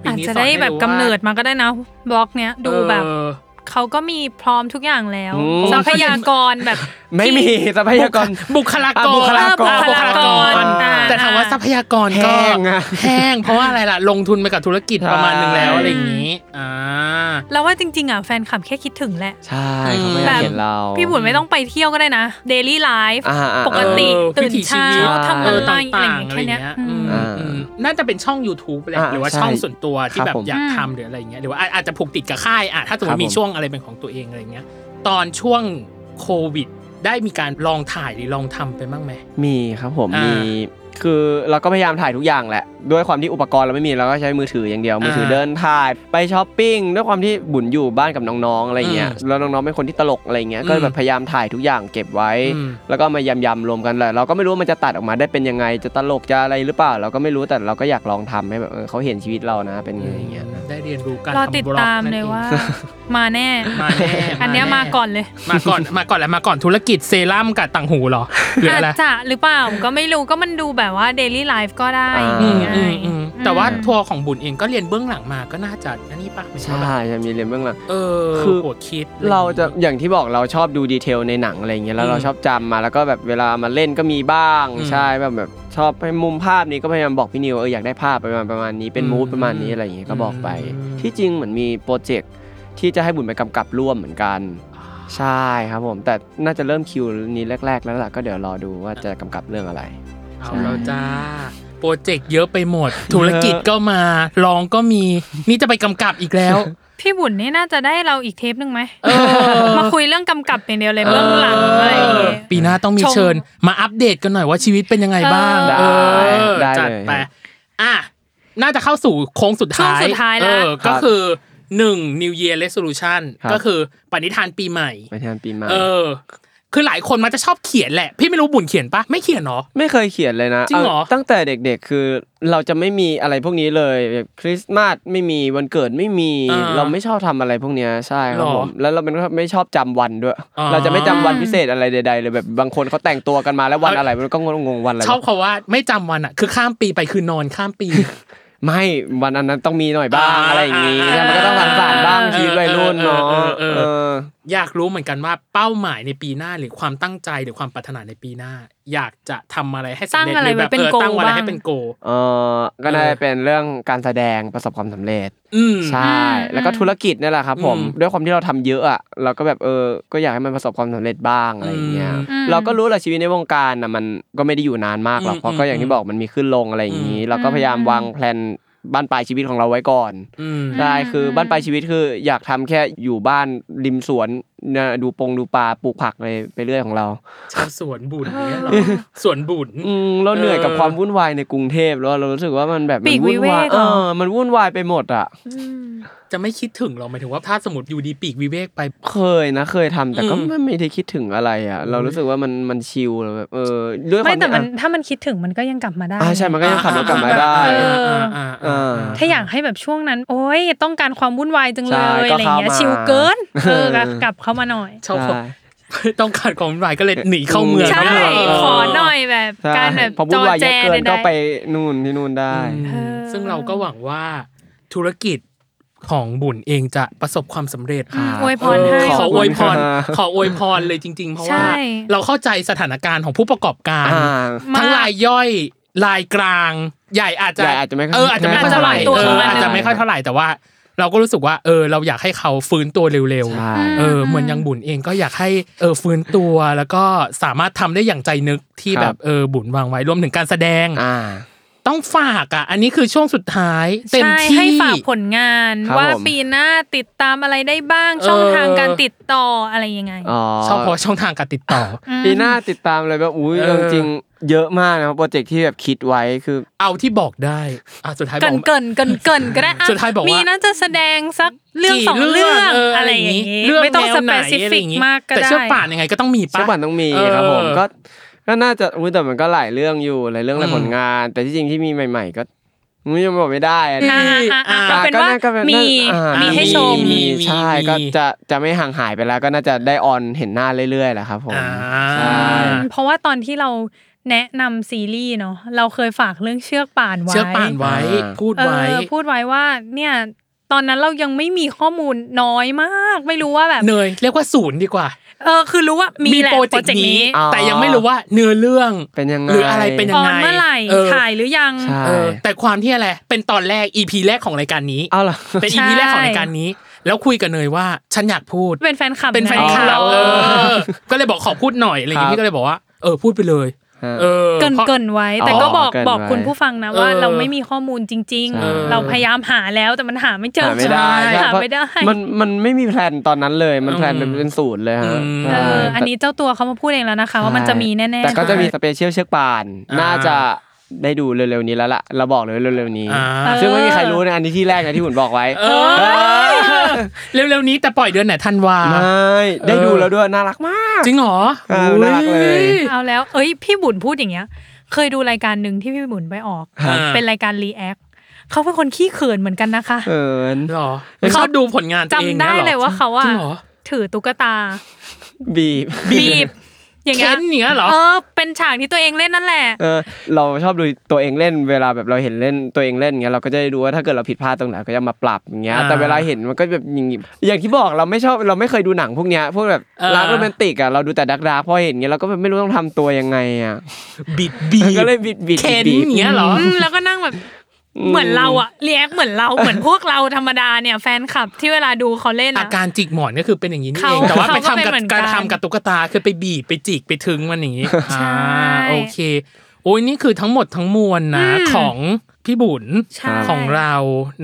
Speaker 1: ปี
Speaker 2: อาจ
Speaker 1: นี้
Speaker 2: จะ
Speaker 1: สน
Speaker 2: ได้
Speaker 1: ให้
Speaker 2: แบบ
Speaker 1: รู้
Speaker 2: กำ
Speaker 1: ว่า
Speaker 2: เนิดมาก็ได้นะบล็อกเนี้ยดูแบบ
Speaker 1: เออ
Speaker 2: เขาก็มีพร้อมทุกอย่างแล้ว
Speaker 3: อืม
Speaker 2: ทรัพยากรแบบ
Speaker 3: ไม่มี ทรัพยากร
Speaker 1: บุคลากร
Speaker 3: อ่ะบุคลากร
Speaker 1: อ่ะบุคลากร
Speaker 3: อ่า
Speaker 1: แต่ถามว่าทรัพยากรก็
Speaker 3: แห้งอะ
Speaker 1: แห้งเพราะว่าอะไรล่ะ ลงทุนไปกับธุรกิจประมาณหนึงแล้ว
Speaker 3: ใช่
Speaker 1: อะไรอย่างนี้อ่า
Speaker 2: เราว่าจริงๆอ่ะแฟนคลับแค่คิดถึงแหละ
Speaker 3: ใช่เขาไม่อยากเห็นเรา
Speaker 2: พี่บุญไม่ต้องไปเที่ยวก็ได้นะ daily life
Speaker 3: อ่าอ่าอ่า
Speaker 2: ปกติ
Speaker 1: เออ
Speaker 2: ตื่
Speaker 1: วิ
Speaker 2: น
Speaker 1: ถีชี
Speaker 2: เช้า
Speaker 1: วิต
Speaker 2: ทำ
Speaker 1: เอ
Speaker 2: อะ
Speaker 1: อ
Speaker 2: ไร
Speaker 1: ต่าง
Speaker 2: อะไรอย่า
Speaker 1: ๆ
Speaker 2: งเงี้
Speaker 1: อะไรเงี้
Speaker 2: ยแค่เนี้
Speaker 1: ย
Speaker 2: ย
Speaker 1: อืม
Speaker 2: อืม
Speaker 1: อืมน่าจะเป็นช่อง YouTube แหละ
Speaker 3: อ่ะ
Speaker 1: หรือว่า
Speaker 3: ใช่
Speaker 1: ช่องส่วนตัวที่แบบ
Speaker 3: ครับผม
Speaker 1: อยาก
Speaker 2: อื
Speaker 1: ทำ
Speaker 2: ม
Speaker 1: หรืออะไรอย่างเงี้ยหรือว่าอาจจะผูกติดกับค่ายอ่ะถ้าสมม
Speaker 3: ครั
Speaker 1: ติ
Speaker 3: บ
Speaker 1: มี
Speaker 3: ผม
Speaker 1: ช่วงอะไรเป็นของตัวเองอะไรเงี้ย ตอนช่วงโควิด ได้มีการลองถ่ายหรือลองทำไปบ้างไหม
Speaker 3: มีครับผม
Speaker 1: อ่ามี
Speaker 3: มี คือเราก็พยายามถ่ายทุกอย่างแหละ ด้วยความที่อุปกรณ์เราไม่มีเราก็ใช้มือถืออย่างเดียว มือถืออา เดินถ่าย ไปช้อปปิ้ง ด้วยความที่บุญอยู่บ้านกับน้องๆ อะไรเงี้ย
Speaker 1: อืม
Speaker 3: แล้วน้องๆ เป็นคนที่ตลกอะไรเงี้ย
Speaker 1: อืม
Speaker 3: ก็แบบพยายามถ่ายทุกอย่างเก็บไว้
Speaker 1: อืม
Speaker 3: แล้วก็มายำๆรวมกันแหละ เราก็ไม่รู้ว่ามันจะตัดออกมาได้เป็นยังไง จะตลกจะอะไรหรือเปล่า เราก็ไม่รู้ แต่เราก็อยากลองทำให้แบบเออเขาเห็นชีวิตเรานะ เป็นไงอย่างเงี้ย
Speaker 1: ได้เรียนรู้การ
Speaker 2: รอ
Speaker 1: ทำบล็อก
Speaker 2: ติดตามเลย ว่า มาแน่
Speaker 1: มาแน่
Speaker 2: อันเนี้ยมาก่อนเลย
Speaker 1: มาก่อนมาก่อนแล้วมาก่อนธุรกิจเซรั่มกับต่างหูเหรอหรือ
Speaker 2: อา
Speaker 1: อะ
Speaker 2: จ
Speaker 1: ไร
Speaker 2: จะหรือเปล่าก็ไม่รู้ก็มันดูแบบว่า daily life ก็ได้
Speaker 3: อ่า
Speaker 1: อืม
Speaker 2: ง่
Speaker 1: อืม
Speaker 2: ย
Speaker 1: อืม
Speaker 2: ๆ
Speaker 1: แต่ว่า
Speaker 2: อืม
Speaker 1: ทัวร์ของบุญเองก็เรียนเบื้องหลังมาก็น่าจะอันนี้ปะหมายถึงว่าแบบ
Speaker 3: ใช่จะมีเรียนเบื้องหลัง
Speaker 1: เออ
Speaker 3: คือ
Speaker 1: หัวคิด
Speaker 3: เราจะอย่างที่บอกเราชอบดูดีเทลในหนังอะไรอย่างเงี้ยแล้ว
Speaker 1: อืม
Speaker 3: เราชอบจำมาแล้วก็แบบเวลามาเล่นก็มีบ้าง
Speaker 1: อืม
Speaker 3: ใช่แบบแบบชอบให้มุมภาพนี้ก็พยายามบอกพี่นิวเอออยากได้ภาพประมาณประมาณนี้เป็น
Speaker 1: อืม
Speaker 3: มูดประมาณนี้อะไรอย่างเงี้ยก็บอกไป
Speaker 1: อืม
Speaker 3: ที่จริงเหมือนมีโปรเจกต์ที่จะให้บุญไปกำกับร่วมเหมือนกัน ใช่ครับผม แต่น่าจะเริ่มคิวนี้แรก ๆ แล้วล่ะก็เดี๋ยวรอดูว่าจะกำกับเรื่องอะไร
Speaker 1: เอาแล้วจ้า โปรเจกต์เยอะไปหมด ธุรกิจก็มาลองก็มี นี่จะไปกำกับอีกแล้ว
Speaker 2: พี่บุญนี่น่าจะได้เราอีกเทปหนึ่งไหม
Speaker 1: เออ
Speaker 2: มาคุยเรื่องกำกับอย่างเดียวเลยเบื้องหลังอะไรอย่างเงี้ย
Speaker 1: ปีหน้าต้องมี
Speaker 2: ชม
Speaker 1: เชิญ มาอัปเดตกันหน่อยว่าชีวิตเป็นยังไงบ้าง
Speaker 3: เออ
Speaker 1: ออ
Speaker 3: ได้ได้
Speaker 1: จัด
Speaker 3: เลย
Speaker 1: ไปอ่ะน่าจะเข้าสู่โค้งสุดท้าย
Speaker 2: ช่วงสุดท้ายแล้ว
Speaker 1: เออก็คือ 1 New Year Resolution
Speaker 3: ครับ
Speaker 1: ก็คือปณิธานปีใหม่
Speaker 3: ไปทานปีใหม่
Speaker 1: เออ คือหลายคนมันจะชอบเขียนแหละ พี่ไม่รู้บุญเขียนปะไม่เขียนเนาะ
Speaker 3: ไม่เคยเขียนเลยนะ
Speaker 1: จริงเหรอ
Speaker 3: าตั้งแต่เด็กๆคือเราจะไม่มีอะไรพวกนี้เลยแบบคริสต์มาสไม่มีวันเกิดไม่มี
Speaker 1: อ่า
Speaker 3: เราไม่ชอบทำอะไรพวกเนี้ยใช่ครับ
Speaker 1: หรอ
Speaker 3: ผมแล้วเราเป็นคนไม่ชอบจำวันด้วย
Speaker 1: อ่า
Speaker 3: เราจะไม่จำวันพิเศษอะไรใดๆเลยแบบบางคนเขาแต่งตัวกันมาแล้ววันอะไรมันก็งงๆวันอะไร
Speaker 1: ชอบคำว่าไม่จำวันอ่ะ คือข้ามปีไปคือนอนข้ามปี
Speaker 3: ไม่วันอันนั้นต้องมีหน่อยบ้าง
Speaker 1: อ่า
Speaker 3: อะไรอย่างนี้
Speaker 1: อ่า
Speaker 3: มันก็ต้องหลังสารบ้าง
Speaker 1: เออ
Speaker 3: ชีวิตวัยรุ่นเนาะ
Speaker 1: เออเออเออ
Speaker 3: เออ
Speaker 1: อยากรู้เหมือนกันว่าเป้าหมายในปีหน้าหรือความตั้งใจหรือความปรารถนาในปีหน้า อยากจะทำอะไรให้สำเร็จ
Speaker 2: ตั้งอะไร
Speaker 1: หแบ
Speaker 2: ไว้
Speaker 1: บ
Speaker 2: เป็น
Speaker 1: ออ
Speaker 2: goal
Speaker 1: ตั้งอะไร
Speaker 2: บ้าง
Speaker 1: ให้เป็นโกล
Speaker 3: เออก็น่า
Speaker 1: เออ
Speaker 3: จะเป็นเรื่องการแสดงประสบความสำเร็จ
Speaker 1: อืม
Speaker 3: ใช่ แล้วก็ธุรกิจเนี่ยแหละครับผม
Speaker 1: อืม
Speaker 3: ด้วยความที่เราทำเยอะอ่ะ เราก็แบบเออ ก็อยากให้มันประสบความสำเร็จบ้างอะไรอย่างเงี้ย
Speaker 1: อืม
Speaker 2: อืม
Speaker 3: เราก็รู้แหละชีวิตในวงการน่ะมันก็ไม่ได้อยู่นานมากหรอก
Speaker 1: อืม
Speaker 3: เพราะก็อย่างที่บอกมันมีขึ้นลงอะไรอย่างนี้
Speaker 1: อืม
Speaker 3: เราก็พยายามวางแผนบ้านปลายชีวิตของเราไว้ก่อน
Speaker 1: อืม
Speaker 3: ใช่ คือบ้านปลายชีวิตคืออยากทำแค่อยู่บ้านริมสวน เนี่ยดูปงดูปลาปลูกผักเลยไปเรื่อยของเรา
Speaker 1: ชาวสวนบุญเนี่ยเหรอสวนบุญ
Speaker 3: อืมเราเหนื่อยกับ
Speaker 1: เออ
Speaker 3: ความวุ่นวายในกรุงเทพแล้วเรารู้สึกว่ามันแบบ
Speaker 2: ปี
Speaker 3: มัน
Speaker 2: ก
Speaker 3: วุ่นวาย
Speaker 2: วิเวก
Speaker 3: เอ
Speaker 2: เหรอ
Speaker 3: อมันวุ่นวายไปหมดอ่ะ
Speaker 1: จะไม่คิดถึงหรอกหมายถึงว่าถ้าสมมติอยู่ดีปีกวิเวกไป
Speaker 3: เคยนะเคยทำแต่ก็
Speaker 1: อืม
Speaker 3: ไม่ไม่ได้คิดถึงอะไรอ่ะ เรารู้สึกว่ามันมันชิลแล้วแบบเออด้วยควา
Speaker 2: ไม่
Speaker 3: ม
Speaker 2: แต่มัน
Speaker 3: ที่
Speaker 2: ถ้ามันคิดถึงมันก็ยังกลับมาได้
Speaker 3: อ่ะอ่าใช่มันก็ยังขับรถกลับมาได้
Speaker 2: เออ
Speaker 1: อ่าๆๆๆ
Speaker 3: เออ
Speaker 2: ถ้าอยากให้แบบช่วงนั้น โอ้ยต้องการความวุ่นวายจังเล
Speaker 3: ใช่
Speaker 2: ย
Speaker 3: ก็
Speaker 2: อะไรเงี้ย
Speaker 3: เข้ามา
Speaker 2: ชิลเกินเออ
Speaker 3: เออ
Speaker 2: กลับเข้ามาหน่อย
Speaker 1: ชอบ
Speaker 3: ใช่
Speaker 1: ต้องการความวุ่นวายก็เลยหนีเข้าเมือง
Speaker 2: ใช่
Speaker 1: เอ
Speaker 2: ขอหน่อยแบบ
Speaker 3: ใช่
Speaker 2: การแบบ
Speaker 3: พอ
Speaker 2: จ
Speaker 3: วุ่
Speaker 2: อน
Speaker 3: วาย
Speaker 2: แจ
Speaker 3: เยอะเกิน
Speaker 2: ใด
Speaker 3: ก็
Speaker 2: ๆ
Speaker 3: ไปนู่นที่นู่นได้
Speaker 2: เออ
Speaker 1: ซึ่งเราก็หวังว่าธุรกิจของบุญเองจะประสบความสำเร็จ
Speaker 2: อืมอวยพร
Speaker 1: เออ
Speaker 2: ให้
Speaker 1: ขออวยพร
Speaker 3: ขอบคุณค่ะ
Speaker 1: ขออวยพรเลยจริง ๆ เพราะ
Speaker 2: ใช่
Speaker 1: ว่าเราเข้าใจสถานการณ์ของผู้ประกอบการ
Speaker 3: อ่า
Speaker 1: ทั้งรายย่อยรายกลาง ใหญ่อาจจะ
Speaker 3: ใหญ่อาจจะไม่ค่อย
Speaker 1: เอออาจจะไม่ค่อยเท่าไหร่
Speaker 2: อาจจะปรับตัว
Speaker 1: เอ
Speaker 2: ของ
Speaker 1: อ
Speaker 2: มัน
Speaker 1: อาจจะไม่ค่อยเท่าไหร่แต่ว่า เราก็รู้สึกว่า เออ เราอยากให้เขาฟื้นตัวเร็ว
Speaker 3: ใช่
Speaker 1: ๆเออเหมือนอยังบุญเองก็อยากให้เออฟื้นตัวแล้วก็สามารถทำได้อย่างใจนึกที่
Speaker 3: ครับ
Speaker 1: แบบเออบุญวางไว้รวมถึงการแสดง
Speaker 3: อ่า
Speaker 1: ต้องฝากอ่ะ อันนี้คือช่วงสุดท้ายเต็ม
Speaker 2: ใช่
Speaker 1: ที่
Speaker 2: ให้ฝากผลงาน
Speaker 3: ครับ
Speaker 2: ว่า
Speaker 3: ผม
Speaker 2: ปีหน้าติดตามอะไรได้บ้าง
Speaker 1: เออ
Speaker 2: ช่องทางการติดต่ออะไรยังไง
Speaker 3: อ๋อ
Speaker 1: ชอบเพราะช่องทางการติดต่อ
Speaker 2: ม
Speaker 3: ปีหน้าติดตามเลยแบบอุ้ย
Speaker 1: เออ
Speaker 3: เอาจริงเยอะมากนะครับโปรเจกต์ที่แบบคิดไว้คือ
Speaker 1: เอาที่บอกได้อ่ะสุดท้ายบ
Speaker 2: เก
Speaker 1: อก
Speaker 2: รินเกรินเกรินเกรินก็ได้ะ
Speaker 1: สุดท้ายบอกว่ามี
Speaker 2: น่าจะแสดงสักเรื่อง
Speaker 1: กี่
Speaker 2: สองเรื่อง
Speaker 1: เ
Speaker 2: อะไรอย่าง
Speaker 1: นี้
Speaker 2: งี้
Speaker 1: เรื่อง
Speaker 2: ไม่ต้อง
Speaker 1: แน
Speaker 2: ส
Speaker 1: วไห
Speaker 2: เป
Speaker 1: น
Speaker 2: ซิ
Speaker 1: อะไร
Speaker 2: ฟิ
Speaker 1: อก ย่งงี้
Speaker 2: มากก็
Speaker 1: แต่
Speaker 2: ได้
Speaker 1: เชือกป่านยังไงก็ต้องมีปะ
Speaker 3: เชื่อบันต้องมี
Speaker 1: เออ
Speaker 3: ครับผมก็ก็น่าจะอุ้ยแต่มันก็หลายเรื่องอยู่หลายเรื่องหลาย
Speaker 1: อืม
Speaker 3: ผลงาน แต่ที่จริงที่มีใหม่ ๆ ก็อุ๊ยยังบอกไม่ได้อะ
Speaker 1: อืม
Speaker 2: อ่าอ่าอ่า
Speaker 1: อ่า
Speaker 2: ก็เป็นว่า
Speaker 3: ก็น่ก็
Speaker 2: มี
Speaker 3: อ่า
Speaker 2: มีให้ชม
Speaker 1: มี
Speaker 3: มีใช่
Speaker 1: มี
Speaker 3: ก็จะจะไม่ห่างหายไปแล้วก็น่าจะได้ออนเห็นหน้าเรื่อยๆแหละครับผม
Speaker 1: อ่า
Speaker 3: ใช่
Speaker 2: เพราะว่าตอนที่เราแนะนำซีรีส์เนาะเราเคยฝากเรื่องเชือกป่านไว้
Speaker 1: เชือกป่านไว้
Speaker 3: อ่า
Speaker 1: พูด
Speaker 2: เอ
Speaker 1: ไว้
Speaker 2: อพูดไว้ว่าเนี่ยตอนนั้นเรายังไม่มีข้อมูลน้อยมาก ไม่รู้ว่าแบบ
Speaker 1: เนย เรียกว่าศูนย์ดีกว่า
Speaker 2: เออคือรู้ว่ามี
Speaker 1: มี
Speaker 2: แหละ
Speaker 1: โปร
Speaker 2: โปร
Speaker 1: เจ
Speaker 2: เจ
Speaker 1: ก
Speaker 2: กต์
Speaker 1: ต์นี้
Speaker 2: นี้
Speaker 3: อ๋อ
Speaker 1: แต่ยังไม่รู้ว่าเนื้อเรื่อง
Speaker 3: เป็นยังไง
Speaker 1: หรืออะไรเป็นยั
Speaker 2: อง อ
Speaker 1: ไง
Speaker 2: นเมื่อไหร่
Speaker 1: เออ
Speaker 2: ถ่ายหรือยัง
Speaker 3: ใช่
Speaker 1: เออ แต่ความที่อะไร เป็นตอนแรก EP แรกของรายการนี้
Speaker 3: เอาเหรอ
Speaker 1: เป็น
Speaker 2: ใช่
Speaker 1: EP แรกของรายการนี้ แล้วคุยกับเนยว่า ฉันอยากพูด
Speaker 2: เป็นแฟนคลับ
Speaker 1: เป็นแฟนคลับ
Speaker 2: ะ
Speaker 1: เอ
Speaker 2: เออ
Speaker 1: อ ก็เลยบอกขอพูดหน่อยอะไรอย่างงี้
Speaker 3: ครับ
Speaker 1: พี่ก็เลยบอกว่า เออ พูดไปเลย เออ
Speaker 2: เกรินเกรินไว้แต่
Speaker 3: อ๋อ
Speaker 2: ก็บอก
Speaker 3: เกริ่น
Speaker 2: บอก
Speaker 3: ไว้
Speaker 2: คุณผู้ฟังนะว่า
Speaker 1: เออ
Speaker 2: เราไม่มีข้อมูลจริง
Speaker 3: ใช่
Speaker 2: ๆ เราพยายามหาแล้วแต่มันหาไม่เจอ
Speaker 3: หาไม่ได้
Speaker 1: ใช่
Speaker 3: ใช่
Speaker 2: หาไม่ได้
Speaker 3: เพราะมันมันไม่มีแพลนตอนนั้นเลยมันแพลนเป็นเป็นศูนย์เลยฮะ
Speaker 1: อืม
Speaker 2: เอ
Speaker 3: ใช่
Speaker 2: ออันนี้เจ้าตัวเขามาพูดเองแล้วนะคะ ว่ามันจะมีแน่ๆ
Speaker 3: แต่ก็จะมี
Speaker 2: น
Speaker 3: สเปเชียลเชือกป่าน
Speaker 1: อ่า
Speaker 3: น่าจะได้ดูเร็วๆนี้แล้วล่ะเราบอกเลยเร็วๆนี้
Speaker 1: อ่า
Speaker 2: เออ
Speaker 3: ซึ่งไม่มีใครรู้นะอันนี้ที่แรกนะที่หุ่นบอกไว้
Speaker 1: เออเร็วๆนี้แต่ปล่อยเดือนไหนธันวา
Speaker 3: ไม่ได้ดูแล้วด้วยน่ารักมาก
Speaker 1: จริงเหรอ
Speaker 3: เออน่ารักเลย
Speaker 2: เอาแล้ว เอ้ยพี่บุญพูดอย่างเงี้ย เคยดูรายการหนึ่งที่พี่บุญไปออก
Speaker 1: อ่า
Speaker 2: เป็นรายการรีแอคเขาเป็นคนขี้เขินเหมือนกันนะคะ
Speaker 3: เอิน
Speaker 1: เหรอไม่ชอบดูผลงานตัวเอง
Speaker 2: จำได้
Speaker 1: นี่หรอ
Speaker 2: เลยว่าเขาอะ
Speaker 1: จริงเหรอ
Speaker 2: ถือตุ๊กตา
Speaker 3: บีบ
Speaker 2: บีบ อย่าง
Speaker 1: เค้
Speaker 2: เงี้ย
Speaker 1: นอย่างเงี้ยเหรอ
Speaker 2: เออเป็นฉากที่ตัวเองเล่นนั่นแหละ
Speaker 3: เออเราชอบดูตัวเองเล่นเวลาแบบเราเห็นเล่นตัวเองเล่นเงี้ยเราก็จะได้ดูว่าถ้าเกิดเราผิดพลาดตรงไหนก็จะมาปรับอย่างเงี้ย
Speaker 1: อ่า
Speaker 3: แต่เวลาเห็นมันก็แบบอย่างงี้อย่างที่บอกเราไม่ชอบเราไม่เคยดูหนังพวกเนี้ยพวกแบบ
Speaker 1: เออ
Speaker 3: รักโรแมนติกอ่ะเราดูแต่ดักดาร์กพอเห็นเงี้ยเราก็แบบไม่รู้ต้องทำตัวยังไงอ่ะ
Speaker 1: บิดบี
Speaker 3: ก็เลยบิดบิด
Speaker 1: เค้น
Speaker 3: บีบ
Speaker 1: อย่างเงี้ยเหรอ
Speaker 2: อืมแล้วก็นั่งแบบเหมือนเราอะเรียกเหมือน เราเหมือนพวกเราธรรมดาเนี่ย แฟนคลับที่เวลาดูเขาเล่น
Speaker 1: อา
Speaker 2: อะ
Speaker 1: การจิกหมอนก็คือเป็นอย่างนี้นี่
Speaker 2: เขา
Speaker 1: เองแต่ว่าไป
Speaker 2: เขา
Speaker 1: ทำ
Speaker 2: ก็เป็น
Speaker 1: กับ
Speaker 2: เหมือนกัน
Speaker 1: การทำกับตุ๊กตาคือไปบีบไปจิกไปถึงมันอย่างนี้
Speaker 2: ใช่
Speaker 1: อ่าโอเค โอ้ยนี่คือทั้งหมดทั้งมวลนะของพี่บุญ
Speaker 2: ใช่
Speaker 1: ของเรา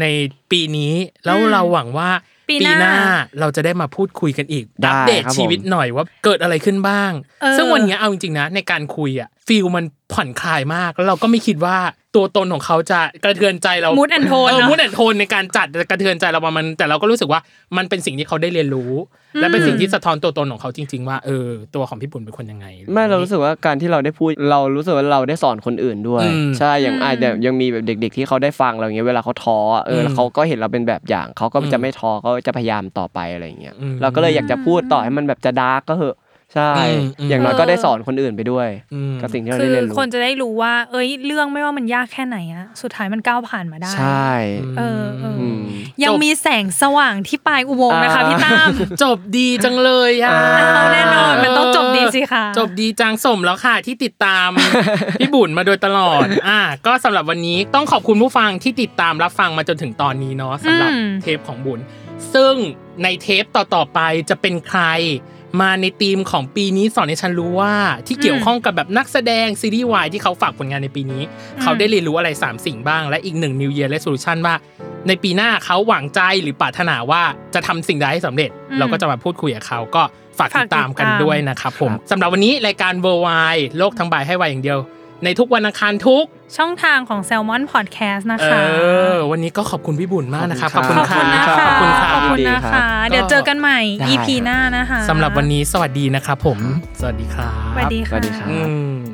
Speaker 1: ในปีนี้ แล้ว
Speaker 2: อืม
Speaker 1: เราหวังว่า
Speaker 2: ปีหน้า
Speaker 1: เราจะได้มาพูดคุยกันอีกอั
Speaker 3: ได้
Speaker 1: ปเดต
Speaker 3: ครับผม
Speaker 1: ชีวิตหน่อยว่าเกิดอะไรขึ้นบ้าง
Speaker 2: เออ
Speaker 1: ซึ่งวันเนี้ยเอาจริงๆนะในการคุยอะฟิลมันผ่อนคลายมาก แล้วเราก็ไม่คิดว่าตัวตนของเขาจะกระเทือนใจเรา
Speaker 2: มูดแอนโทน
Speaker 1: เออ
Speaker 2: เนอะ
Speaker 1: มูดแอนโทนในการจัดกระเทือนใจเราประมาณแต่เราก็รู้สึกว่ามันเป็นสิ่งที่เขาได้เรียนรู้ และเป็นสิ่งที่สะท้อนตัวตนของเขาจริง ๆ ว่าเออตัวของพี่ปุ่นเป็นคนยังไง
Speaker 3: ไม่เรารู้สึกว่าการที่เราได้พูดเรารู้สึกว่าเราได้สอนคนอื่นด้วย
Speaker 1: อืม
Speaker 3: ใช่อย่างอาจจะยังมีแบบเด็ก ๆ ที่เขาได้ฟังเราอย่างเงี้ยเวลาเขาท้ออ่ะเออแล้ว
Speaker 1: อืม
Speaker 3: เขาก็เห็นเราเป็นแบบอย่างเขาก็
Speaker 1: อืม
Speaker 3: จะไม่ท้อเขาจะพยายามต่อไปอะไรอย่างเงี้ย
Speaker 1: อืม
Speaker 3: เราก็เลยอยากจะพูดต่อให้มันแบบจะดาร์กก็เหอะใช่
Speaker 1: อืมอืม
Speaker 3: อย่างน้อยก็ได้สอนคนอื่นไปด้วย
Speaker 1: อืม
Speaker 3: กับสิ่งที่เรา
Speaker 2: คื
Speaker 3: ได้
Speaker 2: อ
Speaker 3: เรียนรู้
Speaker 2: คนจะได้รู้ว่า เอ้ย เรื่องไม่ว่ามันยากแค่ไหนอะสุดท้ายมันก้าวผ่านมาได้
Speaker 3: ใช่
Speaker 2: เออเอออ
Speaker 3: อืม
Speaker 2: ยั
Speaker 1: จ
Speaker 2: ง
Speaker 1: บ
Speaker 2: มีแสงสว่างที่ปลายอุโมงค์นะคะ
Speaker 3: อ่า
Speaker 2: พี่ตั้ม
Speaker 1: จบดีจังเลยอ่ะ
Speaker 2: เอาแน่นอนมันต้องจบดีสิคะ
Speaker 1: จบดีจังสมแล้วค่ะที่ติด ตาม พี่บุญมาโดยตลอด อ่ะก็สำหรับวันนี้ต้องขอบคุณผู้ฟังที่ติดตามรับฟังมาจนถึงตอนนี้เนาะสำหรับ
Speaker 2: อืม
Speaker 1: เทปของบุญ ซึ่งในเทปต่อๆไปจะเป็นใคร มาในธีมของปีนี้สอนให้ฉันรู้ว่า ที่เกี่ยวข้องกับแบบนักแสดงซีรีส์วายที่เขาฝากผลงานในปีนี้ เขาได้เรียนรู้อะไร 3 สิ่งบ้างและอีกหนึ่ง New Year Resolution ว่า ในปีหน้าเขาหวังใจหรือปรารถนาว่าจะทำสิ่งใดให้สำเร็จ
Speaker 2: อืม
Speaker 1: เราก็จะมาพูดคุยกับเขาก็ฝากติดตามกัน
Speaker 2: ฝากติดตาม
Speaker 1: ด้วยนะครับผมสำหรับวันนี้รายการเวอร์ไวโลกทั้งใบให้ไวอย่างเดียว ในทุกวันอังคารทุก
Speaker 2: ช่องทางของ Salmon Podcast นะ
Speaker 1: เอ
Speaker 2: คะ
Speaker 1: อ วันนี้ก็ขอบคุณพี่บุญมากนะครับ ข
Speaker 3: ข
Speaker 1: อ
Speaker 3: อ
Speaker 1: บบ
Speaker 3: คุ
Speaker 1: คุณ
Speaker 3: ณ
Speaker 2: ขอบ
Speaker 1: ค่ะขอบ
Speaker 2: คุณนะคะ
Speaker 1: คุณค่ะ
Speaker 2: ขอบคุณนะ
Speaker 3: ครั
Speaker 2: คะ
Speaker 3: บ
Speaker 2: เดี๋ยวเจอกันใหม่
Speaker 3: ได้
Speaker 2: EP หน้านะคะ
Speaker 1: สำหรับวันนี้สวัสดีนะครับผม สวัสดีครับ
Speaker 2: สวัสดี
Speaker 3: สวั
Speaker 2: ค่ะ
Speaker 3: สดีครับ
Speaker 1: อืม